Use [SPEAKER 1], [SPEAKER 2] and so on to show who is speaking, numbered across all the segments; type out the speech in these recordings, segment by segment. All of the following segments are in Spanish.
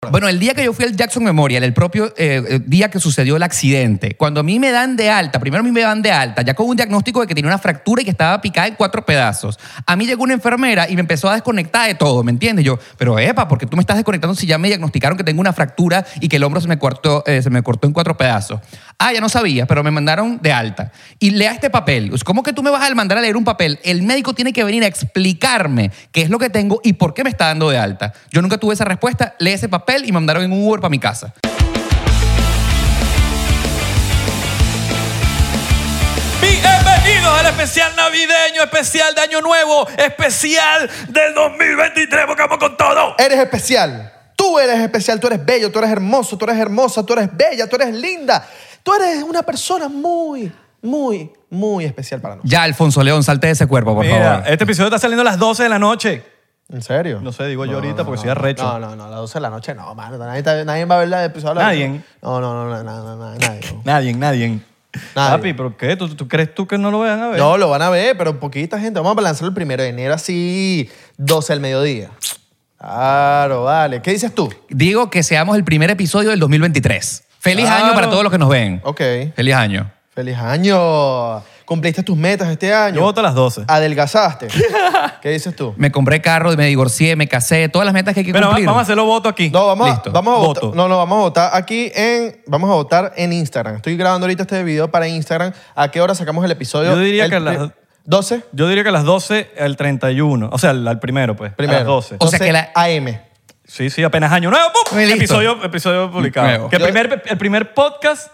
[SPEAKER 1] recuerdas?
[SPEAKER 2] Bueno, el día que yo fui al Jackson Memorial, el propio eh, eh, día que sucedió el accidente, cuando a mí me dan de alta, primero a mí me dan de alta, ya con un diagnóstico de que tenía una fractura y que estaba picada en cuatro pedazos. A mí llegó una enfermera y me empezó a desconectar de todo, ¿me entiendes? Yo, pero epa, porque tú me estás desconectando si ya me diagnosticaron que tengo una fractura y que el hombro se me cortó, eh, se me cortó en cuatro pedazos? Ah, ya no sabía, pero me mandaron de alta. Y lea este papel. ¿Cómo que tú me vas a mandar a leer un papel? El médico tiene que venir a explicarme qué es lo que tengo y por qué me está dando de alta. Yo nunca tuve esa respuesta, leí ese papel y me mandaron en un Uber para mi casa.
[SPEAKER 1] Bienvenidos al especial navideño, especial de Año Nuevo, especial del 2023, porque vamos con todo.
[SPEAKER 3] Eres especial. Tú eres especial, tú eres bello, tú eres hermoso, tú eres hermosa, tú eres bella, tú eres linda. Tú eres una persona muy, muy, muy especial para nosotros.
[SPEAKER 2] Ya, Alfonso León, salte de ese cuerpo, por
[SPEAKER 1] Mira,
[SPEAKER 2] favor.
[SPEAKER 1] este episodio está saliendo a las 12 de la noche.
[SPEAKER 3] ¿En serio?
[SPEAKER 1] No sé, digo yo ahorita porque soy arrecho.
[SPEAKER 3] No, no, no, a las 12 de la noche no, mano. Nadie, está- nadie va a ver la episodio. a las
[SPEAKER 1] Nadie.
[SPEAKER 3] 12. No, no, no, no, no, no, no, nadie. no.
[SPEAKER 1] Nadie, nadie.
[SPEAKER 3] Nadie.
[SPEAKER 1] Papi, ¿pero qué? ¿Tú, tú crees tú que no lo vean a ver?
[SPEAKER 3] No, lo van a ver, pero poquita gente. Vamos a lanzarlo el primero de enero, así 12 del mediodía. Claro, vale. ¿Qué dices tú?
[SPEAKER 2] Digo que seamos el primer episodio del 2023. Feliz
[SPEAKER 1] Claro.
[SPEAKER 2] año para todos los que nos ven.
[SPEAKER 3] Ok.
[SPEAKER 2] Feliz año.
[SPEAKER 3] Feliz año. ¿Cumpliste tus metas este año?
[SPEAKER 1] Yo voto a las 12.
[SPEAKER 3] ¿Adelgazaste? ¿Qué dices tú?
[SPEAKER 2] Me compré carro, me divorcié, me casé, todas las metas que hay que
[SPEAKER 1] Pero va-
[SPEAKER 2] cumplir.
[SPEAKER 1] vamos a hacerlo voto aquí.
[SPEAKER 3] No, vamos,
[SPEAKER 2] Listo.
[SPEAKER 3] a, vamos a
[SPEAKER 1] Voto.
[SPEAKER 3] votar. No, no, vamos a votar aquí en. Vamos a votar en Instagram. Estoy grabando ahorita este video para Instagram. ¿A qué hora sacamos el episodio?
[SPEAKER 1] Yo diría
[SPEAKER 3] El
[SPEAKER 1] que a las-
[SPEAKER 3] pri- 12.
[SPEAKER 1] Yo diría que a las 12 al 31. O sea, al, al primero, pues.
[SPEAKER 3] Primero.
[SPEAKER 1] A las 12.
[SPEAKER 2] O sea que la-
[SPEAKER 3] 12 AM.
[SPEAKER 1] Sí, sí, apenas año nuevo. ¡pum!
[SPEAKER 2] Muy listo.
[SPEAKER 1] Episodio, episodio publicado.
[SPEAKER 2] Nuevo.
[SPEAKER 1] Que el,
[SPEAKER 3] Yo-
[SPEAKER 1] primer, el primer podcast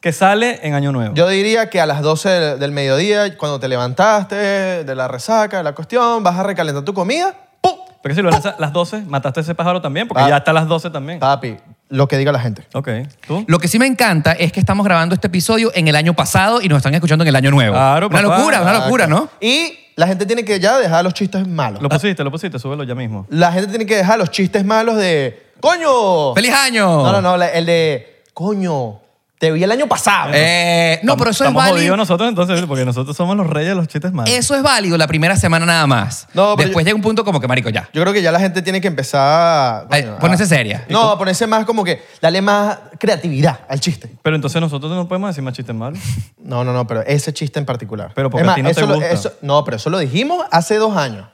[SPEAKER 1] que sale en año nuevo.
[SPEAKER 3] Yo diría que a las 12 del, del mediodía, cuando te levantaste de la resaca, de la cuestión, vas a recalentar tu comida. ¡Pum!
[SPEAKER 1] Porque si lo lanzas a las 12, mataste a ese pájaro también, porque
[SPEAKER 3] Pa-
[SPEAKER 1] ya está a las 12 también.
[SPEAKER 3] Papi, lo que diga la gente.
[SPEAKER 1] Ok, ¿tú?
[SPEAKER 2] Lo que sí me encanta es que estamos grabando este episodio en el año pasado y nos están escuchando en el año nuevo.
[SPEAKER 1] Claro,
[SPEAKER 2] Una
[SPEAKER 1] papá.
[SPEAKER 2] locura, una locura, ¿no?
[SPEAKER 3] Y la gente tiene que ya dejar los chistes malos.
[SPEAKER 1] Lo pusiste, lo pusiste, súbelo ya mismo.
[SPEAKER 3] La gente tiene que dejar los chistes malos de. ¡Coño!
[SPEAKER 2] ¡Feliz año!
[SPEAKER 3] No, no, no, la- el de. ¡Coño! Te vi el año pasado.
[SPEAKER 2] Eh, no, pero eso es
[SPEAKER 1] Estamos
[SPEAKER 2] válido.
[SPEAKER 1] jodidos nosotros entonces, porque nosotros somos los reyes de los chistes malos.
[SPEAKER 2] Eso es válido la primera semana nada más.
[SPEAKER 3] No, pero
[SPEAKER 2] Después
[SPEAKER 3] yo-
[SPEAKER 2] llega un punto como que, marico, ya.
[SPEAKER 3] Yo creo que ya la gente tiene que empezar.
[SPEAKER 2] Ay,
[SPEAKER 3] coño,
[SPEAKER 2] ponerse
[SPEAKER 3] a-
[SPEAKER 2] seria.
[SPEAKER 3] No, a ponerse más como que. Dale más creatividad al chiste.
[SPEAKER 1] Pero entonces nosotros no podemos decir más chistes malos.
[SPEAKER 3] No, no, no, pero ese chiste en particular.
[SPEAKER 1] Pero porque
[SPEAKER 3] Es
[SPEAKER 1] a ti no te
[SPEAKER 3] eso lo-
[SPEAKER 1] gusta.
[SPEAKER 3] eso- no, pero eso lo dijimos hace dos años.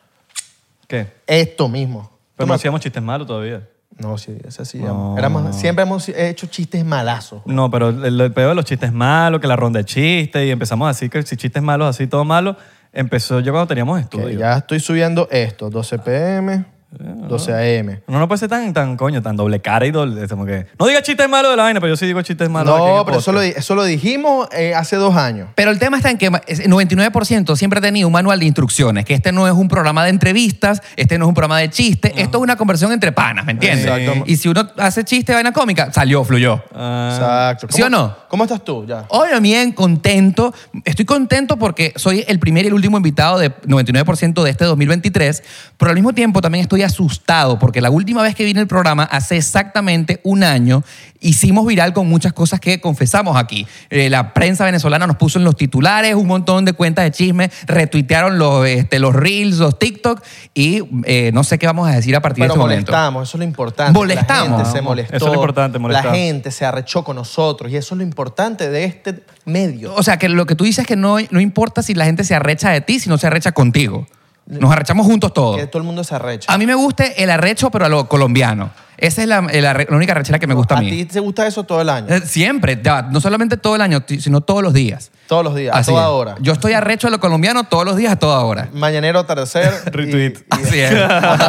[SPEAKER 1] ¿Qué?
[SPEAKER 3] Esto mismo.
[SPEAKER 1] Pero no
[SPEAKER 3] Toma-
[SPEAKER 1] hacíamos chistes malos todavía.
[SPEAKER 3] No, sí, ese sí.
[SPEAKER 1] No.
[SPEAKER 3] éramos- siempre hemos hecho chistes malazos.
[SPEAKER 1] No, pero el, el peor de los chistes malos, que la ronda de chistes, y empezamos así, que si chistes malos, así, todo malo, empezó yo cuando teníamos
[SPEAKER 3] Que
[SPEAKER 1] estudio.
[SPEAKER 3] ya estoy subiendo esto, 12 pm, 12 am.
[SPEAKER 1] Uno no puede ser tan, tan coño, tan doble cara y doble, como que, no diga chistes malos de la vaina, pero yo sí digo chistes malos. aquí en
[SPEAKER 3] No,
[SPEAKER 1] el
[SPEAKER 3] pero eso lo,
[SPEAKER 1] podcast.
[SPEAKER 3] di- eso lo dijimos eh, hace dos años.
[SPEAKER 2] Pero el tema está en que el 99% siempre ha tenido un manual de instrucciones, que este no es un programa de entrevistas, este no es un programa de chistes, esto es una conversación entre panas, ¿me entiendes?
[SPEAKER 3] Exacto.
[SPEAKER 2] Y si uno hace chiste, vaina cómica, salió, fluyó.
[SPEAKER 1] Ah,
[SPEAKER 3] Exacto.
[SPEAKER 2] ¿Sí o
[SPEAKER 3] ¿Cómo-
[SPEAKER 2] no? Oh,
[SPEAKER 3] ¿Cómo estás tú ya?
[SPEAKER 2] Hola, bien, contento. Estoy contento porque soy el primer y el último invitado de 99% de este 2023, pero al mismo tiempo también estoy asustado porque la última vez que vine al programa, hace exactamente un año, hicimos viral con muchas cosas que confesamos aquí. Eh, la prensa venezolana nos puso en los titulares, un montón de cuentas de chisme, retuitearon los, este, los reels, los TikTok y eh, no sé qué vamos a decir a partir
[SPEAKER 3] Pero
[SPEAKER 2] de este momento.
[SPEAKER 3] molestamos, eso es lo importante. que La
[SPEAKER 2] Molestamos.
[SPEAKER 3] gente se molestó.
[SPEAKER 1] Eso es lo importante, molestar.
[SPEAKER 3] La gente se arrechó con nosotros y eso es lo importante de este medio.
[SPEAKER 2] O sea, que lo que tú dices es que no, no importa si la gente se arrecha de ti, si no se arrecha contigo. Nos arrechamos juntos todos.
[SPEAKER 3] Que todo el mundo se arrecha.
[SPEAKER 2] A mí me gusta el arrecho, pero a lo colombiano. Esa es la, el arre- la única arrechera que me gusta a mí.
[SPEAKER 3] ti te gusta eso todo el año,
[SPEAKER 2] Eh, Siempre, ya, no solamente todo el año, ti- sino todos los días.
[SPEAKER 3] todos los días,
[SPEAKER 2] Así
[SPEAKER 3] a toda
[SPEAKER 2] es.
[SPEAKER 3] hora.
[SPEAKER 2] Yo estoy arrecho a lo colombiano todos los días, a toda hora.
[SPEAKER 3] Mañanero, atardecer. y-
[SPEAKER 1] Retweet.
[SPEAKER 3] y-
[SPEAKER 2] Así es.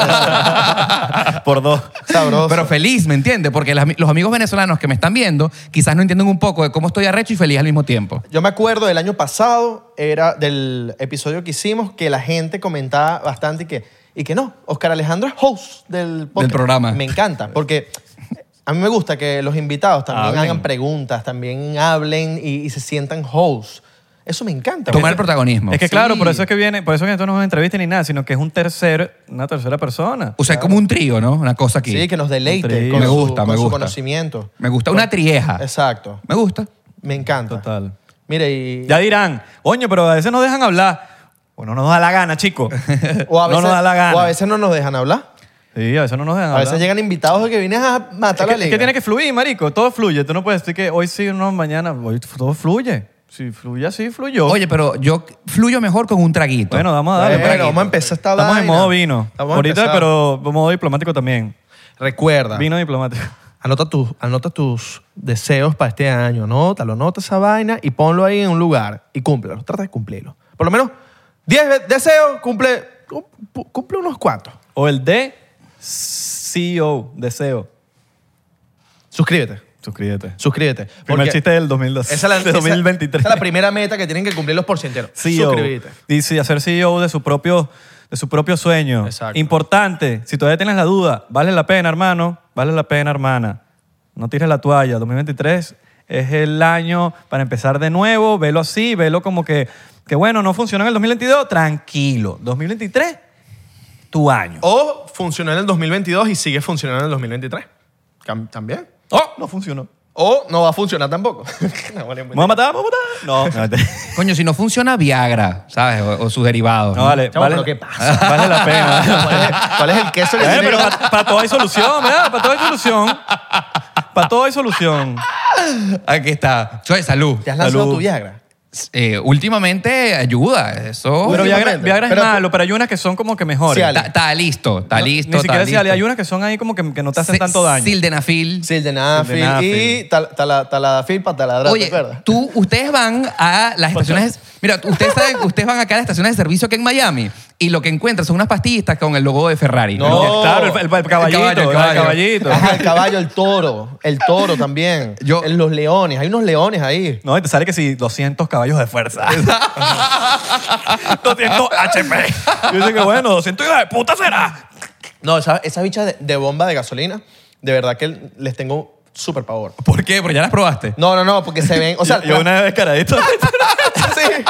[SPEAKER 1] Ah, por dos.
[SPEAKER 3] Sabroso.
[SPEAKER 2] Pero feliz, ¿me entiendes? Porque las- los amigos venezolanos que me están viendo quizás no entienden un poco de cómo estoy arrecho y feliz al mismo tiempo.
[SPEAKER 3] Yo me acuerdo del año pasado, era del episodio que hicimos, que la gente comentaba bastante y que, y que no, Oscar Alejandro es host del podcast.
[SPEAKER 2] programa.
[SPEAKER 3] Me encanta, porque a mí me gusta que los
[SPEAKER 1] Ah,
[SPEAKER 3] invitados también
[SPEAKER 1] Hablen.
[SPEAKER 3] hagan preguntas, también hablen y, y se sientan host. Eso me encanta.
[SPEAKER 2] Tomar el
[SPEAKER 3] porque-
[SPEAKER 2] protagonismo.
[SPEAKER 1] Es que
[SPEAKER 3] Sí.
[SPEAKER 1] claro, por eso es que viene, por eso es que esto no es una entrevista ni nada, sino que es un tercer, una tercera persona.
[SPEAKER 2] O sea, es como un trío, ¿no? Una cosa aquí.
[SPEAKER 3] Sí, que nos deleite
[SPEAKER 1] Increíble.
[SPEAKER 3] con,
[SPEAKER 2] Me
[SPEAKER 3] su-
[SPEAKER 2] gusta,
[SPEAKER 3] con
[SPEAKER 2] me
[SPEAKER 3] su
[SPEAKER 2] gusta.
[SPEAKER 3] conocimiento.
[SPEAKER 2] Me gusta. Una trieja.
[SPEAKER 3] Exacto.
[SPEAKER 2] Me gusta.
[SPEAKER 3] Me encanta.
[SPEAKER 1] Ah. Total.
[SPEAKER 3] Mire, y...
[SPEAKER 1] Ya dirán, coño, pero a veces nos dejan hablar. Bueno, no nos da la gana, chico.
[SPEAKER 3] o a veces,
[SPEAKER 1] no nos da la gana.
[SPEAKER 3] O a veces no nos dejan hablar.
[SPEAKER 1] Sí, a veces no nos dejan.
[SPEAKER 3] A veces
[SPEAKER 1] hablar.
[SPEAKER 3] llegan invitados que vienes a
[SPEAKER 1] Es
[SPEAKER 3] matar
[SPEAKER 1] que,
[SPEAKER 3] la
[SPEAKER 1] es
[SPEAKER 3] liga.
[SPEAKER 1] que tiene que fluir, marico. Todo fluye. Tú no puedes decir que hoy sí, no, mañana. Hoy todo fluye. Si fluye así, fluyó.
[SPEAKER 2] Oye, pero yo fluyo mejor con un traguito.
[SPEAKER 1] Oh. Bueno, vamos a
[SPEAKER 3] Bueno,
[SPEAKER 1] darle. por aquí.
[SPEAKER 3] vamos a empezar esta
[SPEAKER 1] Estamos en
[SPEAKER 3] vaina.
[SPEAKER 1] modo vino.
[SPEAKER 3] Vamos a
[SPEAKER 1] Ahorita,
[SPEAKER 3] empezar.
[SPEAKER 1] pero modo diplomático también.
[SPEAKER 3] Recuerda,
[SPEAKER 1] Vino diplomático.
[SPEAKER 3] anota, tus, anota tus deseos para este año. Anótalo, anota esa vaina y ponlo ahí en un lugar y cúmplelo. Trata de cumplirlo. Por lo menos 10 ve- deseos, cumple, cum- cumple unos cuantos.
[SPEAKER 1] O el de CEO, deseo.
[SPEAKER 3] Suscríbete.
[SPEAKER 1] Suscríbete.
[SPEAKER 3] Suscríbete.
[SPEAKER 1] Primer
[SPEAKER 3] porque
[SPEAKER 1] chiste del 2002.
[SPEAKER 3] Esa es, la,
[SPEAKER 1] de 2023.
[SPEAKER 3] esa es la primera meta que tienen que cumplir los porcienteros.
[SPEAKER 1] CEO.
[SPEAKER 3] Suscríbete.
[SPEAKER 1] Y sí, E hacer CEO de su propio, de su propio sueño.
[SPEAKER 3] Exacto.
[SPEAKER 1] Importante, si todavía tienes la duda, vale la pena, hermano, vale la pena, hermana. No tires la toalla. 2023 es el año para empezar de nuevo. Velo así, velo como que, que bueno, no funcionó en el 2022. Tranquilo. 2023, tu año.
[SPEAKER 3] O funcionó en el 2022 y sigue funcionando en el 2023. Cam- También.
[SPEAKER 1] Oh, no funcionó.
[SPEAKER 3] O no va a funcionar tampoco. No, vale,
[SPEAKER 1] ¿Vamos a matar? ¿Vamos a matar? No. No,
[SPEAKER 2] Coño, si no funciona Viagra, ¿sabes? O, o sus derivados.
[SPEAKER 1] no, vale.
[SPEAKER 3] Chamo,
[SPEAKER 1] vale
[SPEAKER 3] pero ¿qué pasa?
[SPEAKER 1] Vale la pena. vale la
[SPEAKER 3] ¿Cuál es, cuál es el queso que
[SPEAKER 1] Eh,
[SPEAKER 3] tiene
[SPEAKER 1] pero
[SPEAKER 3] que-
[SPEAKER 1] para todo hay solución, ¿verdad? Para todo hay solución. Para todo hay solución.
[SPEAKER 2] Aquí está. Soy salud.
[SPEAKER 3] ¿Te has lanzado
[SPEAKER 1] Salud.
[SPEAKER 3] tu Viagra?
[SPEAKER 2] Eh, últimamente ayuda. Eso.
[SPEAKER 1] Pero Viagra,
[SPEAKER 3] Últimamente.
[SPEAKER 1] Viagra es
[SPEAKER 3] Pero tú-
[SPEAKER 1] malo, pero hay unas que son como que
[SPEAKER 3] Sí,
[SPEAKER 1] mejores.
[SPEAKER 3] Ale.
[SPEAKER 1] No,
[SPEAKER 2] Está está listo, está listo.
[SPEAKER 1] Ni siquiera
[SPEAKER 2] está
[SPEAKER 1] sí, Ale,
[SPEAKER 2] listo.
[SPEAKER 1] hay unas que son ahí como que, que no te hacen
[SPEAKER 2] Se-
[SPEAKER 1] tanto daño.
[SPEAKER 2] Sildenafil.
[SPEAKER 3] Sildenafil y
[SPEAKER 1] Sildenafil.
[SPEAKER 3] tal- tala- taladafil para taladrar, ¿te
[SPEAKER 2] Oye,
[SPEAKER 3] acuerdas?
[SPEAKER 2] tú, ustedes van a las estaciones. de- Mira, ustedes saben que ustedes van acá a las estaciones de servicio que en Miami y lo que encuentran son unas pastillitas con el logo de Ferrari.
[SPEAKER 3] No.
[SPEAKER 1] Oye, Claro, el, el- el caballito, el
[SPEAKER 2] caballo, el
[SPEAKER 1] caballito.
[SPEAKER 2] caballo.
[SPEAKER 3] Ajá, el caballo, el toro, el toro también.
[SPEAKER 2] Yo-
[SPEAKER 3] El- los leones, hay unos leones ahí.
[SPEAKER 1] No, y te sale que si 200 caballos de fuerza. 200 HP. Yo digo que bueno, 200 hijos de puta será.
[SPEAKER 3] No, esa, esa bicha de, de bomba de gasolina, de verdad que les tengo súper pavor.
[SPEAKER 2] ¿Por qué? Porque ya las probaste.
[SPEAKER 3] No, no, no, porque se ven, o sea,
[SPEAKER 1] yo, yo una vez caradito.
[SPEAKER 3] sí.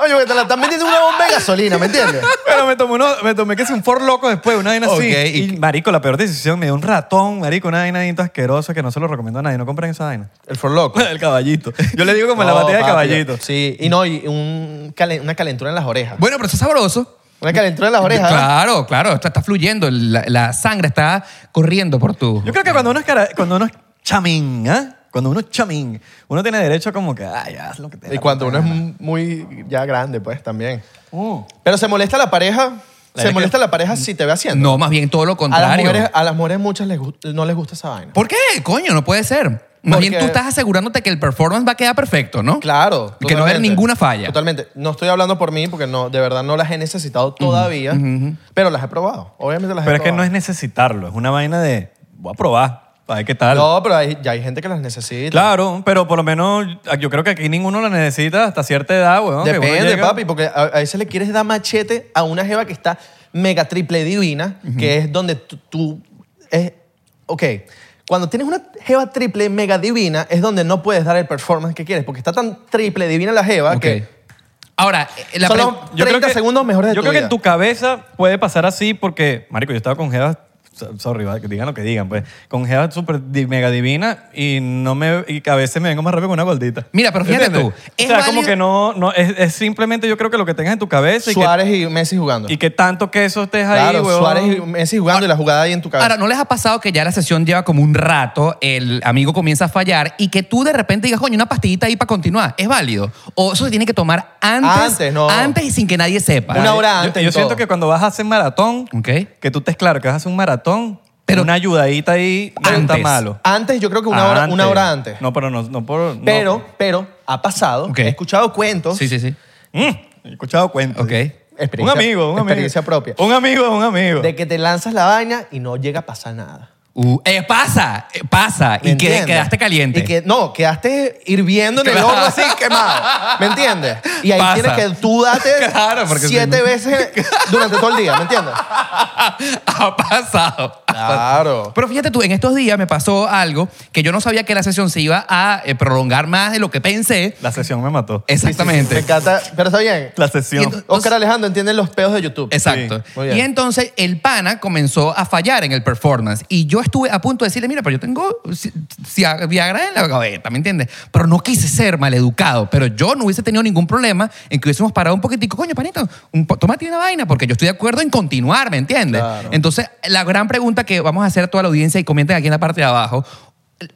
[SPEAKER 3] Oye, porque te la están metiendo una bomba de gasolina, ¿me entiendes?
[SPEAKER 1] Pero me tomé, uno, me tomé que es un for loco después, una vaina
[SPEAKER 3] Ok,
[SPEAKER 1] así. Y, marico, la peor decisión, me dio un ratón, marico, una vaina ahí toda asquerosa que no se lo recomiendo a nadie. No compren esa vaina.
[SPEAKER 3] El forloco.
[SPEAKER 1] El caballito. Yo le digo como la
[SPEAKER 3] No,
[SPEAKER 1] batida de
[SPEAKER 3] papi,
[SPEAKER 1] caballito.
[SPEAKER 3] Sí, y no, y un calen- una calentura en las orejas.
[SPEAKER 2] Bueno, pero eso es sabroso.
[SPEAKER 3] Una calentura en las orejas.
[SPEAKER 2] Claro, claro, está, está fluyendo, la, la sangre está corriendo por tu...
[SPEAKER 1] Yo creo que cuando uno es, cara- cuando uno es chamín, ¿ah? Cuando uno es chamín, uno tiene derecho como que, ay, haz lo que te dé
[SPEAKER 3] Y
[SPEAKER 1] la
[SPEAKER 3] cuando uno
[SPEAKER 1] puta
[SPEAKER 3] es
[SPEAKER 1] gana".
[SPEAKER 3] muy ya grande, pues también.
[SPEAKER 1] Mm.
[SPEAKER 3] Pero se molesta la pareja.
[SPEAKER 1] La
[SPEAKER 3] se
[SPEAKER 1] verdad
[SPEAKER 3] molesta la pareja si te ve haciendo.
[SPEAKER 2] No, más bien todo lo
[SPEAKER 3] a las
[SPEAKER 2] contrario.
[SPEAKER 3] mujeres, a las mujeres muchas les gust- no les gusta esa vaina.
[SPEAKER 2] ¿Por qué? Coño, no puede ser. Más
[SPEAKER 3] Porque-
[SPEAKER 2] bien tú estás asegurándote que el performance va a quedar perfecto, ¿no?
[SPEAKER 3] Claro.
[SPEAKER 2] Que no va a haber
[SPEAKER 3] totalmente.
[SPEAKER 2] ninguna falla.
[SPEAKER 3] Totalmente. No estoy hablando por mí porque no, de verdad no las he necesitado todavía, pero las he probado. Obviamente las
[SPEAKER 1] Pero
[SPEAKER 3] he
[SPEAKER 1] es que no
[SPEAKER 3] probado.
[SPEAKER 1] es necesitarlo, es una vaina de, voy a probar, para ver qué tal.
[SPEAKER 3] No, pero hay- ya hay gente que las necesita.
[SPEAKER 1] Claro, pero por lo menos yo creo que aquí ninguno la necesita hasta cierta edad, weón. que uno
[SPEAKER 3] Depende,
[SPEAKER 1] llega-
[SPEAKER 3] papi, porque a, a veces le quieres dar machete a una jeva que está mega triple divina, que es donde tú, tú- es, ok, cuando tienes una jeva triple mega divina es donde no puedes dar el performance que quieres, porque está tan triple divina la jeva
[SPEAKER 2] Ok.
[SPEAKER 3] que
[SPEAKER 2] Ahora, eh, la
[SPEAKER 3] Solo-
[SPEAKER 2] pre-
[SPEAKER 3] 30 segundos mejores de
[SPEAKER 1] Yo
[SPEAKER 3] tu
[SPEAKER 1] creo que
[SPEAKER 3] vida.
[SPEAKER 1] en tu cabeza puede pasar así porque, marico, yo estaba con jevas, so- sorry, va, que digan lo que digan, pues, con jevas súper di- mega divina y no me y que a veces me vengo más rápido con una gordita.
[SPEAKER 2] Mira, pero fíjate
[SPEAKER 1] ¿Entiendes?
[SPEAKER 2] tú, es
[SPEAKER 1] o sea, como
[SPEAKER 2] válido-
[SPEAKER 1] que no, no es, es simplemente yo creo que lo que tengas en tu cabeza y que,
[SPEAKER 3] Suárez y Messi jugando.
[SPEAKER 1] y que tanto queso estés ahí,
[SPEAKER 3] claro,
[SPEAKER 1] huevón.
[SPEAKER 3] Suárez y Messi jugando y la jugada ahí en tu cabeza.
[SPEAKER 2] Ahora, ¿no les ha pasado que ya la sesión lleva como un rato, el amigo comienza a fallar y que tú de repente digas, coño, una pastillita ahí para continuar? ¿Es válido? ¿O eso se tiene que tomar antes?
[SPEAKER 3] Antes, no.
[SPEAKER 2] antes y sin que nadie sepa.
[SPEAKER 3] Una hora
[SPEAKER 1] Yo-
[SPEAKER 3] antes
[SPEAKER 1] Yo,
[SPEAKER 3] en
[SPEAKER 1] siento
[SPEAKER 3] todo.
[SPEAKER 1] que cuando vas a hacer maratón,
[SPEAKER 2] Ok.
[SPEAKER 1] que tú estés claro que vas a hacer un maratón,
[SPEAKER 2] Pero-
[SPEAKER 1] una ayudadita ahí no está
[SPEAKER 2] Antes.
[SPEAKER 1] malo.
[SPEAKER 3] Antes, yo creo que una, hora, una hora antes.
[SPEAKER 1] No, pero no, no por... no.
[SPEAKER 3] pero, pero, ha pasado.
[SPEAKER 2] Ok.
[SPEAKER 3] He escuchado cuentos.
[SPEAKER 2] Sí, sí, sí.
[SPEAKER 1] Mm, he escuchado cuentos.
[SPEAKER 2] Ok.
[SPEAKER 1] Un
[SPEAKER 3] Experiencia-
[SPEAKER 1] amigo, un amigo.
[SPEAKER 3] experiencia propia.
[SPEAKER 1] Un amigo, un amigo.
[SPEAKER 3] de que te lanzas la vaina y no llega a pasar nada.
[SPEAKER 2] Uh, eh, pasa, eh, pasa.
[SPEAKER 3] ¿Me
[SPEAKER 2] Y que-
[SPEAKER 3] entiendes?
[SPEAKER 2] quedaste caliente.
[SPEAKER 3] Y que, no, quedaste hirviendo en el
[SPEAKER 2] Claro.
[SPEAKER 3] horno así quemado. ¿Me entiendes? Y ahí
[SPEAKER 2] Pasa.
[SPEAKER 3] tienes que tú date
[SPEAKER 2] Claro, porque si
[SPEAKER 3] siete
[SPEAKER 2] no-
[SPEAKER 3] veces durante todo el día, ¿me entiendes?
[SPEAKER 2] ha pasado.
[SPEAKER 3] Claro.
[SPEAKER 2] Pero fíjate tú, en estos días me pasó algo que yo no sabía que la sesión se iba a eh, prolongar más de lo que pensé.
[SPEAKER 1] La sesión me mató.
[SPEAKER 2] Exactamente.
[SPEAKER 3] Me encanta, pero está bien.
[SPEAKER 1] La
[SPEAKER 2] Eh, Y
[SPEAKER 1] sesión.
[SPEAKER 2] entonces-
[SPEAKER 3] Oscar Alejandro entiende los peos de YouTube.
[SPEAKER 2] Exacto.
[SPEAKER 3] Sí, muy bien.
[SPEAKER 2] y entonces el pana comenzó a fallar en el performance. Y yo estuve a punto de decirle, mira, pero yo tengo si- si- Viagra en la cabeza, ¿me entiendes? Pero no quise ser maleducado. Pero yo no hubiese tenido ningún problema en que hubiésemos parado un poquitico. Coño, panito, un po- tómate una vaina, porque yo estoy de acuerdo en continuar, ¿me entiendes?
[SPEAKER 3] Claro.
[SPEAKER 2] Entonces, la gran pregunta que vamos a hacer a toda la audiencia y comenten aquí en la parte de abajo.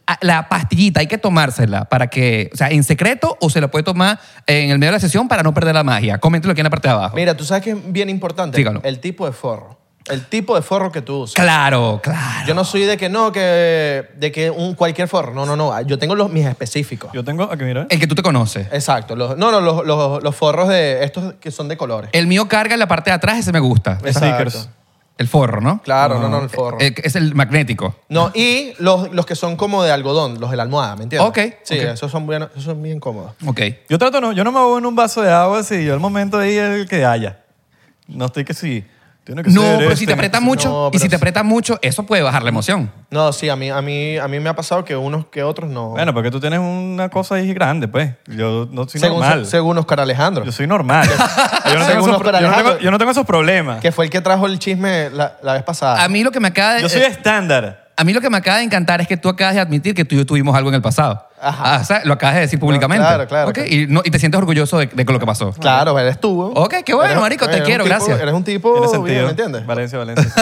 [SPEAKER 2] la- La pastillita hay que tomársela para que, o sea, en secreto o se la puede tomar en el medio de la sesión para no perder la magia. Coméntelo aquí en la parte de abajo.
[SPEAKER 3] Mira, tú sabes que es bien importante.
[SPEAKER 2] Dígalo.
[SPEAKER 3] El tipo de forro. El tipo de forro que tú usas.
[SPEAKER 2] Claro, claro.
[SPEAKER 3] Yo no soy de que no, que, de que un, cualquier forro. No, no, no. Yo tengo los, mis específicos.
[SPEAKER 1] Yo tengo. Aquí, mira.
[SPEAKER 2] El que tú te conoces.
[SPEAKER 3] Exacto. Los, no, no, los, los, los forros de estos que son de colores.
[SPEAKER 2] El mío carga en la parte de atrás, ese me gusta.
[SPEAKER 3] Exacto.
[SPEAKER 1] Sneakers.
[SPEAKER 2] El forro, ¿no?
[SPEAKER 3] Claro, no, no, el forro.
[SPEAKER 2] El que- es el magnético.
[SPEAKER 3] No, y los, los que son como de algodón, los de la almohada, ¿me entiendes?
[SPEAKER 2] Ok,
[SPEAKER 3] Sí,
[SPEAKER 2] ok.
[SPEAKER 3] Esos, son buenos, esos son bien cómodos.
[SPEAKER 2] Ok.
[SPEAKER 1] Yo trato, no, yo no me voy en un vaso de agua si yo el momento ahí es el que haya. No estoy que sí. Tiene que
[SPEAKER 2] No,
[SPEAKER 1] ser
[SPEAKER 2] pero
[SPEAKER 1] este,
[SPEAKER 2] si te aprieta
[SPEAKER 1] no-
[SPEAKER 2] mucho,
[SPEAKER 3] No,
[SPEAKER 2] y
[SPEAKER 3] pero
[SPEAKER 2] si te
[SPEAKER 3] sí.
[SPEAKER 2] aprieta mucho, eso puede bajar la emoción.
[SPEAKER 3] No, sí, a mí, a, mí, a mí me ha pasado que unos que otros no.
[SPEAKER 1] Bueno, porque tú tienes una cosa ahí grande, pues. Yo no soy
[SPEAKER 3] según,
[SPEAKER 1] normal.
[SPEAKER 3] según Oscar Alejandro,
[SPEAKER 1] Yo soy normal. yo, no tengo
[SPEAKER 3] Según
[SPEAKER 1] esos,
[SPEAKER 3] Oscar
[SPEAKER 1] pro- yo no tengo-
[SPEAKER 3] Alejandro.
[SPEAKER 1] yo no tengo esos problemas.
[SPEAKER 3] que fue el que trajo el chisme la, la vez pasada.
[SPEAKER 2] A mí lo que me acaba de...
[SPEAKER 1] Ah. Yo soy
[SPEAKER 2] eh,
[SPEAKER 1] estándar.
[SPEAKER 2] a mí lo que me acaba de encantar es que tú acabas de admitir que tú y yo tuvimos algo en el pasado.
[SPEAKER 3] Ajá.
[SPEAKER 2] Ah, o sea, lo acabas de decir públicamente.
[SPEAKER 3] claro, claro,
[SPEAKER 2] Ok,
[SPEAKER 3] claro.
[SPEAKER 2] Y, no- y te sientes orgulloso de, de lo que pasó.
[SPEAKER 3] Claro, eres tú.
[SPEAKER 2] Ok, qué bueno,
[SPEAKER 3] Eres-
[SPEAKER 2] marico, te
[SPEAKER 3] eres un
[SPEAKER 2] quiero,
[SPEAKER 3] tipo-
[SPEAKER 2] gracias.
[SPEAKER 3] Eres un
[SPEAKER 1] Tiene
[SPEAKER 3] tipo, bien,
[SPEAKER 1] sentido.
[SPEAKER 3] ¿me entiendes?
[SPEAKER 1] Valencia, Valencia.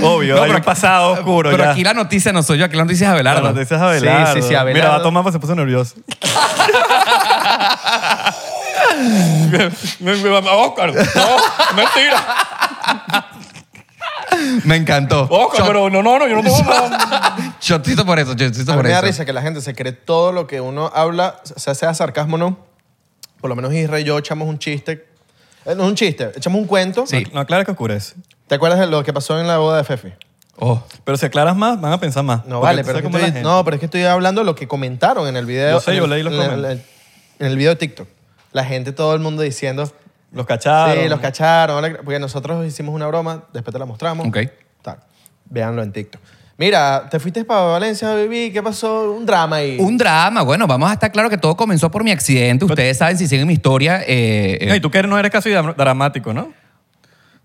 [SPEAKER 1] Obvio,
[SPEAKER 2] No,
[SPEAKER 1] hay
[SPEAKER 2] pero
[SPEAKER 1] un
[SPEAKER 2] aquí-
[SPEAKER 1] pasado oscuro
[SPEAKER 2] Pero
[SPEAKER 1] ya.
[SPEAKER 2] aquí la noticia no soy yo, aquí la noticia es
[SPEAKER 1] La
[SPEAKER 2] Abelardo.
[SPEAKER 1] noticia es Abelardo.
[SPEAKER 3] Sí, sí, sí, Abelardo.
[SPEAKER 1] Mira, va tomando, se puso nervioso. me, me, me- Oscar, no, mentira.
[SPEAKER 2] Me encantó.
[SPEAKER 1] Oscar, pero no, no, no, yo no puedo. no.
[SPEAKER 2] Chotito por eso, chotito
[SPEAKER 3] A mí
[SPEAKER 2] por
[SPEAKER 3] me da
[SPEAKER 2] eso.
[SPEAKER 3] risa que la gente se cree todo lo que uno habla, o sea sea sarcasmo o no. Por lo menos Israel y yo echamos un chiste. eh, no es un chiste, echamos un cuento.
[SPEAKER 2] Sí.
[SPEAKER 1] No aclares que oscurece.
[SPEAKER 3] ¿Te acuerdas de lo que pasó en la boda de Fefi?
[SPEAKER 2] Oh.
[SPEAKER 1] Pero si aclaras más, van a pensar más.
[SPEAKER 3] No
[SPEAKER 1] Porque
[SPEAKER 3] vale,
[SPEAKER 1] tú
[SPEAKER 3] pero
[SPEAKER 1] sabes
[SPEAKER 3] es, que
[SPEAKER 1] cómo es la
[SPEAKER 3] estoy,
[SPEAKER 1] gente.
[SPEAKER 3] no, pero es que estoy hablando de lo que comentaron en el video.
[SPEAKER 1] Yo sé,
[SPEAKER 3] en el-
[SPEAKER 1] yo leí los
[SPEAKER 3] en el-
[SPEAKER 1] comentarios.
[SPEAKER 3] En el video de TikTok. La gente, todo el mundo diciendo,
[SPEAKER 1] Los cachados.
[SPEAKER 3] sí, los cacharon. hola, Porque nosotros hicimos una broma, después te la mostramos.
[SPEAKER 2] Ok.
[SPEAKER 3] Tal. Véanlo en TikTok. Mira, te fuiste para Valencia, baby, ¿qué pasó? Un drama ahí.
[SPEAKER 2] Un drama, bueno, vamos a estar claro que todo comenzó por mi accidente. Ustedes saben si siguen mi historia. eh, eh,
[SPEAKER 1] No, y tú que eres- no eres casi dra- dramático, ¿no?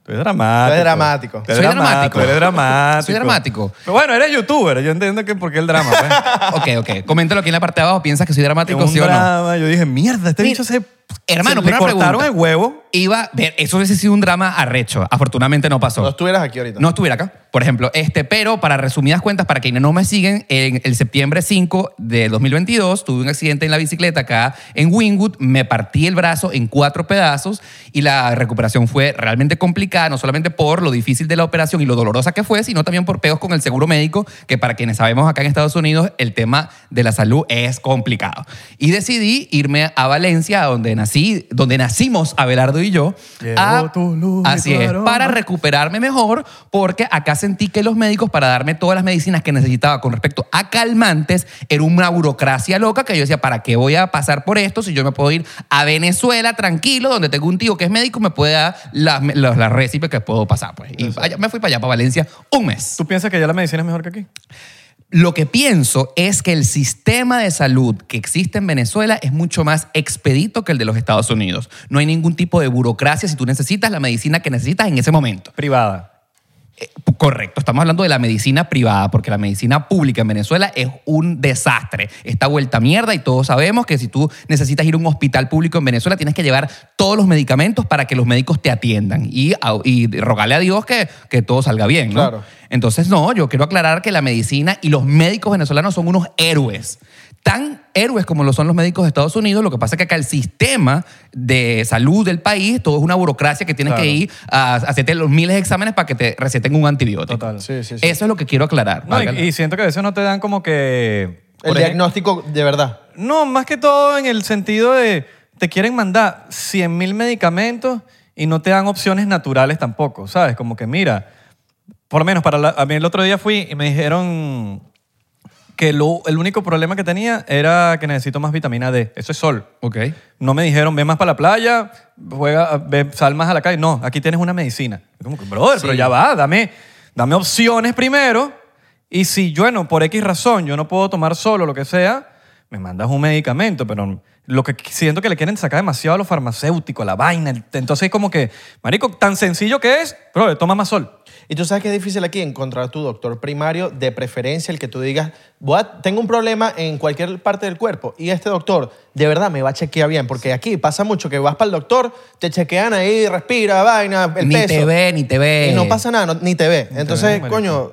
[SPEAKER 1] Tú eres dramático.
[SPEAKER 3] Tú eres dramático.
[SPEAKER 1] Tú eres
[SPEAKER 2] Soy
[SPEAKER 1] dramático,
[SPEAKER 2] dramático.
[SPEAKER 1] Eres dramático.
[SPEAKER 2] Soy dramático.
[SPEAKER 1] Pero bueno, eres youtuber. Yo entiendo que por qué el drama. pues.
[SPEAKER 2] ok, ok. Coméntalo aquí en la parte de abajo. ¿Piensas que soy dramático,
[SPEAKER 1] un
[SPEAKER 2] sí o no?
[SPEAKER 1] drama. Yo dije, mierda, este
[SPEAKER 2] Mi-
[SPEAKER 1] bicho se.
[SPEAKER 2] Hermano,
[SPEAKER 1] se, le
[SPEAKER 2] pero una
[SPEAKER 1] cortaron
[SPEAKER 2] pregunta.
[SPEAKER 1] el huevo.
[SPEAKER 2] Iba, ver, eso hubiese sido un drama arrecho. Afortunadamente no pasó.
[SPEAKER 3] No estuvieras aquí ahorita.
[SPEAKER 2] No estuviera acá, por ejemplo. Este, pero para resumidas cuentas, para quienes no me siguen, en el septiembre 5 de 2022 tuve un accidente en la bicicleta acá en Wingwood, me partí el brazo en cuatro pedazos y la recuperación fue realmente complicada, no solamente por lo difícil de la operación y lo dolorosa que fue, sino también por peos con el seguro médico, que para quienes sabemos acá en Estados Unidos el tema de la salud es complicado. Y decidí irme a Valencia, donde nací, donde nacimos Abelardo y yo,
[SPEAKER 1] Llegó
[SPEAKER 2] a-
[SPEAKER 1] tu luz y
[SPEAKER 2] así
[SPEAKER 1] tu
[SPEAKER 2] es,
[SPEAKER 1] aroma.
[SPEAKER 2] para recuperarme mejor porque acá sentí que los médicos para darme todas las medicinas que necesitaba con respecto a calmantes era una burocracia loca que yo decía, ¿para qué voy a pasar por esto si yo me puedo ir a Venezuela tranquilo donde tengo un tío que es médico y me puede dar las, las, las récipes que puedo pasar? Pues. Y allá- me fui para allá, para Valencia, un mes.
[SPEAKER 1] ¿Tú piensas que ya la medicina es mejor que aquí?
[SPEAKER 2] Lo que pienso es que el sistema de salud que existe en Venezuela es mucho más expedito que el de los Estados Unidos. No hay ningún tipo de burocracia si tú necesitas la medicina que necesitas en ese momento.
[SPEAKER 1] Privada.
[SPEAKER 2] Eh, Correcto, estamos hablando de la medicina privada, porque la medicina pública en Venezuela es un desastre. Está vuelta a mierda y todos sabemos que si tú necesitas ir a un hospital público en Venezuela, tienes que llevar todos los medicamentos para que los médicos te atiendan y, a- y rogarle a Dios que, que todo salga bien. ¿no?
[SPEAKER 3] Claro.
[SPEAKER 2] Entonces, no, yo quiero aclarar que la medicina y los médicos venezolanos son unos héroes. Tan héroes como lo son los médicos de Estados Unidos, lo que pasa es que acá el sistema de salud del país, todo es una burocracia que tienes
[SPEAKER 1] Claro.
[SPEAKER 2] que ir a hacerte los miles de exámenes para que te receten un antibiótico.
[SPEAKER 1] Total.
[SPEAKER 3] Sí, sí, sí.
[SPEAKER 2] Eso es lo que quiero aclarar.
[SPEAKER 1] No, y,
[SPEAKER 2] válgame.
[SPEAKER 1] y siento que a veces no te dan como que.
[SPEAKER 3] El
[SPEAKER 1] por ejemplo-
[SPEAKER 3] diagnóstico de verdad.
[SPEAKER 1] No, más que todo en el sentido de te quieren mandar 100 mil medicamentos y no te dan opciones naturales tampoco, ¿sabes? Como que mira, por lo menos para la- a mí el otro día fui y me dijeron que lo- el único problema que tenía era que necesito más vitamina D. Eso es sol.
[SPEAKER 2] Ok.
[SPEAKER 1] No me dijeron, ve más para la playa, juega, ve, sal más a la calle. No, aquí tienes una medicina. Es Como que, brother, pero ya va, dame, dame opciones primero. Y si yo, bueno, por X razón, yo no puedo tomar solo lo que sea, me mandas un medicamento, pero lo que siento que le quieren sacar demasiado a lo farmacéutico, a la vaina. el- Entonces es como que, marico, tan sencillo que es, brother, toma más sol.
[SPEAKER 3] Y tú sabes que es difícil aquí encontrar tu doctor primario, de preferencia el que tú digas, voy a- tengo un problema en cualquier parte del cuerpo y este doctor de verdad me va a chequear bien, porque aquí pasa mucho que vas para el doctor, te chequean ahí, respira, vaina, el
[SPEAKER 2] ni
[SPEAKER 3] peso.
[SPEAKER 2] te ve, ni te ve.
[SPEAKER 3] Y no pasa nada, no- ni te ve. Entonces,
[SPEAKER 1] marico.
[SPEAKER 3] coño,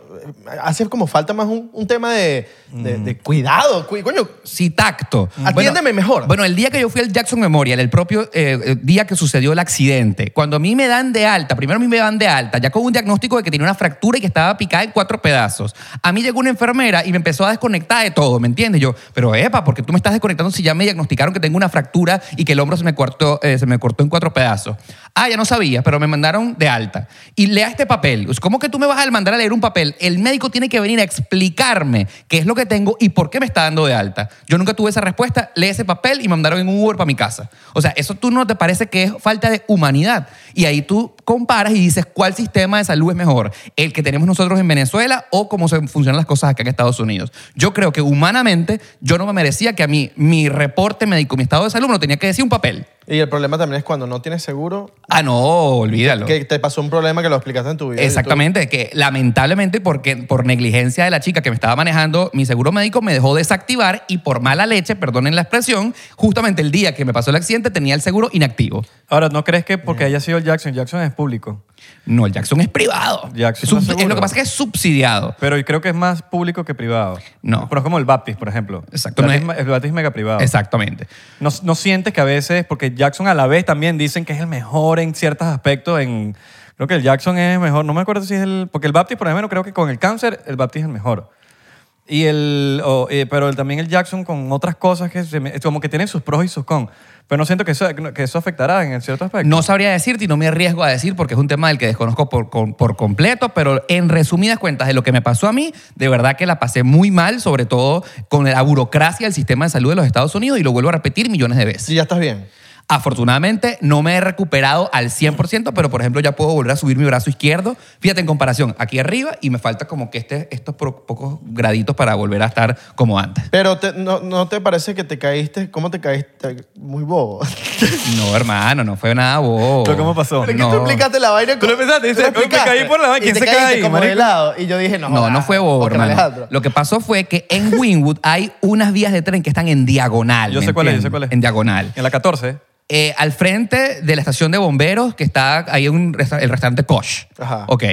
[SPEAKER 3] hace como falta más un, un tema de, de- de
[SPEAKER 2] Mm.
[SPEAKER 3] cuidado. cu- coño,
[SPEAKER 2] Sí, tacto.
[SPEAKER 3] Atiéndeme mejor.
[SPEAKER 2] Bueno, el día que yo fui al Jackson Memorial, el propio eh, eh, día que sucedió el accidente, cuando a mí me dan de alta, primero a mí me dan de alta, ya con un diagnóstico de que tenía una fractura y que estaba picada en cuatro pedazos. A mí llegó una enfermera y me empezó a desconectar de todo, ¿me entiendes? Yo, pero epa, porque tú me estás desconectando si ya me diagnosticaron que tengo una fractura y que el hombro se me cortó, eh, se me cortó en cuatro pedazos? Ah, ya no sabía, pero me mandaron de alta. Y lea este papel. Pues, ¿Cómo que tú me vas a mandar a leer un papel? El médico tiene que venir a explicarme qué es lo que tengo y por qué me está dando de alta. Yo nunca tuve esa respuesta, leí ese papel y me mandaron en un Uber para mi casa. O sea, eso tú no te parece que es falta de humanidad. Y ahí tú comparas y dices cuál sistema de salud es mejor, el que tenemos nosotros en Venezuela o cómo se funcionan las cosas acá en Estados Unidos. Yo creo que humanamente yo no me merecía que a mí mi reporte médico, mi estado de salud, me lo tenía que decir un papel.
[SPEAKER 3] y el problema también es cuando no tienes seguro,
[SPEAKER 2] Ah, no, olvídalo.
[SPEAKER 3] que te pasó un problema que lo explicaste en tu video. de
[SPEAKER 2] Exactamente, que lamentablemente porque por negligencia de la chica que me estaba manejando, mi seguro médico me dejó desactivar y por mala leche, perdonen la expresión, justamente el día que me pasó el accidente tenía el seguro inactivo.
[SPEAKER 1] Ahora, ¿no crees que porque haya sido el Jackson, Jackson es público?
[SPEAKER 2] No, el Jackson es privado.
[SPEAKER 1] Jackson
[SPEAKER 2] Sub-
[SPEAKER 1] no es seguro.
[SPEAKER 2] es lo que pasa es que es subsidiado.
[SPEAKER 1] Pero yo creo que es más público que privado.
[SPEAKER 2] No.
[SPEAKER 1] Pero es como el Baptist, por ejemplo.
[SPEAKER 2] Exacto,
[SPEAKER 1] Baptist
[SPEAKER 2] no
[SPEAKER 1] ma- El Baptist es mega privado.
[SPEAKER 2] Exactamente.
[SPEAKER 1] No, no sientes que a veces, porque Jackson a la vez también dicen que es el mejor en ciertos aspectos. En, creo que el Jackson es mejor. No me acuerdo si es el. Porque el Baptist, por ejemplo, creo que con el cáncer, el Baptist es el mejor. Y el, o, eh, pero el- también el Jackson con otras cosas que se me- como que tienen sus pros y sus cons. Pero no siento que eso, que eso afectará en cierto aspecto.
[SPEAKER 2] No sabría decirte y no me arriesgo a decir porque es un tema del que desconozco por, con- por completo, pero en resumidas cuentas de lo que me pasó a mí, de verdad que la pasé muy mal, sobre todo con la burocracia del sistema de salud de los Estados Unidos y lo vuelvo a repetir millones de veces.
[SPEAKER 3] YouTube. Sí, ya estás bien.
[SPEAKER 2] Afortunadamente no me he recuperado al 100%, pero por ejemplo ya puedo volver a subir mi brazo izquierdo. Fíjate en comparación, aquí arriba y me falta como que este, estos pro- pocos graditos para volver a estar como antes.
[SPEAKER 3] Pero te- no, no te parece que te caíste, ¿cómo te caíste? Muy bobo.
[SPEAKER 2] No, hermano, no fue nada bobo.
[SPEAKER 1] ¿Pero cómo pasó?
[SPEAKER 3] Pero es
[SPEAKER 2] No.
[SPEAKER 3] que tú explicaste la vaina.
[SPEAKER 1] Tú lo pensaste, dices,
[SPEAKER 3] lo
[SPEAKER 1] "Coño, me caí por la vaina,
[SPEAKER 3] Y
[SPEAKER 1] ¿quién
[SPEAKER 3] te
[SPEAKER 1] se cae
[SPEAKER 3] caíste
[SPEAKER 1] ahí,
[SPEAKER 3] como
[SPEAKER 1] marico?"
[SPEAKER 3] de lado. Y yo dije, no.
[SPEAKER 2] No,
[SPEAKER 3] jodas,
[SPEAKER 2] no fue bobo,
[SPEAKER 3] Oscar
[SPEAKER 2] hermano.
[SPEAKER 3] Alejandro.
[SPEAKER 2] Lo que pasó fue que en Winwood hay unas vías de tren que están en diagonal.
[SPEAKER 1] Yo
[SPEAKER 2] ¿me
[SPEAKER 1] sé cuál es, yo sé
[SPEAKER 2] entiendes?
[SPEAKER 1] cuál es.
[SPEAKER 2] En diagonal.
[SPEAKER 1] En la 14.
[SPEAKER 2] Eh, al frente de la estación de bomberos, que está ahí un resta- el restaurante Kosh.
[SPEAKER 3] Ajá.
[SPEAKER 2] Ok.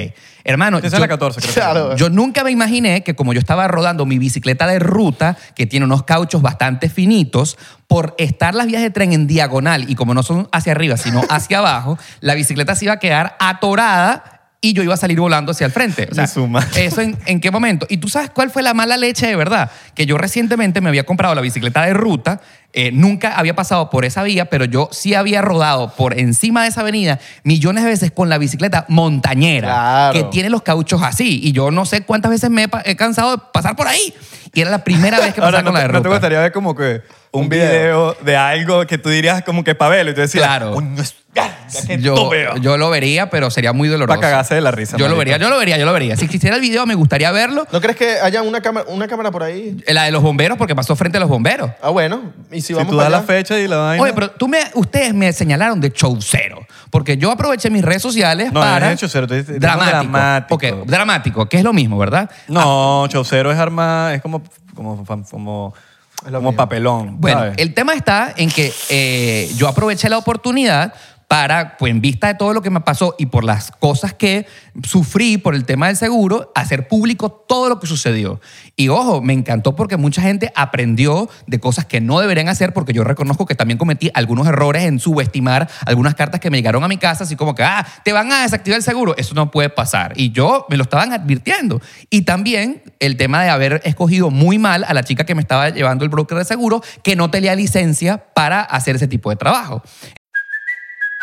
[SPEAKER 2] Hermano,
[SPEAKER 1] Esa
[SPEAKER 2] yo-
[SPEAKER 1] es la 14, creo. que
[SPEAKER 3] Claro.
[SPEAKER 2] Yo nunca me imaginé que como yo estaba rodando mi bicicleta de ruta, que tiene unos cauchos bastante finitos, por estar las vías de tren en diagonal y como no son hacia arriba, sino hacia abajo, la bicicleta se iba a quedar atorada y yo iba a salir volando hacia el frente. O sea,
[SPEAKER 1] Ni su madre.
[SPEAKER 2] ¿Eso en, en qué momento? ¿Y tú sabes cuál fue la mala leche de verdad? Que yo recientemente me había comprado la bicicleta de ruta, eh, nunca había pasado por esa vía, pero yo sí había rodado por encima de esa avenida millones de veces con la bicicleta montañera,
[SPEAKER 3] Claro.
[SPEAKER 2] que tiene los cauchos así. Y yo no sé cuántas veces me he, pa- he cansado de pasar por ahí. Y era la primera vez que pasaba
[SPEAKER 1] Ahora,
[SPEAKER 2] con
[SPEAKER 1] ¿no,
[SPEAKER 2] la
[SPEAKER 1] te,
[SPEAKER 2] de
[SPEAKER 1] no te
[SPEAKER 2] ruta.
[SPEAKER 1] gustaría ver como que un,
[SPEAKER 3] Un video.
[SPEAKER 1] video. de algo que tú dirías como que pavelo y tú decías,
[SPEAKER 2] Claro.
[SPEAKER 1] "Coño, es- ah, ya que
[SPEAKER 2] yo,
[SPEAKER 1] estúpido".
[SPEAKER 2] yo lo vería, pero sería muy doloroso.
[SPEAKER 1] Pa' cagarse de la risa,
[SPEAKER 2] Yo lo
[SPEAKER 1] marico.
[SPEAKER 2] vería, yo lo vería, yo lo vería. Si existiera el video, me gustaría verlo.
[SPEAKER 3] ¿No crees que haya una cámara, una cámara por ahí?
[SPEAKER 2] La de los bomberos, porque pasó frente a los bomberos.
[SPEAKER 3] Ah, bueno. Y si,
[SPEAKER 1] Si
[SPEAKER 3] vamos
[SPEAKER 1] tú das
[SPEAKER 3] para
[SPEAKER 1] la
[SPEAKER 3] allá?
[SPEAKER 1] fecha y la vaina.
[SPEAKER 2] Oye, pero tú me, ustedes me señalaron de showcero, porque yo aproveché mis redes sociales
[SPEAKER 1] No,
[SPEAKER 2] para...
[SPEAKER 1] no es showcero, tú dices- dices
[SPEAKER 2] dramático.
[SPEAKER 1] dramático.
[SPEAKER 2] Ok, dramático, que es lo mismo, ¿verdad?
[SPEAKER 1] no, Chaucero es arma, es como, como, como,
[SPEAKER 3] Es lo
[SPEAKER 1] como
[SPEAKER 3] mío.
[SPEAKER 1] papelón.
[SPEAKER 2] Bueno,
[SPEAKER 1] ¿sabes?
[SPEAKER 2] el tema está en que eh, yo aproveché la oportunidad para, pues en vista de todo lo que me pasó y por las cosas que sufrí por el tema del seguro, hacer público todo lo que sucedió. Y ojo, me encantó porque mucha gente aprendió de cosas que no deberían hacer porque yo reconozco que también cometí algunos errores en subestimar algunas cartas que me llegaron a mi casa, así como que, ah, te van a desactivar el seguro. Eso no puede pasar. Y yo me lo estaban advirtiendo. Y también el tema de haber escogido muy mal a la chica que me estaba llevando el broker de seguro, que no tenía licencia para hacer ese tipo de trabajo.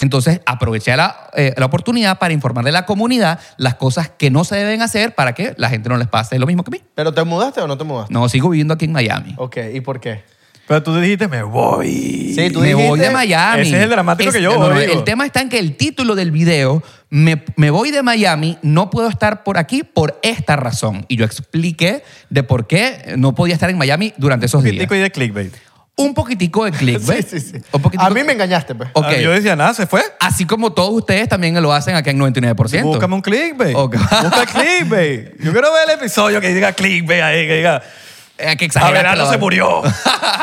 [SPEAKER 2] Entonces, aproveché la, eh, la oportunidad para informarle a la comunidad las cosas que no se deben hacer para que la gente no les pase lo mismo que a mí.
[SPEAKER 3] ¿Pero te mudaste o no te mudaste?
[SPEAKER 2] No, sigo viviendo aquí en Miami.
[SPEAKER 3] Ok, ¿y por qué?
[SPEAKER 1] Pero tú dijiste, me voy.
[SPEAKER 3] Sí, tú
[SPEAKER 2] me
[SPEAKER 3] dijiste-
[SPEAKER 2] voy de Miami.
[SPEAKER 1] Ese es el dramático que yo
[SPEAKER 2] no, no,
[SPEAKER 1] digo.
[SPEAKER 2] El tema está en que el título del video, me, me voy de Miami, no puedo estar por aquí por esta razón. Y yo expliqué de por qué no podía estar en Miami durante esos
[SPEAKER 1] Un
[SPEAKER 2] días.
[SPEAKER 1] poquitico y de clickbait.
[SPEAKER 2] Un poquitico de clickbait.
[SPEAKER 3] Sí, sí, sí.
[SPEAKER 2] Un poquitico-
[SPEAKER 3] A mí me engañaste, pues.
[SPEAKER 2] Ok.
[SPEAKER 1] Ah, Yo decía, nada, se fue.
[SPEAKER 2] Así como todos ustedes también lo hacen acá en 99%.
[SPEAKER 1] Búscame un clickbait.
[SPEAKER 2] Ok.
[SPEAKER 1] Busca clickbait. Yo quiero ver el episodio que diga clickbait ahí, que diga,
[SPEAKER 2] Eh, que exageraste
[SPEAKER 1] Averano
[SPEAKER 2] la
[SPEAKER 1] se
[SPEAKER 2] vaina.
[SPEAKER 1] murió.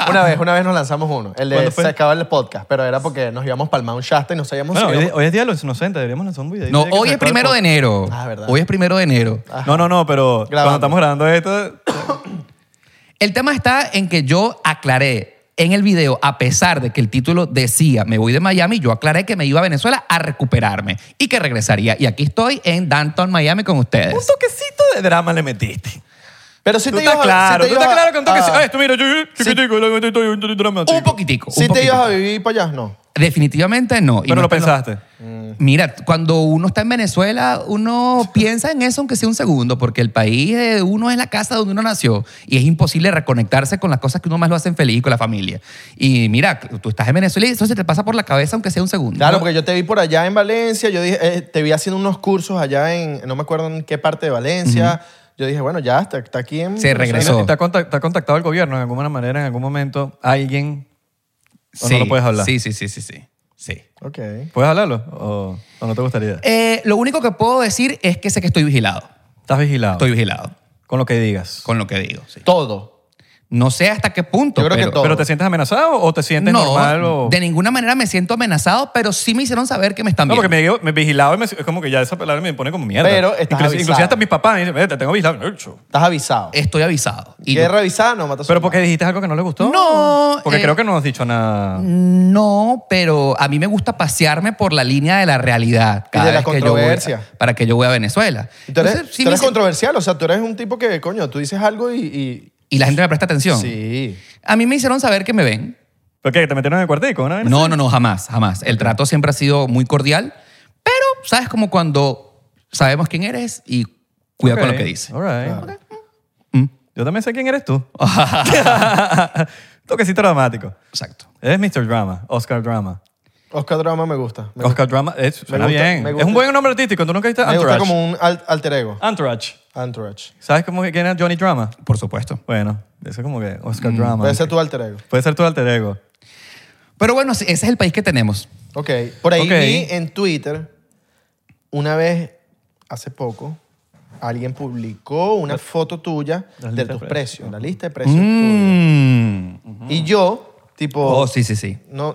[SPEAKER 3] Una vez, una vez nos lanzamos uno. El de
[SPEAKER 1] ¿Cuándo fue?
[SPEAKER 3] se acaba el podcast, pero era porque nos íbamos para el Mount Shasta y no sabíamos
[SPEAKER 1] Bueno,
[SPEAKER 3] si
[SPEAKER 1] hoy,
[SPEAKER 3] íbamos-
[SPEAKER 1] hoy es día de los inocentes, deberíamos lanzar un video.
[SPEAKER 2] No,
[SPEAKER 1] Dice que
[SPEAKER 2] hoy es
[SPEAKER 1] se acaba el
[SPEAKER 2] primero de
[SPEAKER 1] podcast.
[SPEAKER 2] enero.
[SPEAKER 3] Ah, verdad.
[SPEAKER 2] Hoy es primero de enero.
[SPEAKER 1] No, no, no, pero cuando estamos grabando esto,
[SPEAKER 2] El tema está en que yo aclaré en el video, a pesar de que el título decía me voy de Miami, yo aclaré que me iba a Venezuela a recuperarme y que regresaría. Y aquí estoy en Downtown Miami con
[SPEAKER 1] un
[SPEAKER 2] ustedes.
[SPEAKER 1] toquecito de drama le metiste.
[SPEAKER 3] Pero si
[SPEAKER 1] Tú
[SPEAKER 3] te
[SPEAKER 1] estás
[SPEAKER 3] ibas a-
[SPEAKER 1] claro,
[SPEAKER 3] si
[SPEAKER 1] tú
[SPEAKER 3] te
[SPEAKER 1] estás
[SPEAKER 3] ibas a- Ah.
[SPEAKER 1] claro con toque.
[SPEAKER 3] a-
[SPEAKER 1] Esto, mira, yo, yo, chiquitico, lo meto todo, un dramático.
[SPEAKER 2] Un poquitico. un
[SPEAKER 3] Si te
[SPEAKER 2] poquitico.
[SPEAKER 3] ibas a vivir para allá, no.
[SPEAKER 2] Definitivamente no. Y
[SPEAKER 1] Pero
[SPEAKER 2] no
[SPEAKER 1] lo
[SPEAKER 2] está en
[SPEAKER 1] pensaste.
[SPEAKER 2] Mira, cuando uno está en Venezuela, uno piensa en eso aunque sea un segundo, porque el país de uno es la casa donde uno nació y es imposible reconectarse con las cosas que uno más lo hacen feliz y con la familia. Y mira, tú estás en Venezuela y eso se te pasa por la cabeza aunque sea un segundo.
[SPEAKER 3] Claro,
[SPEAKER 2] No,
[SPEAKER 3] porque yo te vi por allá en Valencia, yo dije, eh, te vi haciendo unos cursos allá en, no me acuerdo en qué parte de Valencia. Yo dije, bueno, ya, está, está aquí en...
[SPEAKER 2] Se regresó.
[SPEAKER 1] ¿Y no- y ¿Te ha contact- te ha contactado el gobierno en alguna manera, en algún momento? ¿Alguien? ¿O no lo puedes hablar?
[SPEAKER 2] Sí, sí, sí, sí, sí. sí.
[SPEAKER 3] Ok.
[SPEAKER 1] ¿Puedes hablarlo? ¿O, o no te gustaría?
[SPEAKER 2] Eh, lo único que puedo decir es que sé que estoy vigilado.
[SPEAKER 1] Estás vigilado.
[SPEAKER 2] Estoy vigilado
[SPEAKER 1] Con lo que digas.
[SPEAKER 2] con lo que digo. sí.
[SPEAKER 3] Todo.
[SPEAKER 2] No sé hasta qué punto.
[SPEAKER 3] Yo creo que
[SPEAKER 2] pero,
[SPEAKER 3] todo.
[SPEAKER 1] ¿Pero te sientes amenazado o te sientes
[SPEAKER 2] no,
[SPEAKER 1] normal? O...
[SPEAKER 2] de ninguna manera me siento amenazado, pero sí me hicieron saber que me están
[SPEAKER 1] No,
[SPEAKER 2] viendo.
[SPEAKER 1] porque me, me vigilado y me- es como que ya esa palabra me pone como mierda.
[SPEAKER 3] Pero estás
[SPEAKER 1] Inclusive-
[SPEAKER 3] avisado.
[SPEAKER 1] inclusive hasta mis papás me dicen, "Eh, te tengo vigilado. Hecho.
[SPEAKER 3] Estás avisado.
[SPEAKER 2] Estoy avisado. Eh, Y yo-
[SPEAKER 3] Guerra avisada, no matas a
[SPEAKER 1] Pero
[SPEAKER 3] su
[SPEAKER 1] porque dijiste algo que no le gustó.
[SPEAKER 2] No,
[SPEAKER 1] Porque
[SPEAKER 2] eh,
[SPEAKER 1] creo que no has dicho nada.
[SPEAKER 2] No, pero a mí me gusta pasearme por la línea de la realidad. Cada
[SPEAKER 3] de la
[SPEAKER 2] vez que yo voy a-
[SPEAKER 3] controversia.
[SPEAKER 2] para que yo voy a Venezuela.
[SPEAKER 3] Y Tú eres,
[SPEAKER 2] Entonces, sí
[SPEAKER 3] tú
[SPEAKER 2] me
[SPEAKER 3] eres
[SPEAKER 2] hice-
[SPEAKER 3] controversial, o sea, tú eres un tipo que, coño, tú dices algo y...
[SPEAKER 2] y la gente me presta
[SPEAKER 3] y
[SPEAKER 2] atención.
[SPEAKER 3] sí.
[SPEAKER 2] A mí me hicieron saber que me ven.
[SPEAKER 1] ¿Por qué? ¿Te metieron en el cuartico? ¿no?
[SPEAKER 2] No, no, no, jamás, jamás. El trato siempre ha sido muy cordial, pero sabes como cuando sabemos quién eres y cuida con
[SPEAKER 1] Ok.
[SPEAKER 2] lo que dices.
[SPEAKER 1] All right. Yo también sé quién eres tú. Toquecito dramático.
[SPEAKER 2] Exacto.
[SPEAKER 1] Eres Mr. Drama, Oscar Drama.
[SPEAKER 3] Oscar Drama me gusta. Me,
[SPEAKER 1] Oscar Drama, es, suena
[SPEAKER 3] gusta,
[SPEAKER 1] bien.
[SPEAKER 3] me
[SPEAKER 1] Es
[SPEAKER 3] gusta.
[SPEAKER 1] un buen nombre artístico. ¿Tú nunca viste
[SPEAKER 3] me gusta
[SPEAKER 1] Entourage?
[SPEAKER 3] como un al- alter ego.
[SPEAKER 1] Entourage.
[SPEAKER 2] Ah.
[SPEAKER 3] Entourage.
[SPEAKER 1] ¿Sabes cómo que quién es Johnny Drama?
[SPEAKER 2] Por supuesto.
[SPEAKER 1] Bueno, eso es como que Oscar Drama.
[SPEAKER 3] Mm, Puede ser tu alter ego.
[SPEAKER 1] Puede ser tu alter ego.
[SPEAKER 2] Pero bueno, sí, ese es el país que tenemos.
[SPEAKER 3] Ok. Por ahí
[SPEAKER 1] Ok.
[SPEAKER 3] vi en Twitter, una vez, hace poco, alguien publicó una foto tuya
[SPEAKER 1] la
[SPEAKER 3] de
[SPEAKER 1] lista de
[SPEAKER 3] tus
[SPEAKER 1] precios.
[SPEAKER 3] precios, la lista de precios.
[SPEAKER 2] Mm.
[SPEAKER 3] tuya. Y yo, tipo,
[SPEAKER 2] Oh, sí, sí, sí.
[SPEAKER 3] no,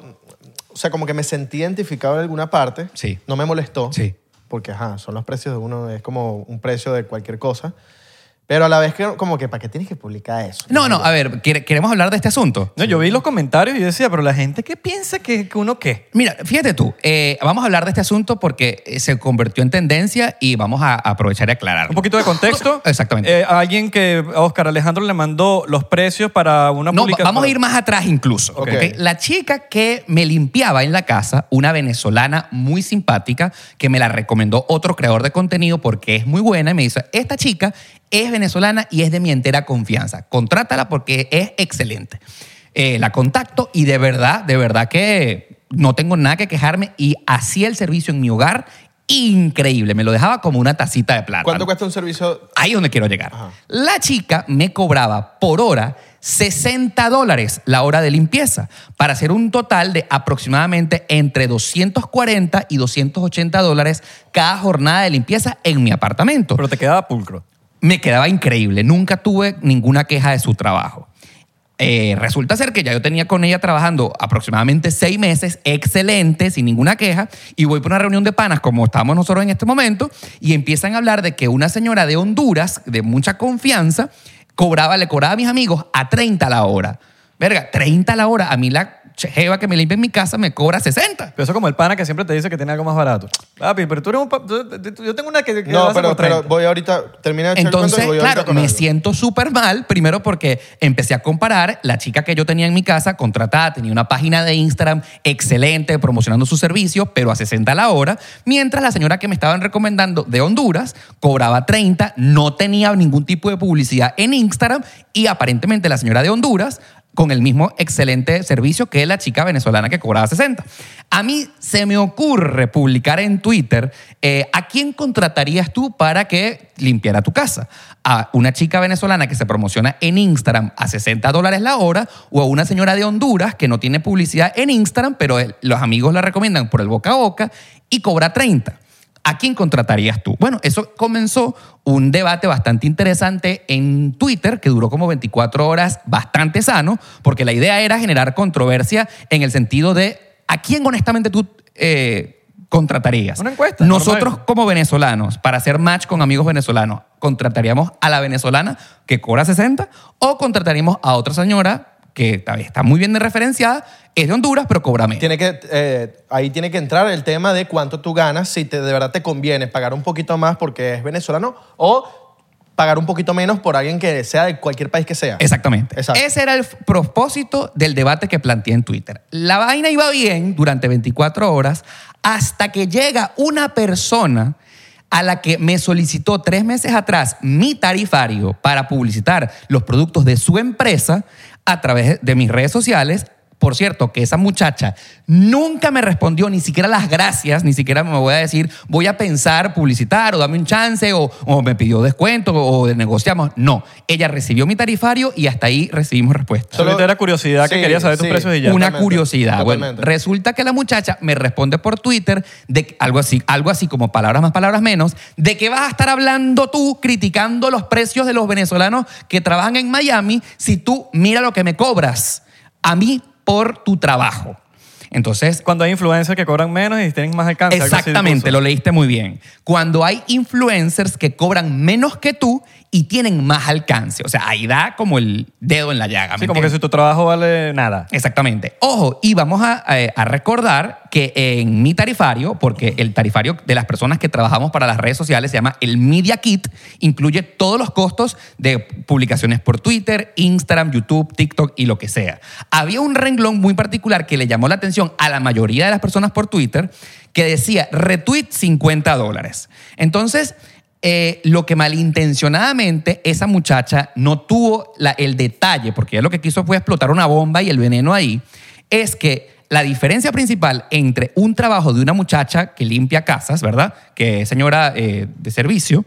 [SPEAKER 3] o sea, como que me sentí identificado en alguna parte.
[SPEAKER 2] Sí.
[SPEAKER 3] No me molestó.
[SPEAKER 2] Sí.
[SPEAKER 3] Porque, ajá, son los precios de uno, es como un precio de cualquier cosa. Pero a la vez, que, como que, ¿para qué tienes que publicar eso?
[SPEAKER 2] No, no, a ver, ¿quere- ¿queremos hablar de este asunto?
[SPEAKER 1] No, yo vi los comentarios y yo decía, pero la gente, ¿qué piensa que, que uno qué?
[SPEAKER 2] Mira, fíjate tú, eh, vamos a hablar de este asunto porque eh, se convirtió en tendencia y vamos a aprovechar y aclarar.
[SPEAKER 1] Un poquito de contexto.
[SPEAKER 2] Exactamente.
[SPEAKER 1] Eh, a alguien que a Oscar Alejandro le mandó los precios para una
[SPEAKER 2] No, va-
[SPEAKER 1] publicación.
[SPEAKER 2] vamos a ir más atrás incluso.
[SPEAKER 3] Ok.
[SPEAKER 2] ¿ok? La chica que me limpiaba en la casa, una venezolana muy simpática, que me la recomendó otro creador de contenido porque es muy buena y me dice, esta chica es venezolana y es de mi entera confianza. Contrátala porque es excelente. Eh, la contacto y de verdad, de verdad que no tengo nada que quejarme y hacía el servicio en mi hogar increíble. Me lo dejaba como una tacita de plata.
[SPEAKER 3] ¿Cuánto cuesta un servicio?
[SPEAKER 2] Ahí es donde quiero llegar.
[SPEAKER 3] Ajá.
[SPEAKER 2] La chica me cobraba por hora 60 dólares la hora de limpieza para hacer un total de aproximadamente entre 240 y 280 dólares cada jornada de limpieza en mi apartamento.
[SPEAKER 1] Pero te quedaba pulcro.
[SPEAKER 2] Me quedaba increíble. Nunca tuve ninguna queja de su trabajo. Eh, resulta ser que ya yo tenía con ella trabajando aproximadamente seis meses, excelente, sin ninguna queja, y voy por una reunión de panas como estamos nosotros en este momento, y empiezan a hablar de que una señora de Honduras, de mucha confianza, cobraba, le cobraba a mis amigos a 30 la hora. Verga, 30 la hora. A mí la jeva que me limpia en mi casa me cobra 60.
[SPEAKER 1] Pero eso es como el pana que siempre te dice que tiene algo más barato. Papi, pero tú eres un... pa- tú- tú- tú- yo tengo una que... que la
[SPEAKER 3] No,
[SPEAKER 1] hace
[SPEAKER 3] pero,
[SPEAKER 1] por
[SPEAKER 3] pero
[SPEAKER 1] 30.
[SPEAKER 3] voy ahorita, termina de echar el cuento
[SPEAKER 2] Entonces,
[SPEAKER 3] y voy ahorita
[SPEAKER 2] claro,
[SPEAKER 3] con
[SPEAKER 2] me
[SPEAKER 3] algo.
[SPEAKER 2] siento súper mal, primero porque empecé a comparar la chica que yo tenía en mi casa, contratada, tenía una página de Instagram excelente, promocionando sus servicios, pero a 60 la hora, mientras la señora que me estaban recomendando de Honduras cobraba 30, no tenía ningún tipo de publicidad en Instagram y aparentemente la señora de Honduras con el mismo excelente servicio que la chica venezolana que cobraba 60. A mí se me ocurre publicar en Twitter eh, a quién contratarías tú para que limpiara tu casa. A una chica venezolana que se promociona en Instagram a 60 dólares la hora o a una señora de Honduras que no tiene publicidad en Instagram, pero el- los amigos la recomiendan por el boca a boca y cobra 30. ¿A quién contratarías tú? Bueno, eso comenzó un debate bastante interesante en Twitter que duró como 24 horas, bastante sano, porque la idea era generar controversia en el sentido de a quién honestamente tú eh, contratarías.
[SPEAKER 1] Una encuesta,
[SPEAKER 2] Nosotros
[SPEAKER 1] normal.
[SPEAKER 2] como venezolanos, para hacer match con amigos venezolanos, ¿contrataríamos a la venezolana que cobra 60 o contrataríamos a otra señora que tal vez está muy bien referenciada, es de Honduras, pero cobra menos?
[SPEAKER 3] Tiene que, eh, ahí tiene que entrar el tema de cuánto tú ganas, si te, de verdad te conviene pagar un poquito más porque es venezolano o pagar un poquito menos por alguien que sea de cualquier país que sea.
[SPEAKER 2] Exactamente.
[SPEAKER 3] Exacto.
[SPEAKER 2] Ese era el f- propósito del debate que planteé en Twitter. La vaina iba bien durante 24 horas hasta que llega una persona a la que me solicitó tres meses atrás mi tarifario para publicitar los productos de su empresa a través de mis redes sociales. Por cierto, que esa muchacha nunca me respondió ni siquiera las gracias, ni siquiera me voy a decir, voy a pensar, publicitar o dame un chance o, o me pidió descuento o negociamos. No, ella recibió mi tarifario y hasta ahí recibimos respuesta.
[SPEAKER 1] Solamente era curiosidad que quería saber tus precios y ya.
[SPEAKER 2] Una
[SPEAKER 3] Totalmente,
[SPEAKER 2] curiosidad. Bueno,
[SPEAKER 3] totalmente.
[SPEAKER 2] resulta que la muchacha me responde por Twitter de que- algo así, algo así como palabras más, palabras menos, de que vas a estar hablando tú criticando los precios de los venezolanos que trabajan en Miami si tú mira lo que me cobras a mí por tu trabajo. Entonces,
[SPEAKER 1] Cuando hay influencers que cobran menos y tienen más alcance. algo así
[SPEAKER 2] Exactamente,
[SPEAKER 1] puso.
[SPEAKER 2] lo leíste muy bien. Cuando hay influencers que cobran menos que tú y tienen más alcance. O sea, ahí da como el dedo en la llaga. ¿me
[SPEAKER 1] Sí, como que
[SPEAKER 2] entiendes?
[SPEAKER 1] si tu trabajo vale nada.
[SPEAKER 2] Exactamente. Ojo, y vamos a, eh, a recordar que en mi tarifario, porque el tarifario de las personas que trabajamos para las redes sociales se llama el Media Kit, incluye todos los costos de publicaciones por Twitter, Instagram, YouTube, TikTok y lo que sea. Había un renglón muy particular que le llamó la atención a la mayoría de las personas por Twitter que decía retweet 50 dólares. Entonces, eh, lo que malintencionadamente esa muchacha no tuvo la- el detalle, porque ella lo que quiso fue explotar una bomba y el veneno ahí, es que la diferencia principal entre un trabajo de una muchacha que limpia casas, ¿verdad? Que es señora eh, de servicio,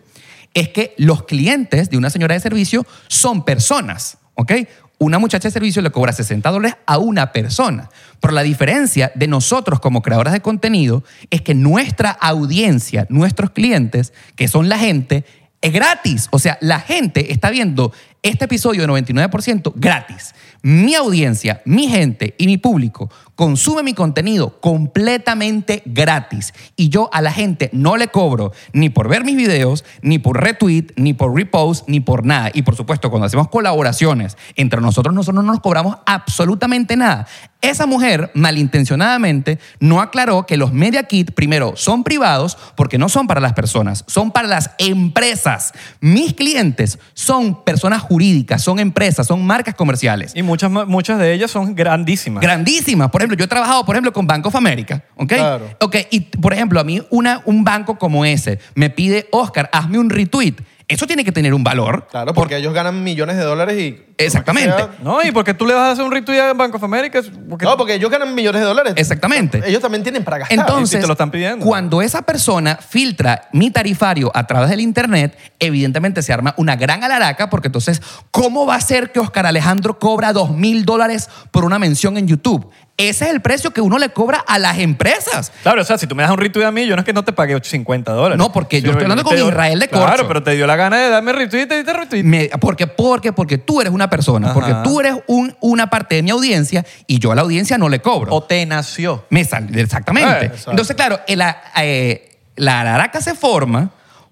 [SPEAKER 2] es que los clientes de una señora de servicio son personas, ¿ok? Una muchacha de servicio le cobra 60 dólares a una persona. Pero la diferencia de nosotros como creadoras de contenido es que nuestra audiencia, nuestros clientes, que son la gente, es gratis. O sea, la gente está viendo este episodio de 99% gratis. Mi audiencia, mi gente y mi público consume mi contenido completamente gratis. Y yo a la gente no le cobro ni por ver mis videos, ni por retweet, ni por repost, ni por nada. Y por supuesto, cuando hacemos colaboraciones entre nosotros, nosotros no nos cobramos absolutamente nada. Esa mujer, malintencionadamente, no aclaró que los Media Kit, primero, son privados porque no son para las personas, son para las empresas. Mis clientes son personas jurídicas, son empresas, son marcas comerciales.
[SPEAKER 1] Y muchas, ma- muchas de ellas son grandísimas.
[SPEAKER 2] Grandísimas. Por ejemplo, yo he trabajado, por ejemplo, con Bank of America, ¿ok?
[SPEAKER 3] Claro.
[SPEAKER 2] Ok, y por ejemplo, a mí una, un banco como ese me pide, Oscar, hazme un retweet. Eso tiene que tener un valor.
[SPEAKER 3] Claro, porque ellos ganan millones de dólares y... por más que
[SPEAKER 2] Exactamente.
[SPEAKER 3] sea-
[SPEAKER 1] no, y porque tú le vas a hacer un retweet a Bank of America. Porque
[SPEAKER 3] no, porque ellos ganan millones de dólares.
[SPEAKER 2] Exactamente.
[SPEAKER 3] Ellos también tienen para gastar.
[SPEAKER 2] Entonces,
[SPEAKER 1] te lo están pidiendo.
[SPEAKER 2] cuando esa persona filtra mi tarifario a través del internet, evidentemente se arma una gran alaraca porque entonces, ¿cómo va a ser que Oscar Alejandro cobra dos mil dólares por una mención en YouTube? Ese es el precio que uno le cobra a las empresas.
[SPEAKER 1] Claro, o sea, si tú me das un retweet a mí, yo no es que no te pague 50 dólares.
[SPEAKER 2] No, porque yo
[SPEAKER 1] Sí,
[SPEAKER 2] estoy hablando
[SPEAKER 1] te
[SPEAKER 2] con Israel de
[SPEAKER 1] Claro,
[SPEAKER 2] Corcho.
[SPEAKER 1] pero te dio la gana de darme retweet y te diste retweet.
[SPEAKER 2] Me- porque, porque, porque tú eres una una persona,
[SPEAKER 1] Ajá.
[SPEAKER 2] porque tú eres un- una parte de mi audiencia y yo a la audiencia no le cobro.
[SPEAKER 1] O te nació.
[SPEAKER 2] Me sal- exactamente. Entonces, claro, el a- eh, la araca se forma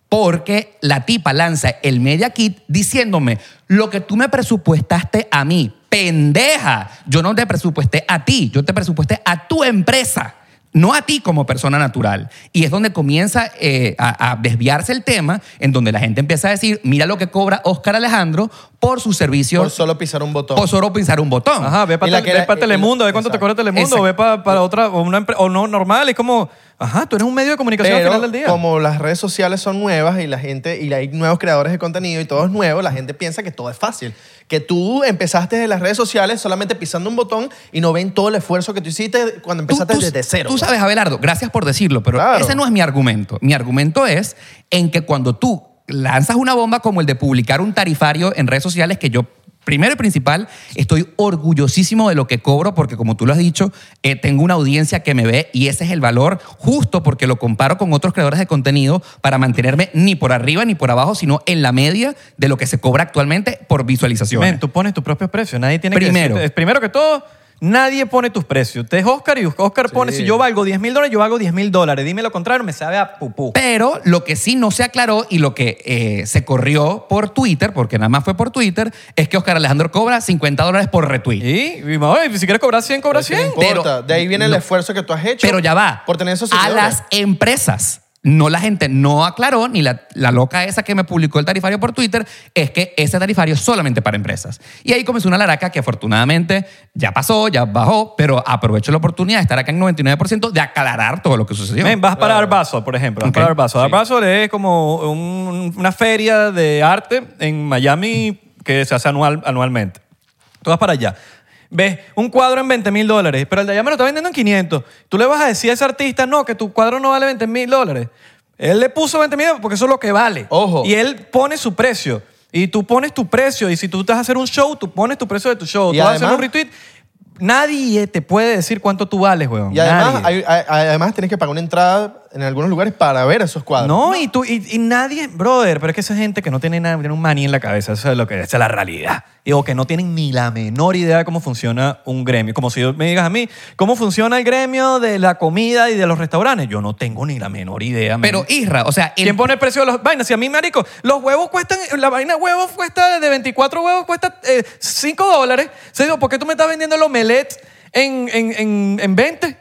[SPEAKER 2] porque la tipa lanza el media kit diciéndome lo que tú me presupuestaste a mí, pendeja. Yo no te presupuesté a ti, yo te presupuesté a tu empresa. No a ti como persona natural. Y es donde comienza eh, a, a desviarse el tema, en donde la gente empieza a decir, mira lo que cobra Oscar Alejandro por su servicio,
[SPEAKER 3] Por solo pisar un botón.
[SPEAKER 2] por solo pisar un botón.
[SPEAKER 1] Ajá, ve
[SPEAKER 3] Y la
[SPEAKER 1] para
[SPEAKER 3] que era- y-
[SPEAKER 1] Telemundo, ve cuánto te cobra
[SPEAKER 3] exacto.
[SPEAKER 1] Telemundo,
[SPEAKER 2] Exacto.
[SPEAKER 1] o ve pa- para otra, o, una empre- o no normal. Es como, ajá, tú eres un medio de comunicación al final del día.
[SPEAKER 3] Pero como las redes sociales son nuevas y la gente y hay nuevos creadores de contenido y todo es nuevo, la gente piensa que todo es fácil. Que tú empezaste en las redes sociales solamente pisando un botón y no ven todo el esfuerzo que tú hiciste cuando empezaste desde cero.
[SPEAKER 2] Tú
[SPEAKER 3] pues.
[SPEAKER 2] sabes, Abelardo, gracias por decirlo, pero
[SPEAKER 3] Claro.
[SPEAKER 2] ese no es mi argumento. Mi argumento es en que cuando tú lanzas una bomba como el de publicar un tarifario en redes sociales que yo... Primero y principal, estoy orgullosísimo de lo que cobro porque como tú lo has dicho, eh, tengo una audiencia que me ve y ese es el valor justo porque lo comparo con otros creadores de contenido para mantenerme ni por arriba ni por abajo, sino en la media de lo que se cobra actualmente por visualización.
[SPEAKER 1] Men, tú pones tus propios precios. Nadie tiene que
[SPEAKER 2] Primero.
[SPEAKER 1] decirte- es- Primero que todo, nadie pone tus precios. Usted es Oscar y Oscar pone, si yo valgo 10 mil dólares, yo valgo 10 mil dólares. Dime lo contrario, me sabe a pupú.
[SPEAKER 2] Pero lo que sí no se aclaró y lo que eh, se corrió por Twitter, porque nada más fue por Twitter, es que Oscar Alejandro cobra 50 dólares por retweet.
[SPEAKER 1] Y, y, oye, si quieres cobrar 100, cobra 100.
[SPEAKER 3] No importa.
[SPEAKER 2] pero-
[SPEAKER 3] de ahí viene el
[SPEAKER 2] no.
[SPEAKER 3] esfuerzo que tú has hecho.
[SPEAKER 2] Pero ya va.
[SPEAKER 3] Por tener esos
[SPEAKER 2] A
[SPEAKER 3] seguidores.
[SPEAKER 2] las empresas. No, la gente no aclaró, ni la, la loca esa que me publicó el tarifario por Twitter, es que ese tarifario es solamente para empresas. Y ahí comenzó una laraca que afortunadamente ya pasó, ya bajó, pero aprovecho la oportunidad de estar acá en 99% de aclarar todo lo que sucedió.
[SPEAKER 1] Men, vas para Arbaso, por ejemplo. Vas
[SPEAKER 2] Ok.
[SPEAKER 1] para Arbaso. Arbaso es como un- una feria de arte en Miami que se hace anual, anualmente. Tú vas para allá. Ves un cuadro en 20 mil dólares, pero el de allá me lo está vendiendo en 500. Tú le vas a decir a ese artista, no, que tu cuadro no vale 20 mil dólares. Él le puso 20 mil porque eso es lo que vale.
[SPEAKER 3] Ojo.
[SPEAKER 1] Y él pone su precio. Y tú pones tu precio. Y si tú estás a hacer un show, tú pones tu precio de tu show.
[SPEAKER 3] Y
[SPEAKER 1] tú vas a hacer un
[SPEAKER 3] además-
[SPEAKER 1] retweet. Nadie te puede decir cuánto tú vales, weón.
[SPEAKER 3] Y además,
[SPEAKER 1] Nadie.
[SPEAKER 3] hay- hay- además tienes que pagar una entrada en algunos lugares para ver esos cuadros.
[SPEAKER 1] No, y tú, y, y nadie, brother, pero es que esa gente que no tiene nada, tiene un maní en la cabeza, eso es lo que esa es la realidad. Y, o que no tienen ni la menor idea de cómo funciona un gremio. Como si yo- me digas a mí, ¿cómo funciona el gremio de la comida y de los restaurantes? Yo no tengo ni la menor idea.
[SPEAKER 2] Pero
[SPEAKER 1] men.
[SPEAKER 2] Isra, o sea, el-
[SPEAKER 1] ¿Quién pone el precio de las vainas? Si a mí, marico, los huevos cuestan, la vaina de huevos cuesta, de 24 huevos cuesta 5 dólares. Se digo, ¿por qué tú me estás vendiendo el omelette en, en, en, en 20?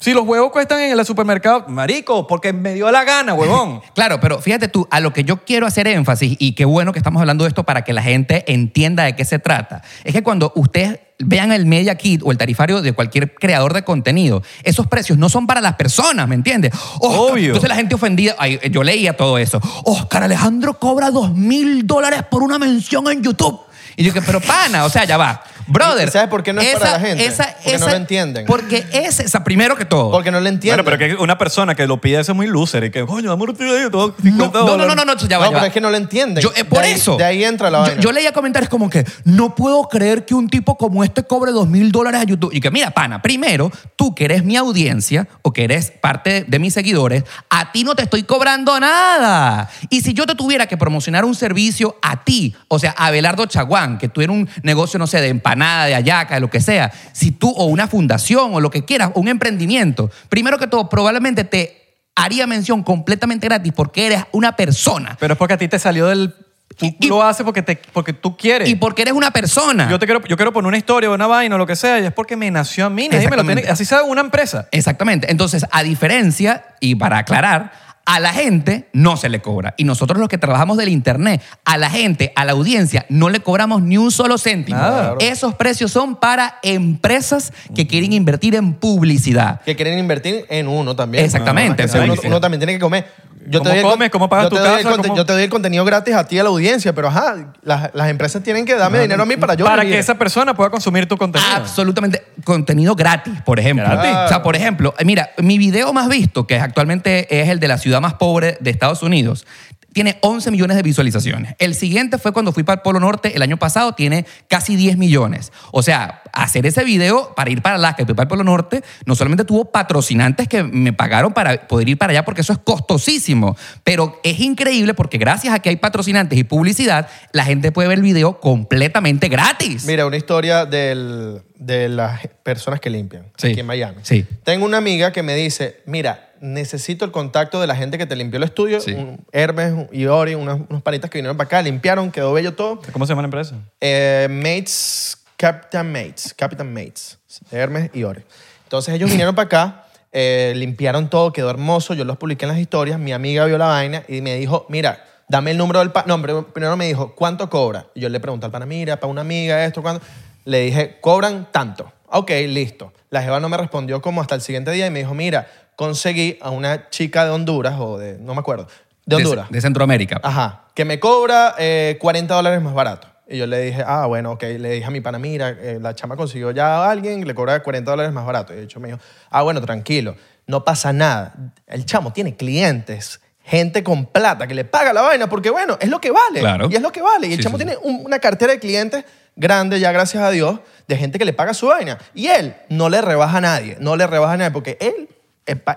[SPEAKER 1] Si los huevos cuestan en el supermercado, marico, porque me dio la gana, huevón.
[SPEAKER 2] Claro, pero fíjate tú, a lo que yo quiero hacer énfasis, y qué bueno que estamos hablando de esto para que la gente entienda de qué se trata, es que cuando ustedes vean el media kit o el tarifario de cualquier creador de contenido, esos precios no son para las personas, ¿me entiendes? Oscar-
[SPEAKER 1] Obvio.
[SPEAKER 2] Entonces la gente ofendida, ay, yo leía todo eso, Oscar Alejandro cobra dos mil dólares por una mención en YouTube. Y yo que, pero pana, o sea, ya va. Brother.
[SPEAKER 3] ¿Y sabes por qué no es para la gente? Porque no lo entienden.
[SPEAKER 2] Porque es esa, primero que todo.
[SPEAKER 3] Porque no lo entienden.
[SPEAKER 1] Bueno, pero que una persona que lo pide eso es muy loser y que, coño, amor, tío, yo tengo 50
[SPEAKER 2] no, no, no,
[SPEAKER 1] dólares.
[SPEAKER 2] no, no, ya va, ya va.
[SPEAKER 3] No, pero es que no lo entienden.
[SPEAKER 2] Yo, eh, por
[SPEAKER 3] De ahí-
[SPEAKER 2] eso.
[SPEAKER 3] de ahí entra la
[SPEAKER 2] Yo-
[SPEAKER 3] vaina.
[SPEAKER 2] Yo, leía comentarios como que no puedo creer que un tipo como este cobre dos mil dólares a YouTube. Y que mira, pana, primero, tú que eres mi audiencia o que eres parte de, de mis seguidores, a ti no te estoy cobrando nada. Y si yo te tuviera que promocionar un servicio a ti, o sea, a Abelardo Chaguán, que tuviera un negocio, no sé, de empanada, de ayaca, de lo que sea, si tú o una fundación o lo que quieras, o un emprendimiento, primero que todo, probablemente te haría mención completamente gratis porque eres una persona.
[SPEAKER 1] Pero es porque a ti te salió del... Tú
[SPEAKER 2] Y- y-
[SPEAKER 1] lo haces porque, te, porque tú quieres.
[SPEAKER 2] Y porque eres una persona.
[SPEAKER 1] yo, te quiero, yo quiero poner una historia o una vaina o lo que sea y es porque me nació a mí. Nadie me lo tiene-
[SPEAKER 2] Exactamente.
[SPEAKER 1] Así sabe una empresa.
[SPEAKER 2] Exactamente. Entonces, a diferencia, y para aclarar, a la gente no se le cobra. Y nosotros los que trabajamos del Internet, a la gente, a la audiencia, no le cobramos ni un solo céntimo.
[SPEAKER 1] Nada.
[SPEAKER 2] Esos precios son para empresas que quieren invertir en publicidad.
[SPEAKER 3] que quieren invertir en uno también. Ah,
[SPEAKER 2] Exactamente,
[SPEAKER 3] Uno- uno,
[SPEAKER 2] publicidad.
[SPEAKER 3] también tiene que comer. Yo
[SPEAKER 1] ¿Cómo
[SPEAKER 3] doy el con-
[SPEAKER 1] comes? ¿Cómo pagas
[SPEAKER 3] yo te
[SPEAKER 1] tu
[SPEAKER 3] doy el
[SPEAKER 1] casa?
[SPEAKER 3] conte-
[SPEAKER 1] ¿Cómo-
[SPEAKER 3] Yo te doy el contenido gratis a ti, a la audiencia, pero ajá, las, las empresas tienen que darme dinero a mí para yo
[SPEAKER 1] para
[SPEAKER 3] vivir.
[SPEAKER 1] que esa persona pueda consumir tu contenido.
[SPEAKER 2] Absolutamente contenido gratis, por ejemplo.
[SPEAKER 1] Gratis.
[SPEAKER 2] O sea, por ejemplo, eh, mira, mi video más visto, que actualmente es el de la ciudad más pobre de Estados Unidos, tiene 11 millones de visualizaciones. El siguiente fue cuando fui para el Polo Norte el año pasado, tiene casi 10 millones. O sea, hacer ese video para ir para Alaska y para el Polo Norte, no solamente tuvo patrocinantes que me pagaron para poder ir para allá porque eso es costosísimo, pero es increíble porque gracias a que hay patrocinantes y publicidad, la gente puede ver el video completamente gratis.
[SPEAKER 3] Mira, una historia del- de las personas que limpian
[SPEAKER 2] Sí.
[SPEAKER 3] aquí en Miami.
[SPEAKER 2] Sí.
[SPEAKER 3] Tengo una amiga que me dice, mira, necesito el contacto de la gente que te limpió el estudio.
[SPEAKER 2] Sí.
[SPEAKER 3] Un Hermes un Iori, unos, unos panitas que vinieron para acá, limpiaron, quedó bello todo.
[SPEAKER 1] ¿Cómo se llama la empresa?
[SPEAKER 3] Eh, Mates, Captain Mates, Captain Mates, Hermes y Ore. Entonces ellos vinieron para acá, eh, limpiaron todo, quedó hermoso, yo los publiqué en las historias, mi amiga vio la vaina y me dijo, mira, dame el número del pana. No, primero- primero me dijo, ¿cuánto cobra? Y yo le pregunté al pana, mira, para una amiga, esto, ¿cuánto? Le dije, cobran tanto. Ok, listo. La jeva no me respondió como hasta el siguiente día y me dijo, mira, conseguí a una chica de Honduras o de, no me acuerdo, de Honduras. Ah.
[SPEAKER 2] De, Centroamérica.
[SPEAKER 3] Ajá. Que me cobra eh, 40 dólares más barato. Y yo le dije, ah, bueno, ok. Le dije a mi pana, mira, eh, la chama consiguió ya a alguien, le cobra 40 dólares más barato. Y de hecho me dijo, ah, bueno, tranquilo, no pasa nada. El chamo tiene clientes, gente con plata que le paga la vaina, porque bueno, es lo que vale.
[SPEAKER 2] Claro.
[SPEAKER 3] Y es lo que vale. Y el
[SPEAKER 2] Sí,
[SPEAKER 3] chamo
[SPEAKER 2] sí,
[SPEAKER 3] tiene un- una cartera de clientes grande ya, gracias a Dios, de gente que le paga su vaina. Y él no le rebaja a nadie, no le rebaja a nadie, porque él,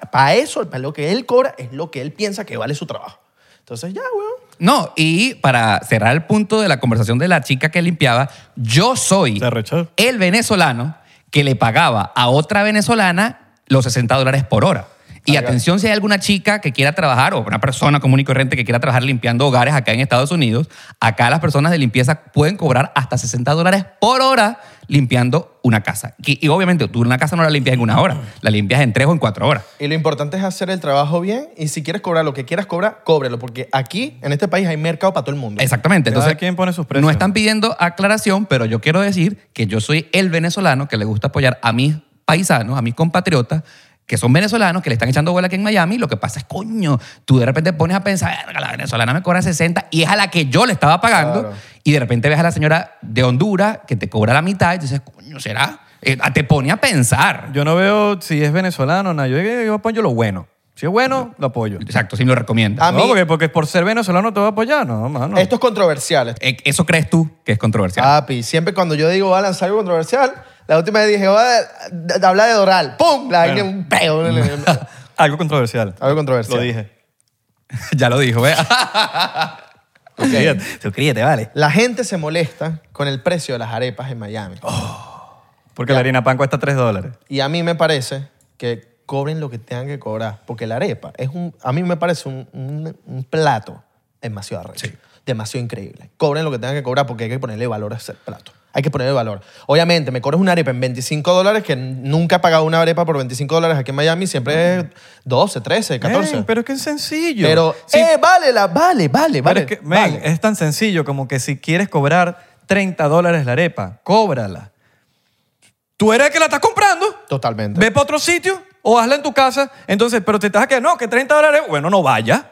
[SPEAKER 3] para eso, para lo que él cobra, es lo que él piensa que vale su trabajo. Entonces ya, weón.
[SPEAKER 2] No, y para cerrar el punto de la conversación de la chica que limpiaba, yo soy
[SPEAKER 1] Se arrechó.
[SPEAKER 2] el venezolano que le pagaba a otra venezolana los 60 dólares por hora. Y
[SPEAKER 3] Verga.
[SPEAKER 2] atención si hay alguna chica que quiera trabajar o una persona común y corriente que quiera trabajar limpiando hogares acá en Estados Unidos, acá las personas de limpieza pueden cobrar hasta 60 dólares por hora limpiando una casa. Y, y obviamente tú una casa no la limpias en una hora, la limpias en tres o en cuatro horas.
[SPEAKER 3] Y lo importante es hacer el trabajo bien y si quieres cobrar lo que quieras cobrar, cóbrelo, porque aquí, en este país, hay mercado para todo el mundo.
[SPEAKER 2] Exactamente.
[SPEAKER 1] Cada
[SPEAKER 2] Entonces,
[SPEAKER 1] quien pone sus precios.
[SPEAKER 2] No están pidiendo aclaración, pero yo quiero decir que yo soy el venezolano que le gusta apoyar a mis paisanos, a mis compatriotas, que son venezolanos, que le están echando bola aquí en Miami. Lo que pasa es, coño, tú de repente pones a pensar, "Verga, la venezolana me cobra 60 y es a la que yo le estaba pagando.
[SPEAKER 3] Claro.
[SPEAKER 2] Y de repente ves a la señora de Honduras que te cobra la mitad y dices, coño, ¿será? Eh, te pone a pensar.
[SPEAKER 1] Yo no veo si es venezolano o nada. Yo, yo apoyo lo bueno. Si es bueno, lo apoyo.
[SPEAKER 2] Exacto, sí me lo recomienda.
[SPEAKER 3] A
[SPEAKER 1] no,
[SPEAKER 3] mí-
[SPEAKER 1] porque, porque por ser venezolano te voy a apoyar. No, mano.
[SPEAKER 3] Esto es controversial. esto-
[SPEAKER 2] Eh, Eso crees tú que es controversial.
[SPEAKER 1] Ah.
[SPEAKER 3] Papi, siempre cuando yo digo voy a lanzar algo controversial, la última vez dije, voy a d- d- hablar de Doral. ¡Pum! La vaina un peo.
[SPEAKER 1] Algo controversial.
[SPEAKER 3] Algo controversial.
[SPEAKER 1] Lo dije.
[SPEAKER 2] ya lo dijo, ¿eh?
[SPEAKER 1] Suscríbete, suscríbete, vale.
[SPEAKER 3] La gente se molesta con el precio de las arepas en Miami.
[SPEAKER 1] Oh, Porque la harina pan cuesta 3 dólares.
[SPEAKER 3] Y a mí me parece que cobren lo que tengan que cobrar, porque la arepa es un, a mí me parece un, un- un plato demasiado arrecho, demasiado increíble. Cobren lo que tengan que cobrar porque hay que ponerle valor a ese plato. Hay que ponerle valor. Obviamente, me cobres una arepa en 25 dólares, que nunca he pagado una arepa por 25 dólares aquí en Miami, siempre es 12, 13, 14.
[SPEAKER 1] Men,
[SPEAKER 3] pero,
[SPEAKER 1] pero es que es sencillo. Sí,
[SPEAKER 3] eh, vale, la, vale,
[SPEAKER 1] pero
[SPEAKER 3] vale, vale.
[SPEAKER 1] es que, men,
[SPEAKER 3] vale.
[SPEAKER 1] es tan sencillo como que si quieres cobrar 30 dólares la arepa, cóbrala. Tú eres el que la estás comprando.
[SPEAKER 3] Totalmente.
[SPEAKER 1] Ve para otro sitio o hazla en tu casa. Entonces, pero te estás que no, que 30 dólares, bueno, no vaya.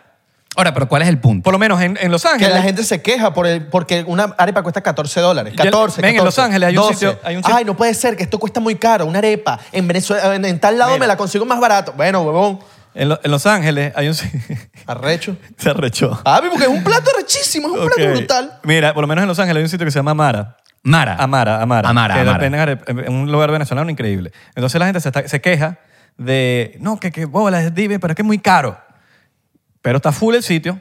[SPEAKER 2] Ahora, pero ¿cuál es el punto?
[SPEAKER 1] Por lo menos en, en Los
[SPEAKER 3] Que
[SPEAKER 1] Ángeles.
[SPEAKER 3] la gente se queja por el, porque una arepa cuesta 14 dólares.
[SPEAKER 1] Ya-
[SPEAKER 3] 14,
[SPEAKER 1] ven, en
[SPEAKER 3] 14,
[SPEAKER 1] Los Ángeles hay un
[SPEAKER 3] 12.
[SPEAKER 1] sitio- hay un sitio-
[SPEAKER 3] Ay, no puede ser que esto cuesta muy caro, una arepa. En Venezuela, en, en tal lado
[SPEAKER 1] Mira.
[SPEAKER 3] me la consigo más barato. Bueno, huevón,
[SPEAKER 1] En, Lo- en Los Ángeles hay un sitio.
[SPEAKER 3] arrecho.
[SPEAKER 1] Se arrechó.
[SPEAKER 3] Ah, porque es un plato rechísimo, es un
[SPEAKER 1] Ok.
[SPEAKER 3] plato brutal.
[SPEAKER 1] Mira, por lo menos en Los Ángeles hay un sitio que se llama Mara.
[SPEAKER 2] Mara.
[SPEAKER 1] Amara, Amara.
[SPEAKER 2] Ah. Amara,
[SPEAKER 1] que
[SPEAKER 2] Amara.
[SPEAKER 1] dependen are- en un lugar venezolano increíble. Entonces la gente se, está- se queja de, no, que, que bolas, es divino, pero es que es muy caro. Pero está full el sitio.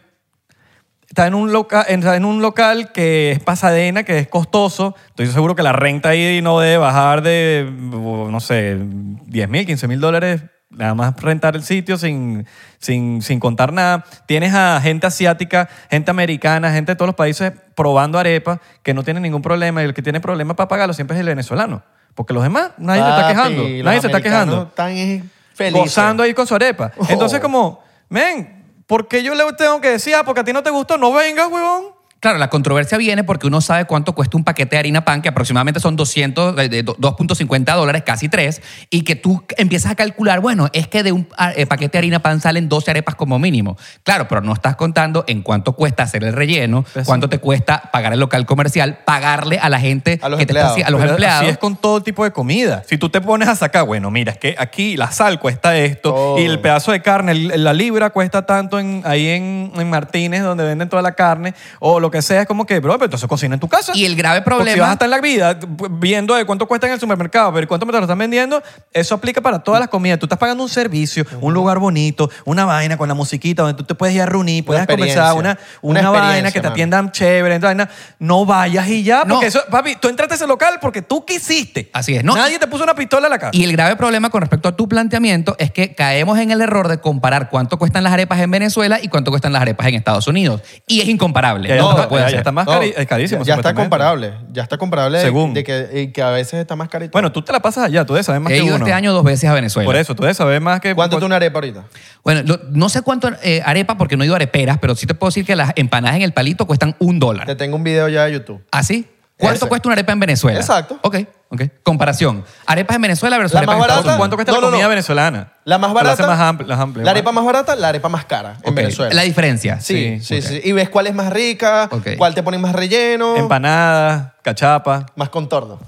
[SPEAKER 1] Está en un, loca, en, en un local que es pasadena, que es costoso. Estoy seguro que la renta ahí no debe bajar de, no sé, 10 mil, 15 mil dólares. Nada más rentar el sitio sin, sin, sin contar nada. Tienes a gente asiática, gente americana, gente de todos los países probando arepas que no tienen ningún problema. Y el que tiene problema para pagarlo siempre es el venezolano. Porque los demás, nadie se está
[SPEAKER 3] Papi,
[SPEAKER 1] quejando.
[SPEAKER 3] los
[SPEAKER 1] Nadie se está
[SPEAKER 3] americanos
[SPEAKER 1] quejando
[SPEAKER 3] Están eh, felices.
[SPEAKER 1] gozando ahí con su arepa.
[SPEAKER 3] Oh.
[SPEAKER 1] Entonces, como, men, ¿por qué yo le tengo que decir, ah, porque a ti no te gustó, no vengas, huevón?
[SPEAKER 2] Claro, la controversia viene porque uno sabe cuánto cuesta un paquete de harina pan, que aproximadamente son 200, de- de 2.50 dólares, casi 3, y que tú empiezas a calcular, bueno, es que de un ah, eh, paquete de harina pan salen 12 arepas como mínimo. Claro, pero no estás contando en cuánto cuesta hacer el relleno,
[SPEAKER 1] Pues sí.
[SPEAKER 2] cuánto te cuesta pagar el local comercial, pagarle a la gente
[SPEAKER 3] A los
[SPEAKER 2] que te está
[SPEAKER 3] empleados.
[SPEAKER 2] haci- a los
[SPEAKER 1] Pero
[SPEAKER 2] empleados.
[SPEAKER 1] Así es con todo tipo de comida. Si tú te pones a sacar, bueno, mira, es que aquí la sal cuesta esto
[SPEAKER 3] Todo.
[SPEAKER 1] y el pedazo de carne, el- la libra cuesta tanto en, ahí en, en Martínez, donde venden toda la carne, o lo lo que sea, es como que, bro, pero entonces cocina en tu casa.
[SPEAKER 2] Y el grave
[SPEAKER 1] Porque si vas
[SPEAKER 2] problema
[SPEAKER 1] a estar en la vida pues, viendo de cuánto cuesta en el supermercado, pero cuánto me te lo están vendiendo, eso aplica para todas las comidas. Tú estás pagando un servicio, un lugar bonito, una vaina con la musiquita donde tú te puedes ir a reunir, puedes
[SPEAKER 3] experiencia.
[SPEAKER 1] conversar, una,
[SPEAKER 3] Una
[SPEAKER 1] una, vaina que
[SPEAKER 3] experiencia,
[SPEAKER 1] te
[SPEAKER 3] mano.
[SPEAKER 1] atiendan chévere, entonces, vaina. no vayas y ya,
[SPEAKER 2] No.
[SPEAKER 1] porque eso, papi, tú entraste a ese local porque tú quisiste.
[SPEAKER 2] Así es, no.
[SPEAKER 1] Nadie te puso una pistola en la cara.
[SPEAKER 2] Y el grave problema con respecto a tu planteamiento es que caemos en el error de comparar cuánto cuestan las arepas en Venezuela y cuánto cuestan las arepas en Estados Unidos. Y es incomparable.
[SPEAKER 1] Ya, ya
[SPEAKER 2] no,
[SPEAKER 1] está,
[SPEAKER 2] no puede
[SPEAKER 1] ya, ya
[SPEAKER 2] ser.
[SPEAKER 1] está más cari- es carísimo,
[SPEAKER 3] Ya, ya está
[SPEAKER 1] supuestamente.
[SPEAKER 3] comparable. Ya está comparable de-
[SPEAKER 1] Según.
[SPEAKER 3] De, que, y que a veces está más carito.
[SPEAKER 1] Bueno, tú te la pasas allá, tú debes saber más
[SPEAKER 2] He
[SPEAKER 1] que
[SPEAKER 2] ido
[SPEAKER 1] uno.
[SPEAKER 2] este año dos veces a Venezuela.
[SPEAKER 1] Por eso, tú debes saber más que...
[SPEAKER 3] ¿cuánto está una arepa ahorita?
[SPEAKER 2] Bueno, lo- no sé cuánto eh, arepa porque no he ido a areperas, pero sí te puedo decir que las empanadas en el palito cuestan un
[SPEAKER 3] Te
[SPEAKER 2] dólar.
[SPEAKER 3] tengo un video ya de YouTube.
[SPEAKER 2] ¿Así? ¿Cuánto
[SPEAKER 3] Ese.
[SPEAKER 2] cuesta una arepa en Venezuela?
[SPEAKER 3] Exacto.
[SPEAKER 2] Ok, ok. Comparación. Arepas en Venezuela versus
[SPEAKER 3] La
[SPEAKER 2] arepas
[SPEAKER 3] más
[SPEAKER 2] en Estados
[SPEAKER 3] barata,
[SPEAKER 2] Unidos.
[SPEAKER 1] ¿Cuánto cuesta
[SPEAKER 3] No,
[SPEAKER 1] la
[SPEAKER 3] no,
[SPEAKER 1] comida
[SPEAKER 3] no.
[SPEAKER 1] venezolana?
[SPEAKER 3] La más
[SPEAKER 1] Te lo
[SPEAKER 3] barata.
[SPEAKER 1] hace más amplia, más amplia,
[SPEAKER 3] la
[SPEAKER 1] más-
[SPEAKER 3] arepa más barata, la arepa más cara en
[SPEAKER 2] Ok,
[SPEAKER 3] Venezuela.
[SPEAKER 2] La diferencia.
[SPEAKER 3] sí,
[SPEAKER 1] Sí,
[SPEAKER 3] sí, sí. Y ves cuál es más rica,
[SPEAKER 2] Ok.
[SPEAKER 3] cuál te ponen más relleno,
[SPEAKER 1] Empanadas, cachapa.
[SPEAKER 3] más contorno.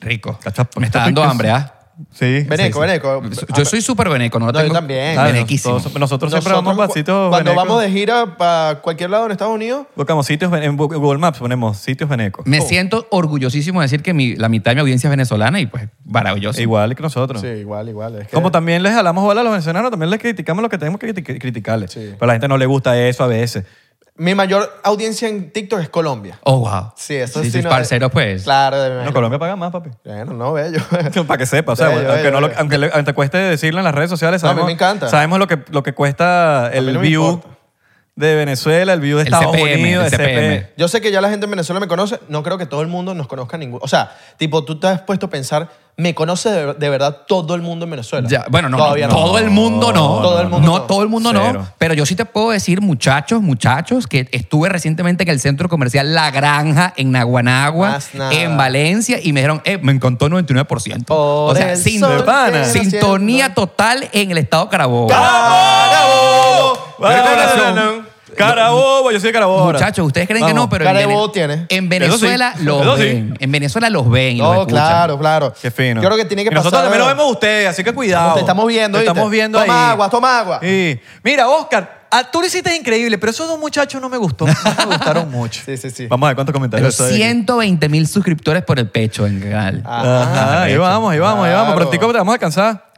[SPEAKER 2] Rico.
[SPEAKER 1] Cachapa.
[SPEAKER 2] Me está dando hambre, ¿ah?
[SPEAKER 1] Sí.
[SPEAKER 3] Veneco, veneco.
[SPEAKER 2] Yo soy súper veneco, no lo
[SPEAKER 3] No, yo
[SPEAKER 2] tengo.
[SPEAKER 3] también.
[SPEAKER 1] Claro,
[SPEAKER 2] Venequísimo.
[SPEAKER 1] todos- nosotros siempre vamos
[SPEAKER 3] cu-
[SPEAKER 1] pasitos
[SPEAKER 3] Cuando
[SPEAKER 1] venecos.
[SPEAKER 3] vamos de gira para cualquier lado en Estados Unidos,
[SPEAKER 1] Buscamos sitios, vene- en Google Maps ponemos sitios venecos.
[SPEAKER 2] Me siento orgullosísimo de decir que mi- la mitad de mi audiencia es venezolana y pues maravilloso.
[SPEAKER 1] Igual que nosotros.
[SPEAKER 3] sí, igual, igual. es que-
[SPEAKER 1] Como también les jalamos bola a los venezolanos, también les criticamos lo que tenemos que criti- criticarles.
[SPEAKER 3] Sí.
[SPEAKER 1] Pero a la gente no le gusta eso a veces.
[SPEAKER 3] Mi mayor audiencia en TikTok es Colombia.
[SPEAKER 2] Oh, wow.
[SPEAKER 3] Sí, eso
[SPEAKER 2] sí.
[SPEAKER 3] sí.
[SPEAKER 2] sus
[SPEAKER 3] no-
[SPEAKER 2] parceros, pues.
[SPEAKER 3] Claro, de
[SPEAKER 1] No, Colombia paga más, papi.
[SPEAKER 3] Bueno, no, bello.
[SPEAKER 1] Para que sepa, o sea,
[SPEAKER 3] Bello,
[SPEAKER 1] aunque,
[SPEAKER 3] bello,
[SPEAKER 1] no lo-
[SPEAKER 3] bello.
[SPEAKER 1] aunque le- aunque te cueste decirlo en las redes sociales,
[SPEAKER 3] No, a mí
[SPEAKER 1] sabemos,
[SPEAKER 3] me encanta.
[SPEAKER 1] sabemos lo, que, lo que cuesta
[SPEAKER 3] mí
[SPEAKER 1] el
[SPEAKER 3] no me
[SPEAKER 1] view
[SPEAKER 3] importa.
[SPEAKER 1] de Venezuela, el view de
[SPEAKER 2] El
[SPEAKER 1] Estados
[SPEAKER 2] CPM,
[SPEAKER 1] Unidos,
[SPEAKER 2] el
[SPEAKER 1] el CPM.
[SPEAKER 2] CPM.
[SPEAKER 3] Yo sé que ya la gente en Venezuela me conoce, no creo que todo el mundo nos conozca ninguno. O sea, tipo, tú te has puesto a pensar, me conoce de, de verdad todo el mundo en Venezuela.
[SPEAKER 2] Ya, bueno, no,
[SPEAKER 3] Todavía
[SPEAKER 2] no, todo el mundo no.
[SPEAKER 3] Todo el mundo
[SPEAKER 2] no.
[SPEAKER 3] no.
[SPEAKER 2] todo el mundo no.
[SPEAKER 1] Cero.
[SPEAKER 2] Pero yo sí te puedo decir, muchachos, muchachos, que estuve recientemente en el centro comercial La Granja, en Naguanagua,
[SPEAKER 3] Más nada.
[SPEAKER 2] en Valencia, y me dijeron, eh, me encantó 99%.
[SPEAKER 3] Por
[SPEAKER 2] o sea,
[SPEAKER 3] el
[SPEAKER 2] sin-
[SPEAKER 3] sol
[SPEAKER 1] de pana.
[SPEAKER 3] que
[SPEAKER 2] sintonía total en el estado Carabobo.
[SPEAKER 1] ¡Carabobo!
[SPEAKER 2] Declaración.
[SPEAKER 1] ¡Carabobo! Yo soy de Carabobo. ahora.
[SPEAKER 2] Muchachos, ustedes creen que
[SPEAKER 1] Vamos.
[SPEAKER 2] no, pero en, Vene-
[SPEAKER 3] Carabobo tiene.
[SPEAKER 2] en
[SPEAKER 1] Eso sí.
[SPEAKER 2] Venezuela
[SPEAKER 1] Eso
[SPEAKER 2] los
[SPEAKER 1] sí.
[SPEAKER 2] ven. En Venezuela los ven y los
[SPEAKER 3] No,
[SPEAKER 2] escuchan.
[SPEAKER 3] claro, claro.
[SPEAKER 1] Qué fino.
[SPEAKER 3] Yo creo que tiene que
[SPEAKER 1] Y Nosotros
[SPEAKER 3] pasar.
[SPEAKER 1] también lo vemos a ustedes, así que cuidado.
[SPEAKER 3] Te estamos viendo,
[SPEAKER 1] Te
[SPEAKER 3] ¿viste?
[SPEAKER 1] estamos viendo
[SPEAKER 3] Toma
[SPEAKER 1] ahí.
[SPEAKER 3] agua, toma agua.
[SPEAKER 1] Sí. Mira, Oscar, a- tú lo hiciste increíble, pero esos dos muchachos no me gustó. No me gustaron mucho.
[SPEAKER 3] Sí, sí, sí.
[SPEAKER 1] Vamos a ver cuántos
[SPEAKER 2] Pero
[SPEAKER 1] comentarios hay.
[SPEAKER 2] 120 mil suscriptores por el pecho en general.
[SPEAKER 3] Ah.
[SPEAKER 1] Ajá, ahí vamos, ahí vamos, ahí vamos.
[SPEAKER 3] Claro.
[SPEAKER 1] Prontico te vamos a alcanzar.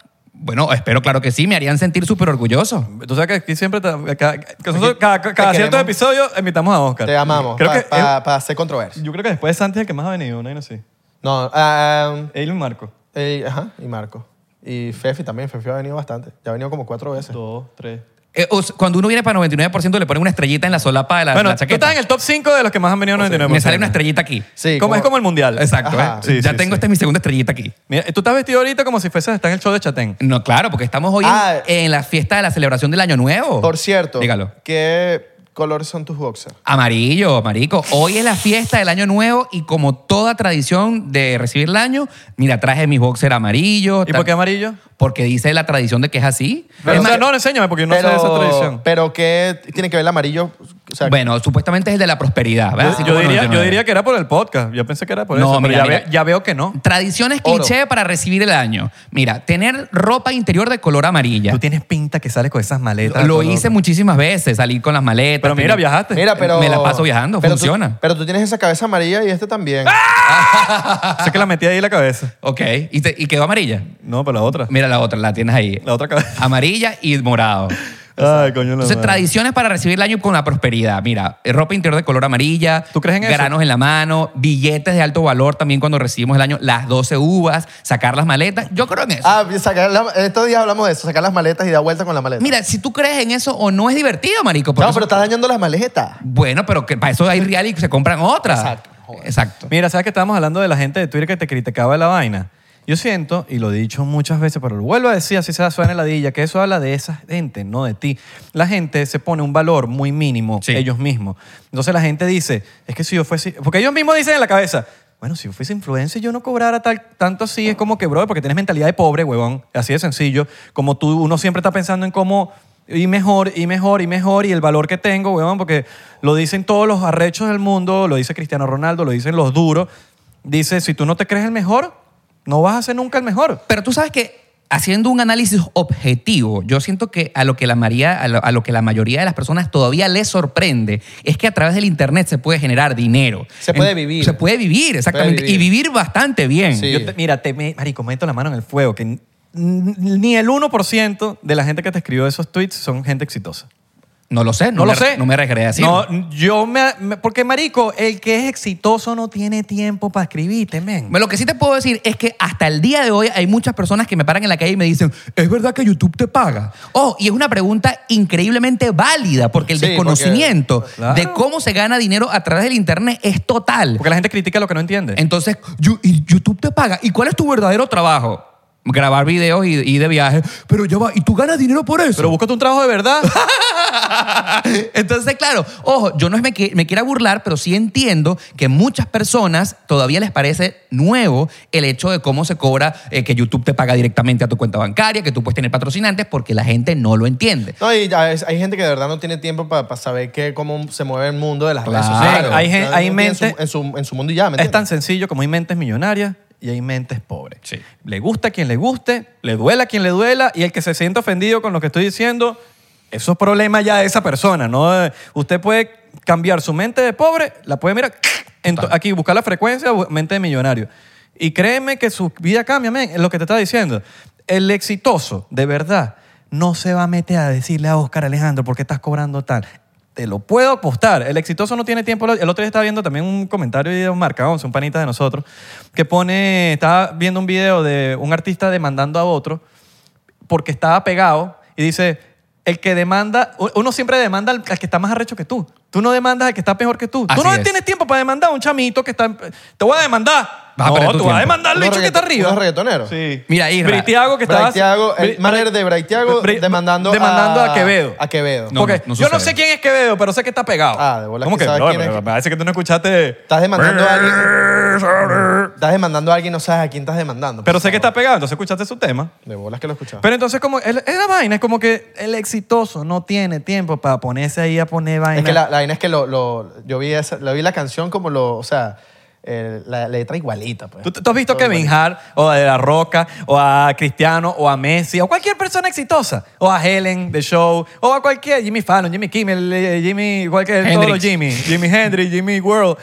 [SPEAKER 2] Bueno, espero claro que sí, me harían sentir súper orgulloso.
[SPEAKER 1] Tú sabes que aquí siempre, te- cada, que nosotros cada, cada
[SPEAKER 3] queremos.
[SPEAKER 1] cierto episodio invitamos a Oscar.
[SPEAKER 3] Te amamos.
[SPEAKER 1] Creo que,
[SPEAKER 3] Para hacer controversia.
[SPEAKER 1] yo creo que después Santi es el que más ha venido, una y no sé.
[SPEAKER 3] No, ah,
[SPEAKER 1] Él y Marco.
[SPEAKER 3] eh, ajá, y Marco. Y Fefi también. Fefi ha venido bastante. Ya ha venido como cuatro veces.
[SPEAKER 1] Dos, tres.
[SPEAKER 2] Eh, o sea, cuando uno viene para 99% le ponen una estrellita en la solapa de la,
[SPEAKER 1] Bueno,
[SPEAKER 2] la
[SPEAKER 1] tú
[SPEAKER 2] chaqueta.
[SPEAKER 1] estás en el top 5 de los que más han venido 99%.
[SPEAKER 2] Me sale una estrellita aquí.
[SPEAKER 3] Sí,
[SPEAKER 1] Como,
[SPEAKER 3] como-
[SPEAKER 1] es como el mundial.
[SPEAKER 2] Exacto.
[SPEAKER 3] Ajá.
[SPEAKER 2] ¿eh?
[SPEAKER 1] Sí,
[SPEAKER 2] ya
[SPEAKER 1] sí,
[SPEAKER 2] tengo
[SPEAKER 1] sí.
[SPEAKER 2] esta mi segunda estrellita aquí.
[SPEAKER 1] Mira, tú estás vestido ahorita como si fueses a estar en el show de Chatén.
[SPEAKER 2] No, claro, porque estamos hoy en-
[SPEAKER 3] Ah.
[SPEAKER 2] en, la fiesta de la celebración del Año Nuevo.
[SPEAKER 3] Por cierto,
[SPEAKER 2] Dígalo.
[SPEAKER 3] ¿qué colores son tus boxers?
[SPEAKER 2] Amarillo, marico. Hoy es la fiesta del año nuevo y como toda tradición de recibir el año, mira, traje mis boxer amarillos.
[SPEAKER 1] ¿Y
[SPEAKER 2] tal-
[SPEAKER 1] por qué amarillo?
[SPEAKER 2] Porque dice la tradición de que es así.
[SPEAKER 1] Pero,
[SPEAKER 2] Es
[SPEAKER 1] o sea,
[SPEAKER 2] más-
[SPEAKER 1] no, enséñame porque yo no sé de esa tradición.
[SPEAKER 3] Pero ¿qué tiene que ver el amarillo? O sea,
[SPEAKER 2] bueno, supuestamente es el de la prosperidad. ¿verdad? Así
[SPEAKER 1] yo,
[SPEAKER 2] como
[SPEAKER 1] diría, yo
[SPEAKER 2] 99.
[SPEAKER 1] diría que era por el podcast. Yo pensé que era por
[SPEAKER 2] No,
[SPEAKER 1] eso.
[SPEAKER 2] mira,
[SPEAKER 1] pero ya,
[SPEAKER 2] mira.
[SPEAKER 1] ve- ya veo que no.
[SPEAKER 2] Tradiciones
[SPEAKER 3] Oro.
[SPEAKER 2] cliché para recibir el año. Mira, tener ropa interior de color amarilla.
[SPEAKER 1] Tú tienes pinta que sales con esas maletas.
[SPEAKER 2] Lo
[SPEAKER 1] todo
[SPEAKER 2] hice
[SPEAKER 1] loco.
[SPEAKER 2] muchísimas veces, salí con las maletas.
[SPEAKER 1] Pero mira,
[SPEAKER 2] tenía-
[SPEAKER 1] viajaste.
[SPEAKER 3] mira, pero...
[SPEAKER 2] eh, me la paso viajando,
[SPEAKER 3] pero
[SPEAKER 2] funciona.
[SPEAKER 3] Tú, pero tú tienes esa cabeza amarilla y este también.
[SPEAKER 1] ¡Ah! Sé que la metí ahí en la cabeza.
[SPEAKER 2] Ok, ¿Y, te- y quedó amarilla.
[SPEAKER 1] No, pero la otra.
[SPEAKER 2] Mira la otra, la tienes ahí.
[SPEAKER 1] La otra cabeza.
[SPEAKER 2] Amarilla y morado.
[SPEAKER 1] Ay, coño. la
[SPEAKER 2] Entonces,
[SPEAKER 1] madre.
[SPEAKER 2] tradiciones para recibir el año con la prosperidad. Mira, eh, ropa interior de color amarilla,
[SPEAKER 1] ¿Tú crees en eso?
[SPEAKER 2] granos en la mano, billetes de alto valor también cuando recibimos el año, las 12 uvas, sacar las maletas. Yo creo en eso.
[SPEAKER 3] Ah, sacar la- estos días hablamos de eso, sacar las maletas y dar vuelta con la maleta.
[SPEAKER 2] Mira, si tú crees en eso o no es divertido, marico. porque
[SPEAKER 3] no,
[SPEAKER 2] eso-
[SPEAKER 3] pero estás dañando las maletas.
[SPEAKER 2] Bueno, pero que para eso hay real y se compran otras.
[SPEAKER 3] Exacto,
[SPEAKER 2] Exacto.
[SPEAKER 1] Mira, ¿sabes que estábamos hablando de la gente de Twitter que te criticaba la vaina? Yo siento, y lo he dicho muchas veces, pero lo vuelvo a decir, así se suena la dilla, que eso habla de esa gente, no de ti. La gente se pone un valor muy mínimo
[SPEAKER 2] Sí.
[SPEAKER 1] ellos mismos. Entonces la gente dice, es que si yo fuese... Porque ellos mismos dicen en la cabeza, bueno, si yo fuese influencer y yo no cobrara tal, tanto así, es como que, bro, porque tienes mentalidad de pobre, huevón. Así de sencillo. Como tú, uno siempre está pensando en cómo y mejor, y mejor, y mejor, y el valor que tengo, huevón, porque lo dicen todos los arrechos del mundo, lo dice Cristiano Ronaldo, lo dicen los duros. Dice, si tú no te crees el mejor, no vas a ser nunca el mejor.
[SPEAKER 2] Pero tú sabes que haciendo un análisis objetivo, yo siento que a lo que la María, a lo, a lo que la mayoría de las personas todavía les sorprende es que a través del internet se puede generar dinero.
[SPEAKER 3] Se puede vivir.
[SPEAKER 2] Se puede vivir, exactamente.
[SPEAKER 3] vivir.
[SPEAKER 2] Y vivir bastante bien.
[SPEAKER 3] Sí.
[SPEAKER 1] Yo te- mira, te, me- marico, meto la mano en el fuego que n- n- ni el 1% de la gente que te escribió esos tweets son gente exitosa.
[SPEAKER 2] No lo sé, no,
[SPEAKER 1] No, lo
[SPEAKER 2] me-
[SPEAKER 1] sé.
[SPEAKER 2] No me regresé así.
[SPEAKER 1] No, n- yo me, me- Porque, marico, el que es exitoso no tiene tiempo para escribirte, men.
[SPEAKER 2] Lo que sí te puedo decir es que hasta el día de hoy hay muchas personas que me paran en la calle y me dicen, ¿es verdad que YouTube te paga? Oh, y es una pregunta increíblemente válida porque el
[SPEAKER 3] Sí,
[SPEAKER 2] desconocimiento
[SPEAKER 1] porque-
[SPEAKER 2] de
[SPEAKER 1] Claro.
[SPEAKER 2] cómo se gana dinero a través del Internet es total.
[SPEAKER 1] Porque la gente critica lo que no entiende.
[SPEAKER 2] Entonces, yo- y YouTube te paga. ¿Y cuál es tu verdadero trabajo? Grabar videos y, y de viaje. Pero ya va, ¿y tú ganas dinero por eso?
[SPEAKER 1] Pero búscate un trabajo de verdad.
[SPEAKER 2] Entonces, claro, ojo, yo no es me, que- me quiera burlar, pero sí entiendo que muchas personas todavía les parece nuevo el hecho de cómo se cobra, eh, que YouTube te paga directamente a tu cuenta bancaria, que tú puedes tener patrocinantes, porque la gente no lo entiende.
[SPEAKER 3] No, y a veces hay gente que de verdad no tiene tiempo para saber qué, cómo se mueve el mundo de las
[SPEAKER 2] Claro.
[SPEAKER 3] redes sociales.
[SPEAKER 1] Hay gen-
[SPEAKER 3] Cada
[SPEAKER 1] hay
[SPEAKER 3] uno tiene
[SPEAKER 1] mente-
[SPEAKER 3] su- En su, en su mundo y ya, ¿me
[SPEAKER 1] es tan
[SPEAKER 3] entiendes?
[SPEAKER 1] sencillo como hay mentes millonarias y hay mentes pobres.
[SPEAKER 2] Sí.
[SPEAKER 1] Le gusta a quien le guste, le duela a quien le duela y el que se sienta ofendido con lo que estoy diciendo, eso es problema ya de esa persona. ¿no? Eh, Usted puede cambiar su mente de pobre, la puede mirar en to- aquí, buscar la frecuencia, bu- mente de millonario. Y créeme que su vida cambia, men, es lo que te está diciendo. El exitoso, de verdad, no se va a meter a decirle a Oscar Alejandro por qué estás cobrando tal. Te lo puedo apostar. El exitoso no tiene tiempo. El otro día estaba viendo también un comentario de un marca 11, un panita de nosotros, que pone, estaba viendo un video de un artista demandando a otro porque estaba pegado y dice, el que demanda, u- uno siempre demanda al, al que está más arrecho que tú. Tú no demandas al que está peor que tú.
[SPEAKER 2] Así
[SPEAKER 1] tú no
[SPEAKER 2] es.
[SPEAKER 1] tienes tiempo para demandar a un chamito que está... en- Te voy a demandar.
[SPEAKER 2] Vas a
[SPEAKER 1] no, tú
[SPEAKER 2] perder tu
[SPEAKER 1] vas a
[SPEAKER 2] tiempo.
[SPEAKER 1] demandar al
[SPEAKER 3] Unos
[SPEAKER 1] bicho que está
[SPEAKER 3] reggaeto-
[SPEAKER 1] arriba.
[SPEAKER 3] unos reggaetoneros.
[SPEAKER 1] Sí.
[SPEAKER 2] Mira, Isra.
[SPEAKER 1] Britiago que estaba...
[SPEAKER 3] Braithiago, el manager de Braithiago
[SPEAKER 1] Bri-
[SPEAKER 3] demandando
[SPEAKER 1] demandando a,
[SPEAKER 3] a-
[SPEAKER 1] Quevedo.
[SPEAKER 3] a Quevedo.
[SPEAKER 2] No,
[SPEAKER 1] Porque
[SPEAKER 2] no, no
[SPEAKER 1] yo no
[SPEAKER 2] sucede.
[SPEAKER 1] sé quién es Quevedo, pero sé que está pegado.
[SPEAKER 3] Ah, de bolas
[SPEAKER 1] ¿Cómo
[SPEAKER 3] que
[SPEAKER 1] que?
[SPEAKER 3] sabes
[SPEAKER 1] No,
[SPEAKER 3] quién
[SPEAKER 1] pero
[SPEAKER 3] es.
[SPEAKER 1] me parece que tú no escuchaste...
[SPEAKER 3] Estás demandando a alguien. Estás demandando a alguien, no sabes a quién estás demandando.
[SPEAKER 1] Pero
[SPEAKER 3] por
[SPEAKER 1] sé que está
[SPEAKER 3] favor.
[SPEAKER 1] pegado, entonces escuchaste su tema.
[SPEAKER 3] De bolas que lo escuchaba.
[SPEAKER 1] Pero entonces como el- es la vaina, es como que el exitoso no tiene tiempo para ponerse ahí a poner vaina.
[SPEAKER 3] Es que la, la vaina es que lo, lo- yo vi, esa, lo vi la canción como lo, o sea, eh, la letra igualita. Pues.
[SPEAKER 1] ¿Tú, tú has visto a
[SPEAKER 3] Todo
[SPEAKER 1] Kevin
[SPEAKER 3] igualito.
[SPEAKER 1] Hart o a De La Roca o a Cristiano o a Messi o cualquier persona exitosa o a Helen The Show o a cualquier Jimmy Fallon, Jimmy Kimmel, eh, Jimmy cualquier todos
[SPEAKER 2] Hendrix.
[SPEAKER 1] los Jimmy, Jimmy Hendrix, Jimmy World.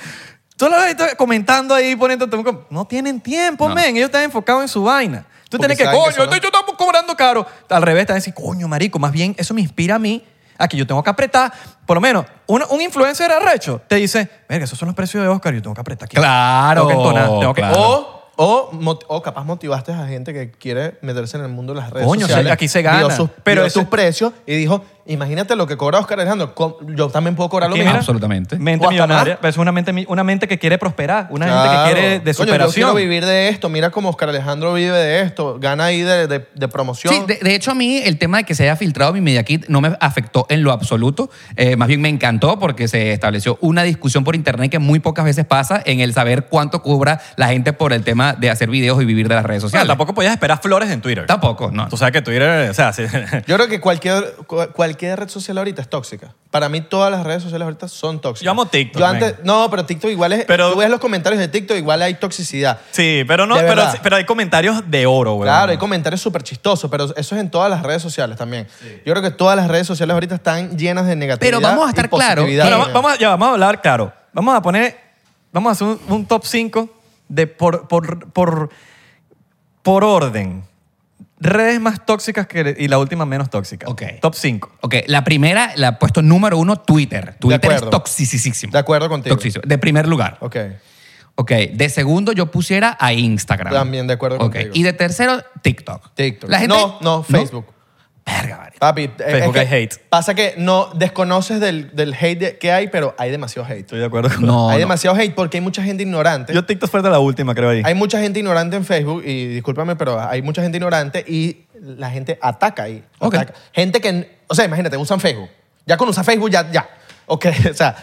[SPEAKER 1] Tú lo has visto comentando ahí poniéndote un com- no tienen tiempo,
[SPEAKER 2] No.
[SPEAKER 1] men, ellos están enfocados en su vaina. Tú
[SPEAKER 3] Porque
[SPEAKER 1] tienes que,
[SPEAKER 3] saben que
[SPEAKER 1] coño,
[SPEAKER 3] son los-
[SPEAKER 1] esto yo estamos cobrando caro. Al revés, están diciendo, coño, marico, más bien eso me inspira a mí a que yo tengo que apretar. Por lo menos, un, un influencer arrecho te dice, verga, esos son los precios de Oscar, yo tengo que apretar aquí.
[SPEAKER 2] Claro,
[SPEAKER 1] Tengo que entonar, tengo que...
[SPEAKER 2] claro.
[SPEAKER 1] O-
[SPEAKER 3] O, o, mot- o capaz motivaste a gente que quiere meterse en el mundo de las redes
[SPEAKER 1] Coño,
[SPEAKER 3] sociales.
[SPEAKER 1] sí, aquí se gana.
[SPEAKER 3] Vio sus,
[SPEAKER 1] Pero
[SPEAKER 3] vio
[SPEAKER 1] ese-
[SPEAKER 3] sus precios y dijo, imagínate lo que cobra Oscar Alejandro. co- Yo también puedo cobrar lo
[SPEAKER 1] Aquí,
[SPEAKER 3] mismo.
[SPEAKER 1] mira,
[SPEAKER 2] Absolutamente.
[SPEAKER 1] Mente
[SPEAKER 3] O hasta
[SPEAKER 1] millonaria.
[SPEAKER 3] más.
[SPEAKER 1] Pero es una mente, mi- una mente que quiere prosperar, una
[SPEAKER 3] Claro.
[SPEAKER 1] gente que quiere de
[SPEAKER 3] Coño,
[SPEAKER 1] superación.
[SPEAKER 3] yo quiero vivir de esto. Mira cómo Oscar Alejandro vive de esto. Gana ahí de, de- de promoción.
[SPEAKER 2] Sí, de, de hecho a mí el tema de que se haya filtrado mi media kit no me afectó en lo absoluto. Eh, más bien me encantó porque se estableció una discusión por internet que muy pocas veces pasa en el saber cuánto cobra la gente por el tema de hacer videos y vivir de las redes
[SPEAKER 1] O sea,
[SPEAKER 2] sociales.
[SPEAKER 1] tampoco podías esperar flores en Twitter.
[SPEAKER 2] Tampoco, no.
[SPEAKER 1] Tú sabes que Twitter, o sea, sí.
[SPEAKER 3] Yo creo que cualquier, cu- cualquier red social ahorita es tóxica. Para mí todas las redes sociales ahorita son tóxicas.
[SPEAKER 1] Yo amo TikTok,
[SPEAKER 3] Yo antes, no, pero TikTok igual es...
[SPEAKER 1] Pero-
[SPEAKER 3] tú ves los comentarios de TikTok, igual hay toxicidad.
[SPEAKER 1] Sí, pero no,
[SPEAKER 3] De
[SPEAKER 1] pero,
[SPEAKER 3] verdad.
[SPEAKER 1] sí, pero hay comentarios de oro, güey.
[SPEAKER 3] Claro, hay comentarios súper chistosos, pero eso es en todas las redes sociales también. Yo creo que todas las redes sociales ahorita están llenas de negatividad.
[SPEAKER 2] Pero vamos a
[SPEAKER 3] y
[SPEAKER 2] estar claros
[SPEAKER 3] positividad
[SPEAKER 1] Pero
[SPEAKER 2] que-
[SPEAKER 1] va-
[SPEAKER 3] también.
[SPEAKER 1] vamos, a- ya, vamos a hablar, claro. Vamos a poner, vamos a hacer un, un top 5 de por, por, por, por orden. Redes más tóxicas que, y la última menos tóxica.
[SPEAKER 2] Ok.
[SPEAKER 1] Top 5.
[SPEAKER 2] Ok, la primera, la he puesto número uno, Twitter. Twitter es
[SPEAKER 3] acuerdo.
[SPEAKER 2] toxicísimo.
[SPEAKER 3] De acuerdo contigo.
[SPEAKER 2] Toxicísimo. De primer lugar.
[SPEAKER 3] Ok.
[SPEAKER 2] Ok, de segundo yo pusiera a Instagram.
[SPEAKER 3] También de acuerdo
[SPEAKER 2] Ok,
[SPEAKER 3] contigo.
[SPEAKER 2] Y de tercero, TikTok.
[SPEAKER 3] TikTok.
[SPEAKER 2] La gente-
[SPEAKER 3] No, no, Facebook.
[SPEAKER 2] Verga, vale.
[SPEAKER 3] Papi, eh,
[SPEAKER 1] Facebook
[SPEAKER 3] es
[SPEAKER 1] hay
[SPEAKER 3] que
[SPEAKER 1] hate.
[SPEAKER 3] Pasa que no desconoces del, del hate de- que hay, pero hay demasiado hate.
[SPEAKER 1] Estoy de acuerdo con
[SPEAKER 2] No,
[SPEAKER 3] hay
[SPEAKER 2] no.
[SPEAKER 3] demasiado hate porque hay mucha gente ignorante.
[SPEAKER 1] Yo TikTok fue de la última, creo ahí.
[SPEAKER 3] Hay mucha gente ignorante en Facebook y discúlpame, pero hay mucha gente ignorante y la gente ataca ahí.
[SPEAKER 2] Ok.
[SPEAKER 3] Ataca. Gente que, o sea, imagínate, usan Facebook. Ya con usar Facebook, ya, ya. Ok, o sea,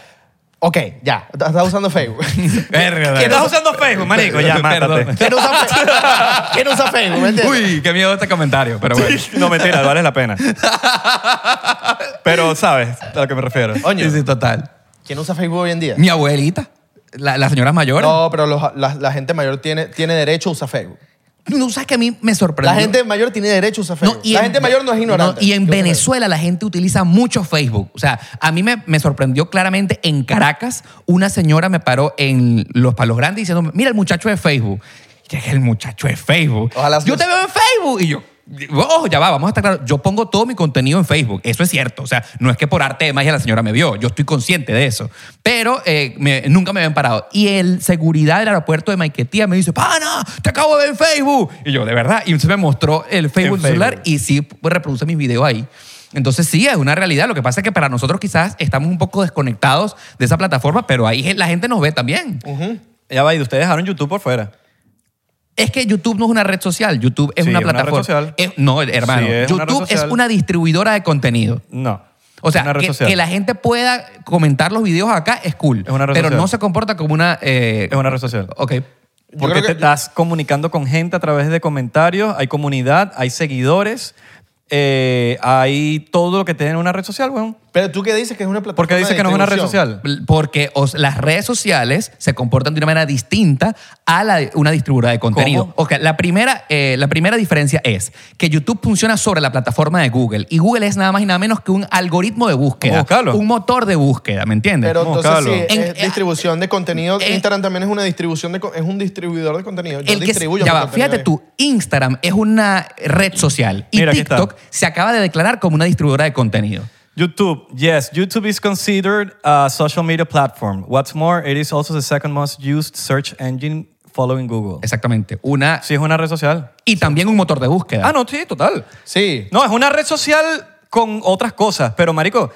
[SPEAKER 3] ok, ya. Estás usando Facebook.
[SPEAKER 2] Verga,
[SPEAKER 1] ¿Quién
[SPEAKER 2] vale.
[SPEAKER 1] estás usando Facebook, marico? Ya,
[SPEAKER 2] Perdón.
[SPEAKER 1] mátate.
[SPEAKER 3] ¿Quién usa Facebook? ¿Quién usa Facebook? ¿Me entiendes?
[SPEAKER 2] Uy, qué miedo este comentario, pero bueno.
[SPEAKER 1] No, mentira, vale la pena. Pero sabes a lo que me refiero.
[SPEAKER 3] Coño.
[SPEAKER 2] Sí, sí, total.
[SPEAKER 3] ¿Quién usa Facebook hoy en día?
[SPEAKER 2] Mi abuelita, la- las señoras mayores.
[SPEAKER 3] No, pero los- la, la gente mayor tiene, tiene derecho a usar Facebook.
[SPEAKER 2] No sabes que a mí me sorprendió.
[SPEAKER 3] La gente mayor tiene derecho a usar
[SPEAKER 2] No,
[SPEAKER 3] Facebook.
[SPEAKER 2] y
[SPEAKER 3] la
[SPEAKER 2] en-
[SPEAKER 3] gente mayor no es ignorante.
[SPEAKER 2] no, y en
[SPEAKER 3] Yo creo.
[SPEAKER 2] Venezuela la gente utiliza mucho Facebook. O sea, a mí me, me sorprendió claramente en Caracas, una señora me paró en los palos grandes diciendo, mira el muchacho de Facebook. Y dije, el muchacho de Facebook.
[SPEAKER 3] Ojalá
[SPEAKER 2] yo
[SPEAKER 3] se-
[SPEAKER 2] te veo en Facebook. Y yo, ojo, ya va, vamos a estar claros. Yo pongo todo mi contenido en Facebook. Eso es cierto. O sea, no es que por arte de magia la señora me vio. Yo estoy consciente de eso. Pero eh, me- nunca me habían parado. Y el seguridad del aeropuerto de Maiquetía me dice, pana, te acabo de ver en Facebook. Y yo, de verdad. Y se me mostró el Facebook
[SPEAKER 1] En
[SPEAKER 2] del celular
[SPEAKER 1] Facebook.
[SPEAKER 2] y sí pues, reproduce mis videos ahí. Entonces sí, es una realidad. Lo que pasa es que para nosotros quizás estamos un poco desconectados de esa plataforma, pero ahí la gente nos ve también.
[SPEAKER 1] Ya va, y ustedes dejaron YouTube por fuera.
[SPEAKER 2] Es que YouTube no es una red social, YouTube es
[SPEAKER 1] Sí,
[SPEAKER 2] una
[SPEAKER 1] es una red
[SPEAKER 2] plataforma.
[SPEAKER 1] social.
[SPEAKER 2] Es- no, hermano,
[SPEAKER 1] Sí, es una red
[SPEAKER 2] YouTube es
[SPEAKER 1] social.
[SPEAKER 2] una distribuidora de contenido.
[SPEAKER 1] No.
[SPEAKER 2] O
[SPEAKER 1] Una
[SPEAKER 2] sea,
[SPEAKER 1] red
[SPEAKER 2] que,
[SPEAKER 1] social.
[SPEAKER 2] que la gente pueda comentar los videos acá es cool,
[SPEAKER 1] Es una red
[SPEAKER 2] pero
[SPEAKER 1] social.
[SPEAKER 2] no se comporta como una... eh,
[SPEAKER 1] Es una red social.
[SPEAKER 2] Ok.
[SPEAKER 1] Porque
[SPEAKER 3] creo
[SPEAKER 1] te
[SPEAKER 3] que-
[SPEAKER 1] estás comunicando con gente a través de comentarios, hay comunidad, hay seguidores, eh, hay todo lo que tiene una red social, weón.
[SPEAKER 3] Pero tú qué dices que es una plataforma
[SPEAKER 1] Porque dice
[SPEAKER 3] de
[SPEAKER 1] que no es una red
[SPEAKER 3] distribución?
[SPEAKER 1] social.
[SPEAKER 2] Porque os- las redes sociales se comportan de una manera distinta a la de una distribuidora de contenido.
[SPEAKER 1] ¿Cómo?
[SPEAKER 2] Ok, la primera, eh, la primera diferencia es que YouTube funciona sobre la plataforma de Google y Google es nada más y nada menos que un algoritmo de búsqueda,
[SPEAKER 1] buscarlo?
[SPEAKER 2] un motor de búsqueda, ¿me entiendes?
[SPEAKER 3] Pero
[SPEAKER 1] Vamos,
[SPEAKER 3] entonces sí,
[SPEAKER 1] Carlos.
[SPEAKER 3] es
[SPEAKER 2] En- eh,
[SPEAKER 3] distribución de contenido.
[SPEAKER 2] eh,
[SPEAKER 3] Instagram también es una distribución de co- es un distribuidor de contenido. Yo
[SPEAKER 2] El que-
[SPEAKER 3] distribuyo
[SPEAKER 2] ya
[SPEAKER 3] mi
[SPEAKER 2] va,
[SPEAKER 3] contenido
[SPEAKER 2] fíjate
[SPEAKER 3] ahí.
[SPEAKER 2] tú, Instagram es una red social y
[SPEAKER 1] Mira, aquí está.
[SPEAKER 2] TikTok se acaba de declarar como una distribuidora de contenido.
[SPEAKER 1] YouTube, yes, YouTube is considered a social media platform. What's more, it is also the second most used search engine following Google.
[SPEAKER 2] Exactamente, una
[SPEAKER 1] Sí, es una red social.
[SPEAKER 2] y también un motor de búsqueda.
[SPEAKER 1] Ah, no, sí, total.
[SPEAKER 3] Sí.
[SPEAKER 1] No, es una red social con otras cosas, pero marico,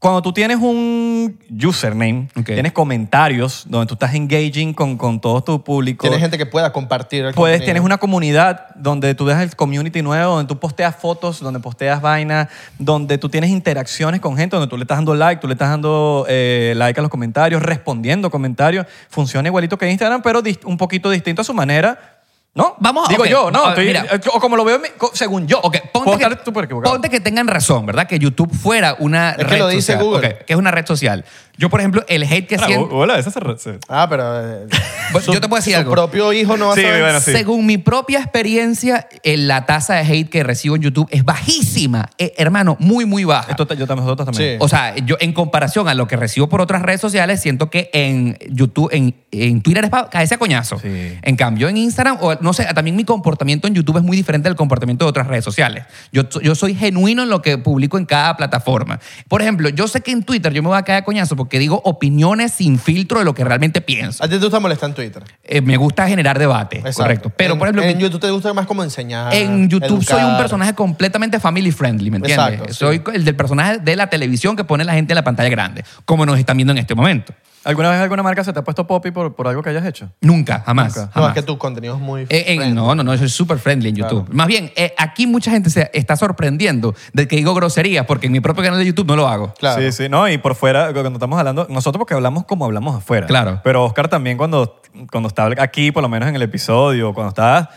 [SPEAKER 1] cuando tú tienes un username,
[SPEAKER 2] Ok.
[SPEAKER 1] tienes comentarios donde tú estás engaging con, con todo tu público.
[SPEAKER 3] Tienes gente que pueda compartir. el
[SPEAKER 1] Puedes,
[SPEAKER 3] contenido.
[SPEAKER 1] tienes una comunidad donde tú dejas el community nuevo, donde tú posteas fotos, donde posteas vainas, donde tú tienes interacciones con gente, donde tú le estás dando like, tú le estás dando eh, like a los comentarios, respondiendo comentarios. Funciona igualito que Instagram, pero dis- un poquito distinto a su manera. ¿No?
[SPEAKER 2] Vamos a-
[SPEAKER 1] Digo
[SPEAKER 2] ok,
[SPEAKER 1] yo,
[SPEAKER 2] a
[SPEAKER 1] no.
[SPEAKER 2] ver,
[SPEAKER 1] estoy-
[SPEAKER 2] mira.
[SPEAKER 1] eh, o como lo veo mi- co- según yo.
[SPEAKER 2] Ok,
[SPEAKER 1] Puedo
[SPEAKER 2] ponte que,
[SPEAKER 1] estar súper equivocado.
[SPEAKER 2] ponte que tengan razón, ¿verdad? Que YouTube fuera una
[SPEAKER 3] que
[SPEAKER 2] red
[SPEAKER 3] lo dice
[SPEAKER 2] social.
[SPEAKER 3] Google.
[SPEAKER 2] Ok, que es una red social. Yo, por ejemplo, el hate que
[SPEAKER 1] Ah,
[SPEAKER 2] siento...
[SPEAKER 1] hola, esa se re- se-
[SPEAKER 3] Ah, pero. eh,
[SPEAKER 2] Bueno, yo te puedo decir
[SPEAKER 3] su
[SPEAKER 2] algo.
[SPEAKER 3] propio hijo no va
[SPEAKER 1] Sí,
[SPEAKER 3] a saber.
[SPEAKER 1] bueno, sí.
[SPEAKER 2] Según mi propia experiencia, eh, la tasa de hate que recibo en YouTube es bajísima. Eh, hermano, muy, muy baja.
[SPEAKER 1] Esto ta- yo también, nosotros también.
[SPEAKER 3] Sí.
[SPEAKER 2] O sea, yo en comparación a lo que recibo por otras redes sociales, siento que en YouTube, en, en Twitter es para caerse a coñazo.
[SPEAKER 1] Sí.
[SPEAKER 2] En cambio, en Instagram, o no sé, también mi comportamiento en YouTube es muy diferente al comportamiento de otras redes sociales. Yo, yo soy genuino en lo que publico en cada plataforma. Por ejemplo, yo sé que en Twitter yo me voy a caer a coñazo porque digo opiniones sin filtro de lo que realmente pienso.
[SPEAKER 3] A ti te gusta molestar en Twitter.
[SPEAKER 2] Eh, me gusta generar debate,
[SPEAKER 3] Ah. Exacto.
[SPEAKER 2] correcto. Pero,
[SPEAKER 3] En-
[SPEAKER 2] por ejemplo,
[SPEAKER 3] En YouTube te gusta más como enseñar.
[SPEAKER 2] en YouTube soy un
[SPEAKER 3] educar.
[SPEAKER 2] personaje completamente family friendly, ¿me entiendes?
[SPEAKER 3] Exacto, sí.
[SPEAKER 2] Soy el del personaje de la televisión que pone la gente en la pantalla grande, como nos están viendo en este momento.
[SPEAKER 1] ¿Alguna vez alguna marca se te ha puesto poppy por, por algo que hayas hecho?
[SPEAKER 2] Nunca, jamás.
[SPEAKER 1] Nunca.
[SPEAKER 3] No,
[SPEAKER 2] jamás.
[SPEAKER 3] es que tu contenido es muy.
[SPEAKER 2] Eh, en-
[SPEAKER 3] friendly.
[SPEAKER 2] no, no, no, yo soy súper friendly en YouTube. Más bien, eh, aquí mucha gente se está sorprendiendo de que digo groserías porque en mi propio canal de YouTube no lo hago.
[SPEAKER 3] Claro.
[SPEAKER 1] Sí, sí, no, y por fuera, cuando estamos hablando, nosotros porque hablamos como hablamos afuera.
[SPEAKER 2] Claro.
[SPEAKER 1] Pero Oscar también cuando, cuando está aquí, por lo menos en el episodio, cuando está,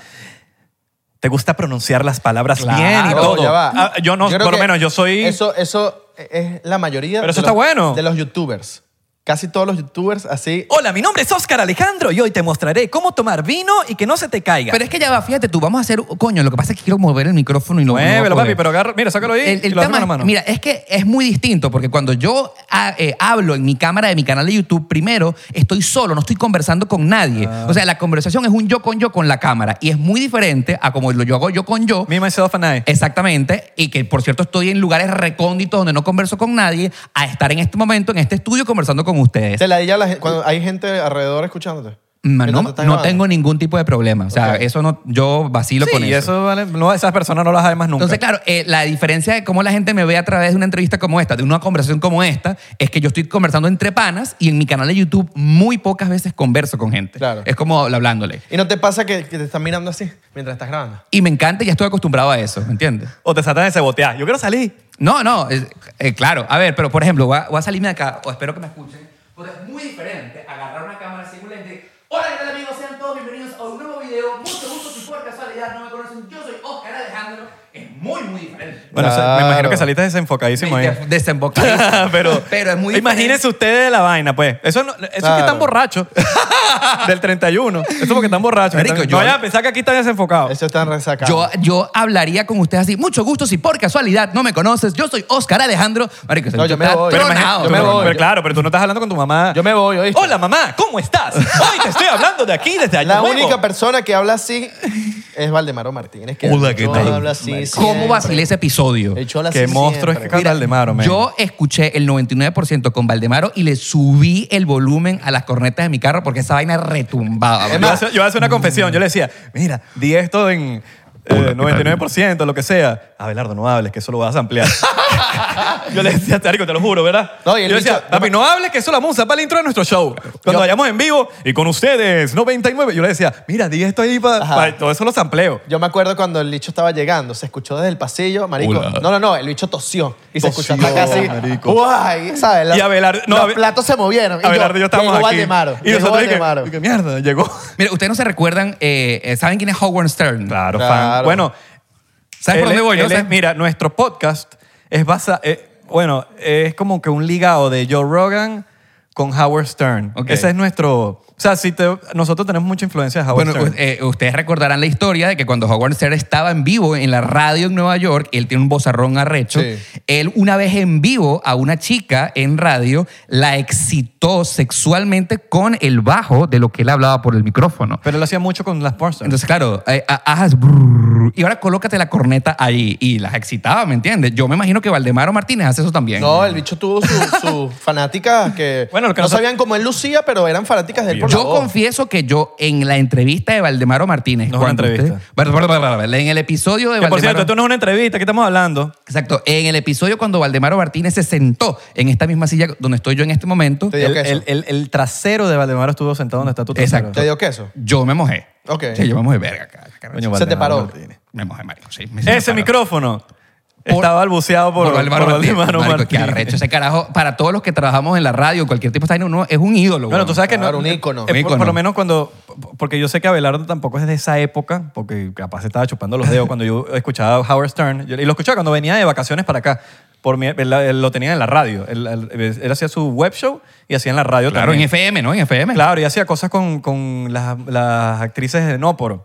[SPEAKER 1] te gusta pronunciar las palabras
[SPEAKER 2] Claro.
[SPEAKER 1] bien y
[SPEAKER 3] No,
[SPEAKER 1] todo.
[SPEAKER 3] Oh, ya va.
[SPEAKER 1] Ah, yo no,
[SPEAKER 3] creo
[SPEAKER 1] por lo
[SPEAKER 3] que
[SPEAKER 1] menos yo soy...
[SPEAKER 3] Eso, eso es la mayoría.
[SPEAKER 1] Pero eso
[SPEAKER 3] de
[SPEAKER 1] está
[SPEAKER 3] los-
[SPEAKER 1] bueno.
[SPEAKER 3] De los YouTubers. Casi todos los YouTubers así.
[SPEAKER 1] Hola, mi nombre es Oscar Alejandro y hoy te mostraré cómo tomar vino y que no se te caiga.
[SPEAKER 2] Pero es que ya va, fíjate tú, vamos a hacer, coño, lo que pasa es que quiero mover el micrófono y lo no voy a
[SPEAKER 1] Muévelo, papi,
[SPEAKER 2] poder.
[SPEAKER 1] pero agarra, mira, sácalo ahí
[SPEAKER 2] El, el
[SPEAKER 1] y lo hace
[SPEAKER 2] tema
[SPEAKER 1] con la
[SPEAKER 2] es-
[SPEAKER 1] mano.
[SPEAKER 2] Mira, es que es muy distinto porque cuando yo ah, eh, hablo en mi cámara de mi canal de YouTube, primero estoy solo, no estoy conversando con nadie.
[SPEAKER 1] Ah.
[SPEAKER 2] O sea, la conversación es un yo con yo con la cámara y es muy diferente a como lo yo hago yo con yo.
[SPEAKER 1] Me, myself and I.
[SPEAKER 2] Exactamente, y que por cierto estoy en lugares recónditos donde no converso con nadie, a estar en este momento, en este estudio, conversando con ustedes.
[SPEAKER 3] Te la di ya la gen- cuando hay gente alrededor escuchándote.
[SPEAKER 2] Man,
[SPEAKER 3] Mientras
[SPEAKER 2] no
[SPEAKER 3] te estás
[SPEAKER 2] no
[SPEAKER 3] grabando.
[SPEAKER 2] tengo ningún tipo de problema. O sea,
[SPEAKER 3] Ok.
[SPEAKER 2] eso no, yo vacilo
[SPEAKER 1] Sí,
[SPEAKER 2] con
[SPEAKER 1] y
[SPEAKER 2] eso.
[SPEAKER 1] eso vale, no, esas personas no las hay más nunca.
[SPEAKER 2] Entonces, claro, eh, la diferencia de cómo la gente me ve a través de una entrevista como esta, de una conversación como esta, es que yo estoy conversando entre panas y en mi canal de YouTube muy pocas veces converso con gente.
[SPEAKER 3] Claro.
[SPEAKER 2] Es como hablándole.
[SPEAKER 3] ¿Y no te pasa que, que te están mirando así mientras estás grabando?
[SPEAKER 2] Y me encanta y ya estoy acostumbrado a eso, ¿me entiendes?
[SPEAKER 1] O te saltan de sabotear. Yo quiero salir.
[SPEAKER 2] No, no, es- eh, claro. A ver, pero por ejemplo, voy a, voy a salirme de acá, o espero que me escuchen, porque es muy diferente agarrar una cámara así, un lente. Hola, ¿qué tal amigos? Sean todos bienvenidos a un nuevo video. Mucho gusto si por casualidad no me conocen. Yo soy Oscar Alejandro. Es muy muy, muy diferente.
[SPEAKER 1] Bueno, o sea, me
[SPEAKER 3] Claro.
[SPEAKER 1] imagino que saliste desenfocadísimo ahí.
[SPEAKER 2] Desembocadísimo.
[SPEAKER 1] pero,
[SPEAKER 2] pero es muy
[SPEAKER 1] Imagínense ustedes la vaina, pues. Eso, no- eso es
[SPEAKER 3] Claro.
[SPEAKER 1] que están borrachos. del 31. Eso porque están borrachos.
[SPEAKER 2] Marico,
[SPEAKER 1] Están-
[SPEAKER 2] yo-
[SPEAKER 1] no vayan a pensar que aquí están desenfocados.
[SPEAKER 3] Eso está resacado.
[SPEAKER 2] Yo, yo hablaría con ustedes así, mucho gusto, si por casualidad no me conoces, yo soy Oscar Alejandro. Marico, ese
[SPEAKER 3] No,
[SPEAKER 2] bicho
[SPEAKER 3] yo me
[SPEAKER 2] está
[SPEAKER 3] voy.
[SPEAKER 1] Pero,
[SPEAKER 3] Pero
[SPEAKER 1] imagínate-
[SPEAKER 2] tronado,
[SPEAKER 3] Ah, yo me
[SPEAKER 1] pero-
[SPEAKER 2] bro.
[SPEAKER 3] voy.
[SPEAKER 1] pero claro, pero tú no estás hablando con tu mamá.
[SPEAKER 3] Yo me voy, ¿oíste?
[SPEAKER 1] Hola, mamá, ¿cómo estás? Hoy te estoy hablando de aquí desde allá.
[SPEAKER 3] La única persona que habla así es Valdemaro Martínez. Que
[SPEAKER 4] Hola, ¿qué
[SPEAKER 3] yo
[SPEAKER 4] tal?
[SPEAKER 3] habla así
[SPEAKER 2] ¿Cómo
[SPEAKER 3] siempre.
[SPEAKER 2] vacilé ese episodio?
[SPEAKER 3] Él habla así
[SPEAKER 1] Qué monstruo es que
[SPEAKER 3] siempre.
[SPEAKER 1] canta Aldemaro, man.
[SPEAKER 2] Yo escuché el 99% con Valdemaro y le subí el volumen a las cornetas de mi carro porque esa vaina retumbaba.
[SPEAKER 1] Yo
[SPEAKER 2] bro.
[SPEAKER 1] iba a hacer- yo iba a hacer una confesión. Yo le decía, mira, di esto en eh, 99%, lo que sea. Abelardo, no hables, que eso lo vas a ampliar. yo le decía, Tarico, te lo juro, ¿verdad?
[SPEAKER 3] No, y
[SPEAKER 1] yo
[SPEAKER 3] el
[SPEAKER 1] le decía,
[SPEAKER 3] bicho-
[SPEAKER 1] papi, no hables, que eso la musa para el intro de nuestro show. Cuando vayamos en vivo y con ustedes, 99. Yo le decía, mira, di esto ahí para...
[SPEAKER 3] Ajá.
[SPEAKER 1] todo eso lo sampleo.
[SPEAKER 3] Yo me acuerdo cuando el bicho estaba llegando, se escuchó desde el pasillo, marico.
[SPEAKER 4] Hola.
[SPEAKER 3] No, no, no, el bicho tosió. Y se escuchó hasta
[SPEAKER 1] Tosió,
[SPEAKER 3] acá así.
[SPEAKER 1] marico.
[SPEAKER 3] ¡Guay! ¿Sabes? La-
[SPEAKER 1] Y Abelardo- no,
[SPEAKER 3] los
[SPEAKER 1] Abe-
[SPEAKER 3] platos se movieron. Y
[SPEAKER 1] Abelardo y yo estábamos
[SPEAKER 3] llegó
[SPEAKER 1] aquí.
[SPEAKER 3] Valdemaro.
[SPEAKER 1] y
[SPEAKER 3] llegó
[SPEAKER 1] nosotros, dije,
[SPEAKER 3] Valdemaro.
[SPEAKER 1] dije, mierda, llegó.
[SPEAKER 2] Mira, ustedes no se recuerdan, eh, eh, ¿saben quién es Howard Stern?
[SPEAKER 1] Claro, fan.
[SPEAKER 3] Claro.
[SPEAKER 1] Bueno,
[SPEAKER 2] ¿Sabes por
[SPEAKER 1] Él
[SPEAKER 2] dónde voy?
[SPEAKER 1] es-
[SPEAKER 2] yo?
[SPEAKER 1] él es-
[SPEAKER 2] ¿Sabes?
[SPEAKER 1] mira, nuestro podcast es basa, eh, bueno, es como que un ligado de Joe Rogan con Howard Stern.
[SPEAKER 2] Ok.
[SPEAKER 1] Ese es nuestro, o sea, si te- nosotros tenemos mucha influencia de Howard
[SPEAKER 2] Bueno,
[SPEAKER 1] Stern.
[SPEAKER 2] u- eh, ustedes recordarán la historia de que cuando Howard Stern estaba en vivo en la radio en Nueva York, él tiene un bozarrón arrecho.
[SPEAKER 3] Sí.
[SPEAKER 2] Él una vez en vivo a una chica en radio la excitó sexualmente con el bajo de lo que él hablaba por el micrófono.
[SPEAKER 1] Pero él hacía mucho con las porn stars.
[SPEAKER 2] Entonces, claro, eh, ha- haces brrr, y ahora colócate la corneta ahí y las excitaba, ¿me entiendes? Yo me imagino que Valdemaro Martínez hace eso también.
[SPEAKER 3] No, el bicho tuvo sus sus fanáticas que,
[SPEAKER 1] Bueno, lo que
[SPEAKER 3] no
[SPEAKER 1] nosotros-
[SPEAKER 3] sabían cómo él lucía, pero eran fanáticas de él por la
[SPEAKER 2] Yo
[SPEAKER 3] voz.
[SPEAKER 2] confieso que yo en la entrevista de Valdemaro Martínez,
[SPEAKER 1] No es una
[SPEAKER 2] cuando
[SPEAKER 1] entrevista.
[SPEAKER 2] usted- Bueno, bueno, bueno, bueno, en el episodio de
[SPEAKER 1] que por
[SPEAKER 2] Valdemaro-
[SPEAKER 1] cierto, esto no es una entrevista, ¿qué estamos hablando?
[SPEAKER 2] Exacto. En el episodio cuando Valdemaro Martínez se sentó en esta misma silla donde estoy yo en este momento,
[SPEAKER 3] Te digo
[SPEAKER 1] El,
[SPEAKER 3] que eso.
[SPEAKER 1] el- el- el trasero de Valdemaro estuvo sentado donde está tu trasero.
[SPEAKER 2] Exacto.
[SPEAKER 3] ¿Te dio queso?
[SPEAKER 2] yo me mojé.
[SPEAKER 3] Ok.
[SPEAKER 2] Sí, yo me mojé verga. cara, cara.
[SPEAKER 1] Coño,
[SPEAKER 3] Se te
[SPEAKER 1] Valdemaro
[SPEAKER 3] paró.
[SPEAKER 1] Martínez.
[SPEAKER 2] Me mojé, marico. Sí, me- me
[SPEAKER 1] Ese
[SPEAKER 2] paró.
[SPEAKER 1] micrófono
[SPEAKER 2] Por-
[SPEAKER 1] estaba balbuceado por,
[SPEAKER 2] Por Valdemaro
[SPEAKER 1] por
[SPEAKER 2] Martínez.
[SPEAKER 1] Valdemaro
[SPEAKER 2] Marico, qué
[SPEAKER 1] Martínez.
[SPEAKER 2] arrecho ese carajo. Para todos los que trabajamos en la radio, cualquier tipo de vaina, uno es un ídolo.
[SPEAKER 1] Bueno,
[SPEAKER 2] weón.
[SPEAKER 1] tú sabes que
[SPEAKER 3] Claro,
[SPEAKER 1] no.
[SPEAKER 3] un
[SPEAKER 1] eh,
[SPEAKER 3] ícono.
[SPEAKER 2] Un
[SPEAKER 1] por- Por,
[SPEAKER 2] ícono.
[SPEAKER 1] lo menos cuando. Porque yo sé que Abelardo tampoco es de esa época, porque capaz estaba chupando los dedos cuando yo escuchaba a Howard Stern. Yo- y lo escuchaba cuando venía de vacaciones para acá. Por mi- él, él lo tenía en la radio. Él, él- él hacía su web show y hacía en la radio
[SPEAKER 2] Claro, en
[SPEAKER 1] también.
[SPEAKER 2] FM, ¿no? En FM.
[SPEAKER 1] Claro, y hacía cosas con, con las, las actrices de Nóporo.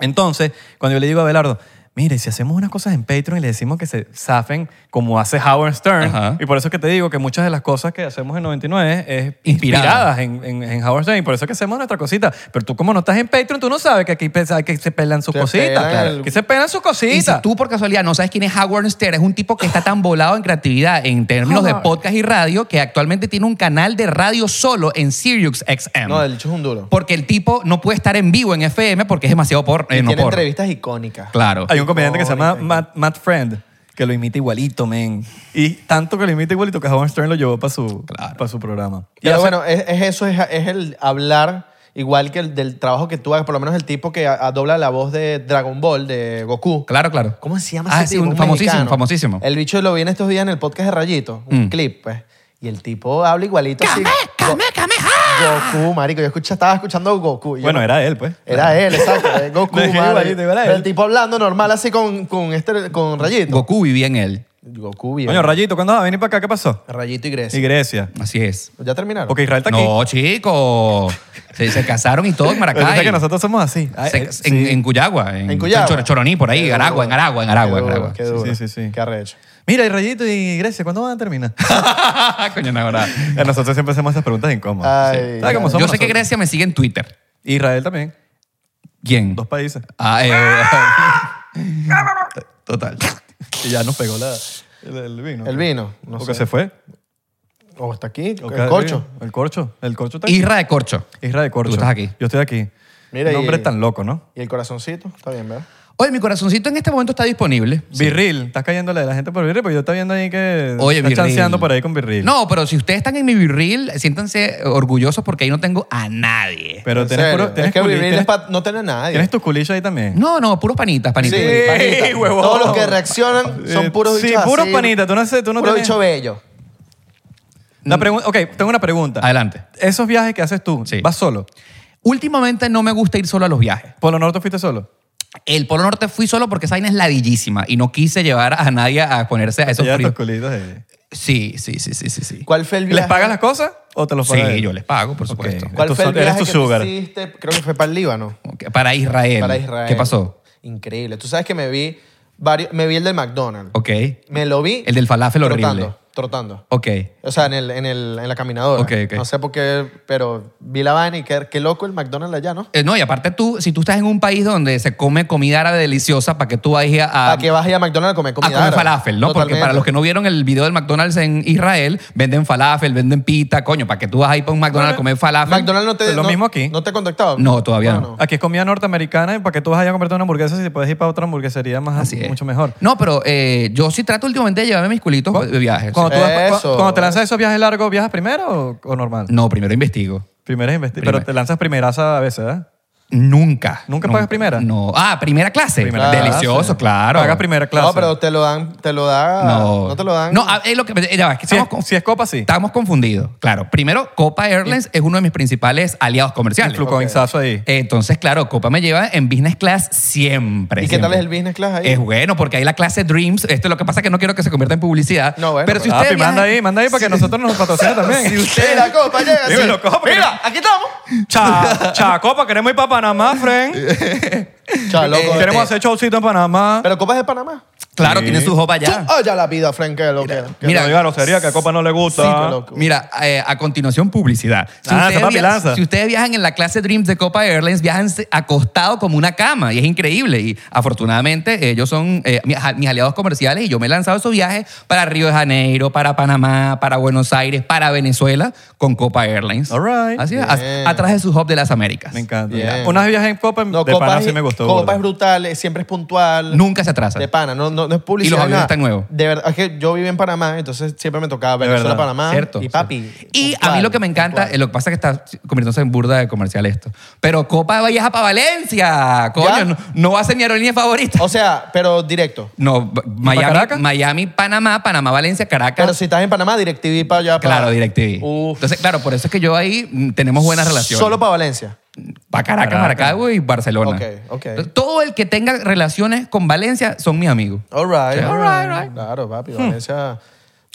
[SPEAKER 1] Entonces, cuando yo le digo a Abelardo, mire, si hacemos unas cosas en Patreon y le decimos que se zafen como hace Howard Stern,
[SPEAKER 2] Ajá.
[SPEAKER 1] y por eso es que te digo que muchas de las cosas que hacemos en 99 es
[SPEAKER 2] Inspiradas.
[SPEAKER 1] inspiradas en, en- en Howard Stern, y por eso es que hacemos nuestra cosita. Pero tú como no estás en Patreon, tú no sabes que aquí pesa- que se pelan sus
[SPEAKER 3] Se
[SPEAKER 1] cositas.
[SPEAKER 3] pelan
[SPEAKER 1] claro.
[SPEAKER 3] el-
[SPEAKER 1] Que se pelan
[SPEAKER 2] Y si
[SPEAKER 1] sus cositas.
[SPEAKER 2] tú por casualidad no sabes quién es Howard Stern, es un tipo que está tan volado en creatividad en términos de
[SPEAKER 1] Howard.
[SPEAKER 2] podcast y radio que actualmente tiene un canal de radio solo en Sirius XM.
[SPEAKER 3] No, el bicho es un duro.
[SPEAKER 2] Porque el tipo no puede estar en vivo en FM porque es demasiado por. eh,
[SPEAKER 3] Y
[SPEAKER 2] no porno.
[SPEAKER 3] tiene entrevistas icónicas.
[SPEAKER 2] Claro.
[SPEAKER 1] Hay un comediante que se llama Matt, Matt Friend que lo imita igualito, men. Y tanto que lo imita igualito que Howard Stern lo llevó para su,
[SPEAKER 2] Claro.
[SPEAKER 1] pa' su programa. Y
[SPEAKER 3] Pero
[SPEAKER 1] hace-
[SPEAKER 3] bueno, es, es eso, es, es el hablar igual que el del trabajo que tú hagas, por lo menos el tipo que a- a- dobla la voz de Dragon Ball, de Goku.
[SPEAKER 2] Claro, claro.
[SPEAKER 3] ¿Cómo se llama
[SPEAKER 2] Ah,
[SPEAKER 3] ese
[SPEAKER 2] sí,
[SPEAKER 3] tipo?
[SPEAKER 2] un
[SPEAKER 3] Un
[SPEAKER 2] famosísimo,
[SPEAKER 3] mexicano.
[SPEAKER 2] famosísimo. Mm.
[SPEAKER 3] El bicho lo vi en estos días en el podcast de Rayito, un clip, pues. Y el tipo habla igualito así. Go- Goku, marico. Yo escucha, estaba escuchando Goku. Yo
[SPEAKER 1] Bueno,
[SPEAKER 3] no-
[SPEAKER 1] era él, pues.
[SPEAKER 3] Era él, exacto. eh, Goku,
[SPEAKER 1] Le dije
[SPEAKER 3] marico.
[SPEAKER 1] igualito, igual a
[SPEAKER 3] Pero
[SPEAKER 1] él.
[SPEAKER 3] el tipo hablando normal así con, con, este, con Rayito.
[SPEAKER 2] Goku vivía en él.
[SPEAKER 3] Goku, bien.
[SPEAKER 1] Coño, Rayito, ¿cuándo vas a venir para acá? ¿Qué pasó?
[SPEAKER 3] Rayito y Grecia.
[SPEAKER 1] Y Grecia.
[SPEAKER 2] Así es.
[SPEAKER 3] ¿Ya terminaron?
[SPEAKER 1] Porque Israel está aquí.
[SPEAKER 2] No, chico. Se, se casaron y todo en
[SPEAKER 1] Lo que pasa es
[SPEAKER 2] Maracay.
[SPEAKER 1] que nosotros somos así. Ay,
[SPEAKER 2] Se-
[SPEAKER 1] eh,
[SPEAKER 2] en,
[SPEAKER 1] sí.
[SPEAKER 2] en Cuyagua. En,
[SPEAKER 1] Mm,
[SPEAKER 3] En Cuyagua.
[SPEAKER 2] Chor- Choroní, por ahí.
[SPEAKER 3] Qué
[SPEAKER 2] En Aragua,
[SPEAKER 3] duro.
[SPEAKER 2] en Aragua, en Aragua.
[SPEAKER 3] Qué
[SPEAKER 2] en
[SPEAKER 3] duro,
[SPEAKER 2] Aragua.
[SPEAKER 3] Qué duro.
[SPEAKER 1] Sí, sí, sí.
[SPEAKER 3] Qué arrecho.
[SPEAKER 1] Mira, y Rayito y Grecia, ¿cuándo van a terminar?
[SPEAKER 2] Coño, no, verdad.
[SPEAKER 1] Eh, nosotros siempre hacemos esas preguntas incómodas.
[SPEAKER 3] Ay.
[SPEAKER 1] Sí. ¿Sabes cómo
[SPEAKER 2] Yo sé
[SPEAKER 1] somos
[SPEAKER 2] que
[SPEAKER 1] nosotros?
[SPEAKER 2] Grecia me sigue en Twitter.
[SPEAKER 1] Israel también.
[SPEAKER 2] ¿Quién?
[SPEAKER 1] Dos países.
[SPEAKER 2] Ah, eh, Total.
[SPEAKER 1] Y ya nos pegó la, el, el vino.
[SPEAKER 3] El vino, no
[SPEAKER 1] Porque
[SPEAKER 3] sé.
[SPEAKER 1] se fue.
[SPEAKER 3] O está aquí,
[SPEAKER 1] O
[SPEAKER 3] el
[SPEAKER 1] cada-
[SPEAKER 3] corcho.
[SPEAKER 1] El corcho. El corcho está aquí.
[SPEAKER 2] eh, Isra de Corcho.
[SPEAKER 1] Isra de Corcho.
[SPEAKER 2] Tú estás aquí.
[SPEAKER 1] Yo estoy aquí.
[SPEAKER 3] Mira,
[SPEAKER 1] Qué
[SPEAKER 3] y-
[SPEAKER 1] nombre tan loco, ¿no?
[SPEAKER 3] Y el corazoncito, está bien, ¿verdad?
[SPEAKER 2] Oye, mi corazoncito en este momento está disponible.
[SPEAKER 1] Virril. Estás cayéndole a la gente por Virril, porque yo estoy viendo ahí que
[SPEAKER 2] Oye,
[SPEAKER 1] estás
[SPEAKER 2] virril.
[SPEAKER 1] chanceando por ahí con Virril.
[SPEAKER 2] No, pero si ustedes están en mi virril, siéntanse orgullosos porque ahí no tengo a nadie.
[SPEAKER 1] Pero
[SPEAKER 3] En
[SPEAKER 1] tienes,
[SPEAKER 3] serio,
[SPEAKER 1] puro- tienes
[SPEAKER 3] es que
[SPEAKER 1] culi-
[SPEAKER 3] vivir
[SPEAKER 1] tienes-
[SPEAKER 3] es para no tener a nadie.
[SPEAKER 1] tienes tus culillos ahí también.
[SPEAKER 2] No, no, puros panitas, panitas.
[SPEAKER 3] Sí,
[SPEAKER 2] panitas.
[SPEAKER 3] panita.
[SPEAKER 1] huevón.
[SPEAKER 3] Todos los que reaccionan
[SPEAKER 1] Eh,
[SPEAKER 3] son puros
[SPEAKER 1] sí,
[SPEAKER 3] bichos así.
[SPEAKER 1] puros panitas, tú no sé, tú no
[SPEAKER 3] Puro
[SPEAKER 1] tenés-
[SPEAKER 3] bicho bello.
[SPEAKER 1] La pregu- ok, tengo una pregunta.
[SPEAKER 2] Adelante.
[SPEAKER 1] Esos viajes que haces tú,
[SPEAKER 2] Sí.
[SPEAKER 1] ¿vas solo?
[SPEAKER 2] Últimamente no me gusta ir solo a los viajes.
[SPEAKER 1] ¿Por lo norte fuiste solo?
[SPEAKER 2] El Polo Norte fui solo porque esa vaina es ladillísima y no quise llevar a nadie a ponerse a esos
[SPEAKER 1] Ya
[SPEAKER 2] fríos.
[SPEAKER 1] tus culitos. eh.
[SPEAKER 2] Sí, sí, sí, sí, sí. sí.
[SPEAKER 3] ¿Cuál fue el viaje?
[SPEAKER 1] ¿Les pagas las cosas o te los pagas?
[SPEAKER 2] Sí,
[SPEAKER 1] él?
[SPEAKER 2] yo les pago, por
[SPEAKER 1] Ok.
[SPEAKER 2] supuesto.
[SPEAKER 3] ¿Cuál
[SPEAKER 1] Tú
[SPEAKER 3] fue el
[SPEAKER 1] so- eres
[SPEAKER 3] viaje
[SPEAKER 1] tu
[SPEAKER 3] que
[SPEAKER 1] sugar.
[SPEAKER 3] tú hiciste? Creo que fue para el Líbano.
[SPEAKER 2] Para Israel.
[SPEAKER 3] Para Israel.
[SPEAKER 2] ¿Qué pasó?
[SPEAKER 3] Increíble. Tú sabes que me vi varios, me vi el del McDonald's.
[SPEAKER 2] Ok.
[SPEAKER 3] Me lo vi.
[SPEAKER 2] El del falafel
[SPEAKER 3] trotando,
[SPEAKER 2] horrible.
[SPEAKER 3] Trotando.
[SPEAKER 2] Ok. Eh,
[SPEAKER 3] O sea, en, el, en, el, en la caminadora.
[SPEAKER 2] Ok, ok.
[SPEAKER 3] No sé por qué, pero vi la vaina y qué, qué loco el McDonald's allá, ¿no?
[SPEAKER 2] Eh, no, y aparte tú, si tú estás en un país donde se come comida árabe deliciosa, ¿para qué tú vas a ir a,
[SPEAKER 3] Para que vas a ir a McDonald's a comer comida
[SPEAKER 2] a comer
[SPEAKER 3] árabe.
[SPEAKER 2] ah, falafel, ¿no? Porque para
[SPEAKER 3] Totalmente.
[SPEAKER 2] los que no vieron el video del McDonald's en Israel, venden falafel, venden pita, coño, ¿para qué tú vas a ir para un McDonald's a comer falafel?
[SPEAKER 3] McDonald's no te...
[SPEAKER 1] Lo
[SPEAKER 3] no-
[SPEAKER 1] mismo aquí.
[SPEAKER 3] ¿No te ha contactado?
[SPEAKER 2] No, todavía no.
[SPEAKER 1] Aquí es comida norteamericana y para que tú vas allá a comprarte una hamburguesa si puedes ir para otra hamburguesería más,
[SPEAKER 2] Así es.
[SPEAKER 1] mucho mejor.
[SPEAKER 2] No, pero eh, yo sí trato últimamente de llevarme mis culitos de viajes.
[SPEAKER 1] Cuando, tú vas-
[SPEAKER 3] Eso.
[SPEAKER 1] cu- cuando te lanzas esos viajes largos, ¿viajas primero o, o normal?
[SPEAKER 2] No, primero investigo.
[SPEAKER 1] Primero es investi-
[SPEAKER 2] Primero.
[SPEAKER 1] Pero te lanzas primeraza a veces, ¿eh? ¿verdad?
[SPEAKER 2] Nunca.
[SPEAKER 1] ¿Nunca pagas primera?
[SPEAKER 2] No. Ah, primera clase.
[SPEAKER 1] Primera
[SPEAKER 2] Delicioso,
[SPEAKER 1] clase.
[SPEAKER 2] claro.
[SPEAKER 1] Pagas primera clase.
[SPEAKER 3] No, pero te lo dan... Te lo da...
[SPEAKER 2] No.
[SPEAKER 3] Ah, te lo dan...
[SPEAKER 2] No, a- es lo que. eh, ya va, es que
[SPEAKER 1] Si es,
[SPEAKER 2] estamos con-
[SPEAKER 1] si es copa, sí.
[SPEAKER 2] Estamos confundidos. Claro, primero, Copa Airlines es uno de mis principales aliados comerciales.
[SPEAKER 1] Influcoinzazo ahí.
[SPEAKER 2] Entonces, claro, Copa me lleva en business class siempre.
[SPEAKER 3] ¿Y qué tal
[SPEAKER 2] siempre.
[SPEAKER 3] es el business class ahí?
[SPEAKER 2] Es bueno, porque hay la clase Dreams. Esto es lo que pasa es que no quiero que se convierta en publicidad.
[SPEAKER 3] No, bueno,
[SPEAKER 2] pero si
[SPEAKER 3] pero-
[SPEAKER 2] usted
[SPEAKER 1] Papi,
[SPEAKER 2] viaja-
[SPEAKER 1] manda ahí, manda ahí para que nosotros nos patrocinen también.
[SPEAKER 2] Si usted-
[SPEAKER 3] Mira, copa, llega así.
[SPEAKER 1] Dímelo, copa.
[SPEAKER 3] Mira, aquí estamos.
[SPEAKER 1] Cha, cha, copa, queremos ir para Panamá, friend.
[SPEAKER 3] Chao, loco.
[SPEAKER 2] Eh,
[SPEAKER 1] Queremos
[SPEAKER 3] este-
[SPEAKER 1] hacer showcito en Panamá.
[SPEAKER 3] Pero copas de Panamá.
[SPEAKER 2] Claro,
[SPEAKER 1] Sí.
[SPEAKER 2] tiene su jopa allá.
[SPEAKER 3] Oh, ya la vida, Frank, que lo que... que-
[SPEAKER 2] mira,
[SPEAKER 1] Mira, no sería que a Copa no le
[SPEAKER 3] Sí,
[SPEAKER 1] gusta.
[SPEAKER 3] qué loco.
[SPEAKER 2] Mira, eh, a continuación, publicidad. Si,
[SPEAKER 1] Oh, Lanza,
[SPEAKER 2] ustedes
[SPEAKER 1] papi,
[SPEAKER 2] via-
[SPEAKER 1] lanza.
[SPEAKER 2] si ustedes viajan en la clase Dreams de Copa Airlines, viajan se- acostado como una cama y es increíble. Y afortunadamente, ellos son eh, mi- mis aliados comerciales y yo me he lanzado esos viajes para Río de Janeiro, para Panamá, para Buenos Aires, para Venezuela con Copa Airlines.
[SPEAKER 1] All right.
[SPEAKER 2] Así es,
[SPEAKER 3] Bien.
[SPEAKER 2] a- atrás de su hub de las Américas.
[SPEAKER 1] Me encanta.
[SPEAKER 3] Bien.
[SPEAKER 1] Unas viajes en Copa
[SPEAKER 3] No,
[SPEAKER 1] de
[SPEAKER 3] copa
[SPEAKER 1] Panamá
[SPEAKER 3] es-
[SPEAKER 1] sí me gustó.
[SPEAKER 3] Copa
[SPEAKER 1] burda.
[SPEAKER 3] es brutal, es- siempre es puntual.
[SPEAKER 2] Nunca se atrasa.
[SPEAKER 3] De pana, no, no, no es publicidad.
[SPEAKER 2] Y los aviones
[SPEAKER 3] nada.
[SPEAKER 2] están nuevos.
[SPEAKER 3] De verdad, es que yo viví en Panamá, entonces siempre me tocaba Venezuela,
[SPEAKER 1] verdad,
[SPEAKER 3] Panamá.
[SPEAKER 2] Cierto.
[SPEAKER 3] Y papi.
[SPEAKER 2] Y a
[SPEAKER 3] puntual,
[SPEAKER 2] mí lo que me encanta, eh,
[SPEAKER 3] puntual.
[SPEAKER 2] lo que pasa es que está convirtiéndose en burda de comercial esto. Pero Copa viaja para Valencia.
[SPEAKER 3] ¿Ya? Oh.
[SPEAKER 2] Coño, no, no va a ser mi aerolínea favorita.
[SPEAKER 3] O sea, pero directo.
[SPEAKER 2] No, B- Miami,
[SPEAKER 1] Caracas?
[SPEAKER 2] Miami, Panamá, Panamá, Valencia, Caracas.
[SPEAKER 3] Pero si estás en Panamá, DirecTV para allá. para-
[SPEAKER 2] claro, DirecTV.
[SPEAKER 3] Uf.
[SPEAKER 2] Entonces, claro, por eso es que yo ahí mm, tenemos buenas relaciones.
[SPEAKER 3] Solo para Valencia.
[SPEAKER 2] para Caracas, Maracaibo y Barcelona.
[SPEAKER 3] Ok, ok.
[SPEAKER 2] Entonces, Todo el que tenga relaciones con Valencia son mis amigos.
[SPEAKER 3] All right.
[SPEAKER 2] Yeah.
[SPEAKER 3] all
[SPEAKER 2] All
[SPEAKER 3] right,
[SPEAKER 2] right, Hmm.
[SPEAKER 3] Claro, papi, Valencia.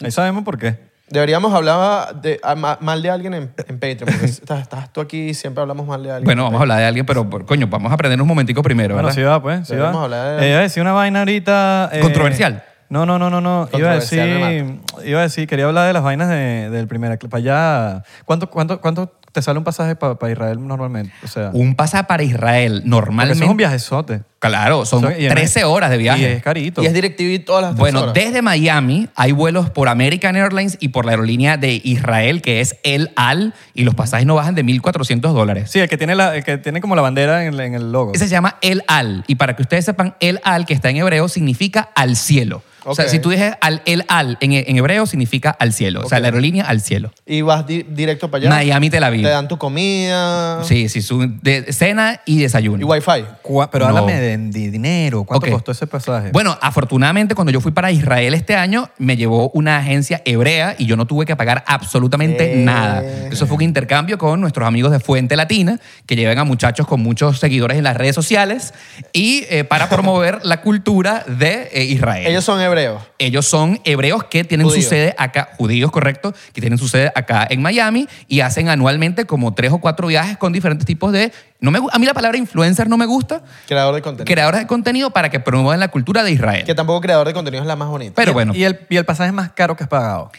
[SPEAKER 1] Ahí sabemos por qué.
[SPEAKER 3] Deberíamos hablar de, a- ma- mal de alguien en, en Patreon. Porque estás, estás tú aquí y siempre hablamos mal de alguien.
[SPEAKER 2] Bueno, vamos a hablar de alguien, pero por- coño, vamos a aprender un momentico primero,
[SPEAKER 1] Bueno,
[SPEAKER 2] ¿verdad?
[SPEAKER 1] sí va, pues. Sí va.
[SPEAKER 3] Deberíamos hablar de-
[SPEAKER 1] Eh, iba a decir una vaina ahorita. eh,
[SPEAKER 2] Controversial.
[SPEAKER 1] No, no, no, no, no. Iba a decir,
[SPEAKER 3] Controversial,
[SPEAKER 1] iba a decir, quería hablar de las vainas de- del primer para allá. ¿Cuánto, cuánto, ¿Cuánto te sale un pasaje para Israel normalmente? O sea,
[SPEAKER 2] Un pasaje para Israel
[SPEAKER 1] porque
[SPEAKER 2] normalmente.
[SPEAKER 1] eso es un viajezote.
[SPEAKER 2] Claro, son
[SPEAKER 1] Eso- y además-
[SPEAKER 2] 13 horas de viaje.
[SPEAKER 1] Y es carito.
[SPEAKER 3] Y es DirecTV todas las tres
[SPEAKER 2] Bueno,
[SPEAKER 3] horas.
[SPEAKER 2] desde Miami hay vuelos por American Airlines y por la aerolínea de Israel, que es El Al, y los pasajes no bajan de 1.400 dólares.
[SPEAKER 1] Sí, el que tiene, la, el que tiene como la bandera en el, en el logo.
[SPEAKER 2] Ese se llama El Al, y para que ustedes sepan, El Al, que está en hebreo, significa al cielo. O sea,
[SPEAKER 3] Ok.
[SPEAKER 2] si tú dices al El Al en, en hebreo, significa al cielo. O sea, la aerolínea al cielo.
[SPEAKER 3] Y vas di- directo para allá.
[SPEAKER 2] Miami, Tel Aviv.
[SPEAKER 3] Te dan tu comida.
[SPEAKER 2] Sí, sí, su, de, cena y desayuno.
[SPEAKER 3] Y wifi.
[SPEAKER 1] Cua- Pero
[SPEAKER 2] No.
[SPEAKER 1] háblame de, de dinero. ¿Cuánto
[SPEAKER 2] Ok.
[SPEAKER 1] costó ese pasaje?
[SPEAKER 2] Bueno, afortunadamente cuando yo fui para Israel este año me llevó una agencia hebrea y yo no tuve que pagar absolutamente
[SPEAKER 3] Eh.
[SPEAKER 2] nada. Eso fue un intercambio con nuestros amigos de Fuente Latina que llevan a muchachos con muchos seguidores en las redes sociales y eh, para promover la cultura de eh, Israel.
[SPEAKER 3] Ellos son hebreos.
[SPEAKER 2] Ellos son hebreos que tienen
[SPEAKER 3] Judíos.
[SPEAKER 2] su sede acá, judíos, correcto, que tienen su sede acá en Miami y hacen anualmente como tres o cuatro viajes con diferentes tipos de... No me, gu- a mí la palabra influencer no me gusta.
[SPEAKER 3] Creador de contenido.
[SPEAKER 2] Creadores de contenido para que promuevan la cultura de Israel.
[SPEAKER 3] que tampoco creador de contenido es la más bonita.
[SPEAKER 2] Pero bueno,
[SPEAKER 1] ¿Y el, y el pasaje más caro que has pagado?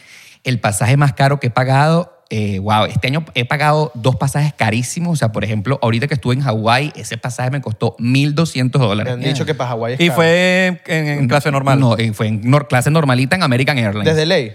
[SPEAKER 2] el pasaje más caro que he pagado, eh, wow, este año he pagado dos pasajes carísimos. O sea, por ejemplo, ahorita que estuve en Hawái, ese pasaje me costó 1.200
[SPEAKER 3] Me
[SPEAKER 2] dólares.
[SPEAKER 3] han dicho que para Hawái es
[SPEAKER 1] Y
[SPEAKER 3] caro.
[SPEAKER 1] fue en, en- en clase normal.
[SPEAKER 2] No, eh, fue en nor- clase normalita en American Airlines.
[SPEAKER 3] Desde ley.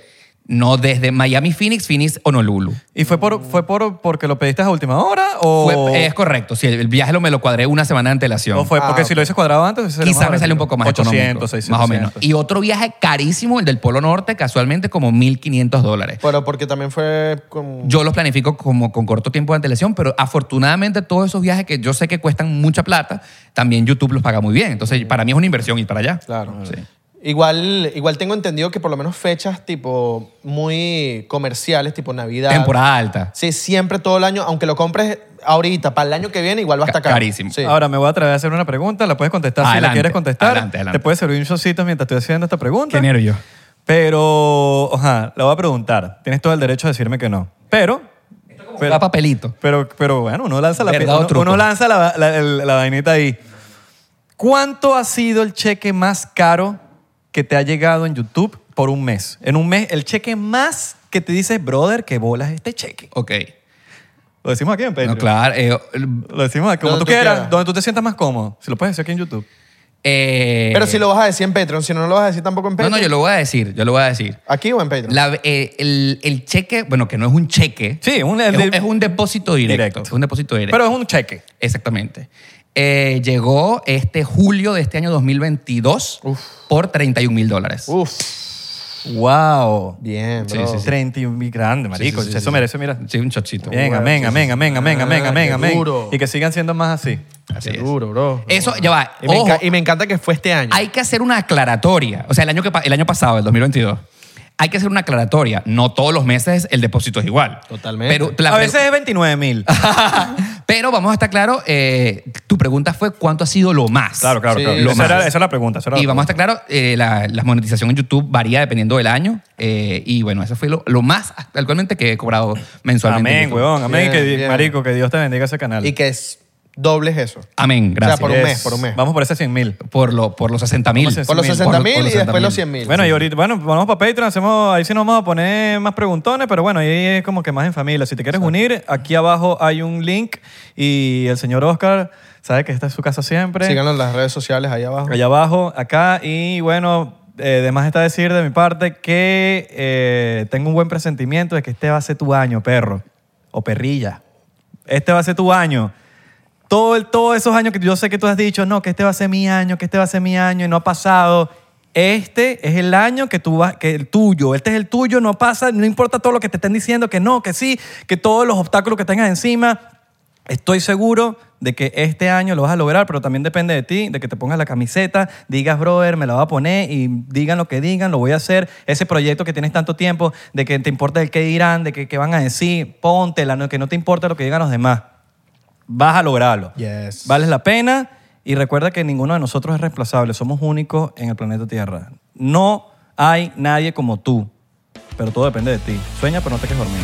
[SPEAKER 2] no, desde Miami, Phoenix, Phoenix, Honolulu.
[SPEAKER 1] ¿Y fue por fue por porque lo pediste a última hora o
[SPEAKER 3] Oh.
[SPEAKER 2] Fue- es correcto, sí, el viaje lo me lo cuadré una semana de antelación.
[SPEAKER 1] o fue porque
[SPEAKER 3] Ah,
[SPEAKER 1] si lo hubieses cuadrado antes sería más
[SPEAKER 2] Quizás me
[SPEAKER 1] barato.
[SPEAKER 2] sale un poco más
[SPEAKER 1] 800,
[SPEAKER 2] económico,
[SPEAKER 1] 600.
[SPEAKER 2] más o menos. Y otro viaje carísimo, el del Polo Norte, casualmente como 1.500 dólares.
[SPEAKER 3] Pero porque también fue con...
[SPEAKER 2] Yo los planifico como con corto tiempo de antelación, pero afortunadamente todos esos viajes que yo sé que cuestan mucha plata, también YouTube los paga muy bien. Entonces, para mí es una inversión ir para allá.
[SPEAKER 3] Claro.
[SPEAKER 2] Sí.
[SPEAKER 3] Igual, igual tengo entendido que por lo menos fechas tipo muy comerciales, tipo Navidad.
[SPEAKER 2] Temporada alta.
[SPEAKER 3] Sí, siempre todo el año, aunque lo compres ahorita, para el año que viene, igual va a estar
[SPEAKER 2] Ca-
[SPEAKER 3] caro.
[SPEAKER 2] carísimo.
[SPEAKER 3] Sí.
[SPEAKER 1] Ahora me voy a atrever a hacer una pregunta, la puedes contestar si la
[SPEAKER 2] Adelante,
[SPEAKER 1] quieres contestar.
[SPEAKER 2] adelante, adelante.
[SPEAKER 1] Te puedes servir un showcito mientras estoy haciendo esta pregunta.
[SPEAKER 2] Qué nervio.
[SPEAKER 1] Pero, ajá, la voy a preguntar. Tienes todo el derecho a decirme que no. Pero,
[SPEAKER 2] Da papelito.
[SPEAKER 1] pero, pero bueno, uno lanza la,
[SPEAKER 2] ¿Verdad o
[SPEAKER 1] uno-
[SPEAKER 2] truco?
[SPEAKER 1] uno lanza la, la- el- la vainita ahí. ¿Cuánto ha sido el cheque más caro que te ha llegado en YouTube por un mes? En un mes, el cheque más que te dices, brother, que bolas este cheque.
[SPEAKER 2] Ok.
[SPEAKER 1] Lo decimos aquí en Patreon.
[SPEAKER 2] No, claro. eh,
[SPEAKER 1] Lo decimos aquí, como
[SPEAKER 3] Donde
[SPEAKER 1] tú
[SPEAKER 3] tú
[SPEAKER 1] quieras,
[SPEAKER 3] quieras.
[SPEAKER 1] donde tú te sientas más cómodo. Si lo puedes decir aquí en YouTube.
[SPEAKER 2] eh,
[SPEAKER 3] Pero si lo vas a decir en Patreon, si no lo vas a decir tampoco en
[SPEAKER 2] No,
[SPEAKER 3] Patreon.
[SPEAKER 2] no, yo lo voy a decir. Yo lo voy a decir.
[SPEAKER 1] Ah,
[SPEAKER 3] ¿Aquí o en Patreon?
[SPEAKER 2] La- eh, el, el cheque, bueno, que no es un cheque.
[SPEAKER 1] Sí, un-
[SPEAKER 2] es,
[SPEAKER 1] el-
[SPEAKER 2] es un depósito directo.
[SPEAKER 1] Directo.
[SPEAKER 2] Es un depósito directo.
[SPEAKER 1] Pero es un cheque.
[SPEAKER 2] Exactamente. Eh, llegó este julio de este año 2022 por 31 mil dólares.
[SPEAKER 3] Uf,
[SPEAKER 1] ¡Wow!
[SPEAKER 3] bien,
[SPEAKER 2] Sí,
[SPEAKER 3] bro.
[SPEAKER 2] sí, sí.
[SPEAKER 1] 31 mil grande,
[SPEAKER 2] Sí, sí,
[SPEAKER 1] marico.
[SPEAKER 2] sí, sí,
[SPEAKER 1] eso
[SPEAKER 2] sí.
[SPEAKER 1] merece, mira.
[SPEAKER 2] Sí, un chochito.
[SPEAKER 1] Bien,
[SPEAKER 3] Bueno,
[SPEAKER 1] amén,
[SPEAKER 3] sí,
[SPEAKER 1] amén,
[SPEAKER 3] sí, sí.
[SPEAKER 1] amén, amén, amén,
[SPEAKER 3] Ah,
[SPEAKER 1] amén,
[SPEAKER 3] qué
[SPEAKER 1] amén.
[SPEAKER 3] duro.
[SPEAKER 1] Y que sigan siendo más así.
[SPEAKER 2] Así es.
[SPEAKER 3] Seguro, bro.
[SPEAKER 2] Eso, ya va.
[SPEAKER 3] Y me,
[SPEAKER 2] Ojo.
[SPEAKER 3] enca- y me encanta que fue este año.
[SPEAKER 2] Hay que hacer una aclaratoria. O sea, el año, que, pa- el año pasado, el 2022, hay que hacer una aclaratoria. No todos los meses el depósito es igual.
[SPEAKER 3] Totalmente.
[SPEAKER 2] Pero, la
[SPEAKER 1] A
[SPEAKER 2] pre-
[SPEAKER 1] veces es 29 mil.
[SPEAKER 2] pero vamos a estar claro, eh, tu pregunta fue cuánto ha sido lo más.
[SPEAKER 1] Claro, claro,
[SPEAKER 3] Sí.
[SPEAKER 1] claro.
[SPEAKER 2] Lo
[SPEAKER 1] Esa,
[SPEAKER 2] más.
[SPEAKER 1] era, esa era la pregunta. esa era la
[SPEAKER 2] Y vamos a
[SPEAKER 1] pregunta.
[SPEAKER 2] estar claro, eh, la, la monetización en YouTube varía dependiendo del año. eh, y bueno, eso fue lo, lo más actualmente que he cobrado mensualmente. en
[SPEAKER 1] Amén,
[SPEAKER 2] YouTube.
[SPEAKER 1] huevón. Amén.
[SPEAKER 3] Bien,
[SPEAKER 1] que, di-
[SPEAKER 3] bien.
[SPEAKER 1] Marico, que Dios te bendiga ese canal.
[SPEAKER 3] Y que es dobles eso.
[SPEAKER 2] Amén, gracias.
[SPEAKER 3] por
[SPEAKER 2] por,
[SPEAKER 3] un mes, por un mes.
[SPEAKER 1] Vamos por ese 100 mil.
[SPEAKER 2] lo- por los 60 mil.
[SPEAKER 1] Vamos a
[SPEAKER 3] Por los
[SPEAKER 1] 60.000,
[SPEAKER 3] 60 mil y después los 100 mil.
[SPEAKER 1] Bueno, y ahorita, bueno, vamos para Patreon, hacemos, ahí sí nos vamos a poner más preguntones, pero bueno, ahí es como que más en familia. Si te quieres unir, aquí abajo hay un link y el señor Oscar sabe que esta es su casa siempre.
[SPEAKER 3] Síganos en las redes sociales ahí abajo.
[SPEAKER 1] Allá abajo, acá, y bueno, eh, además está decir de mi parte que eh, tengo un buen presentimiento de que este va a ser tu año, perro, o perrilla. Este va a ser tu año. Todo el- todos esos años que yo sé que tú has dicho, no, que este va a ser mi año, que este va a ser mi año, y no ha pasado. Este es el año que tú vas, que el tuyo, este es el tuyo, no pasa, no importa todo lo que te estén diciendo, que no, que sí, que todos los obstáculos que tengas encima, Estoy seguro de que este año lo vas a lograr, pero también depende de ti, de que te pongas la camiseta, digas, brother, me la voy a poner y digan lo que digan, lo voy a hacer. Ese proyecto que tienes tanto tiempo, de que te importa el qué dirán, de que, qué van a decir, póntela, no- que no te importa lo que digan los demás. Vas a lograrlo.
[SPEAKER 3] Yes.
[SPEAKER 1] Vales la pena y recuerda que ninguno de nosotros es reemplazable, somos únicos en el planeta Tierra. No hay nadie como tú, pero todo depende de ti. Sueña, pero no te quedes dormido.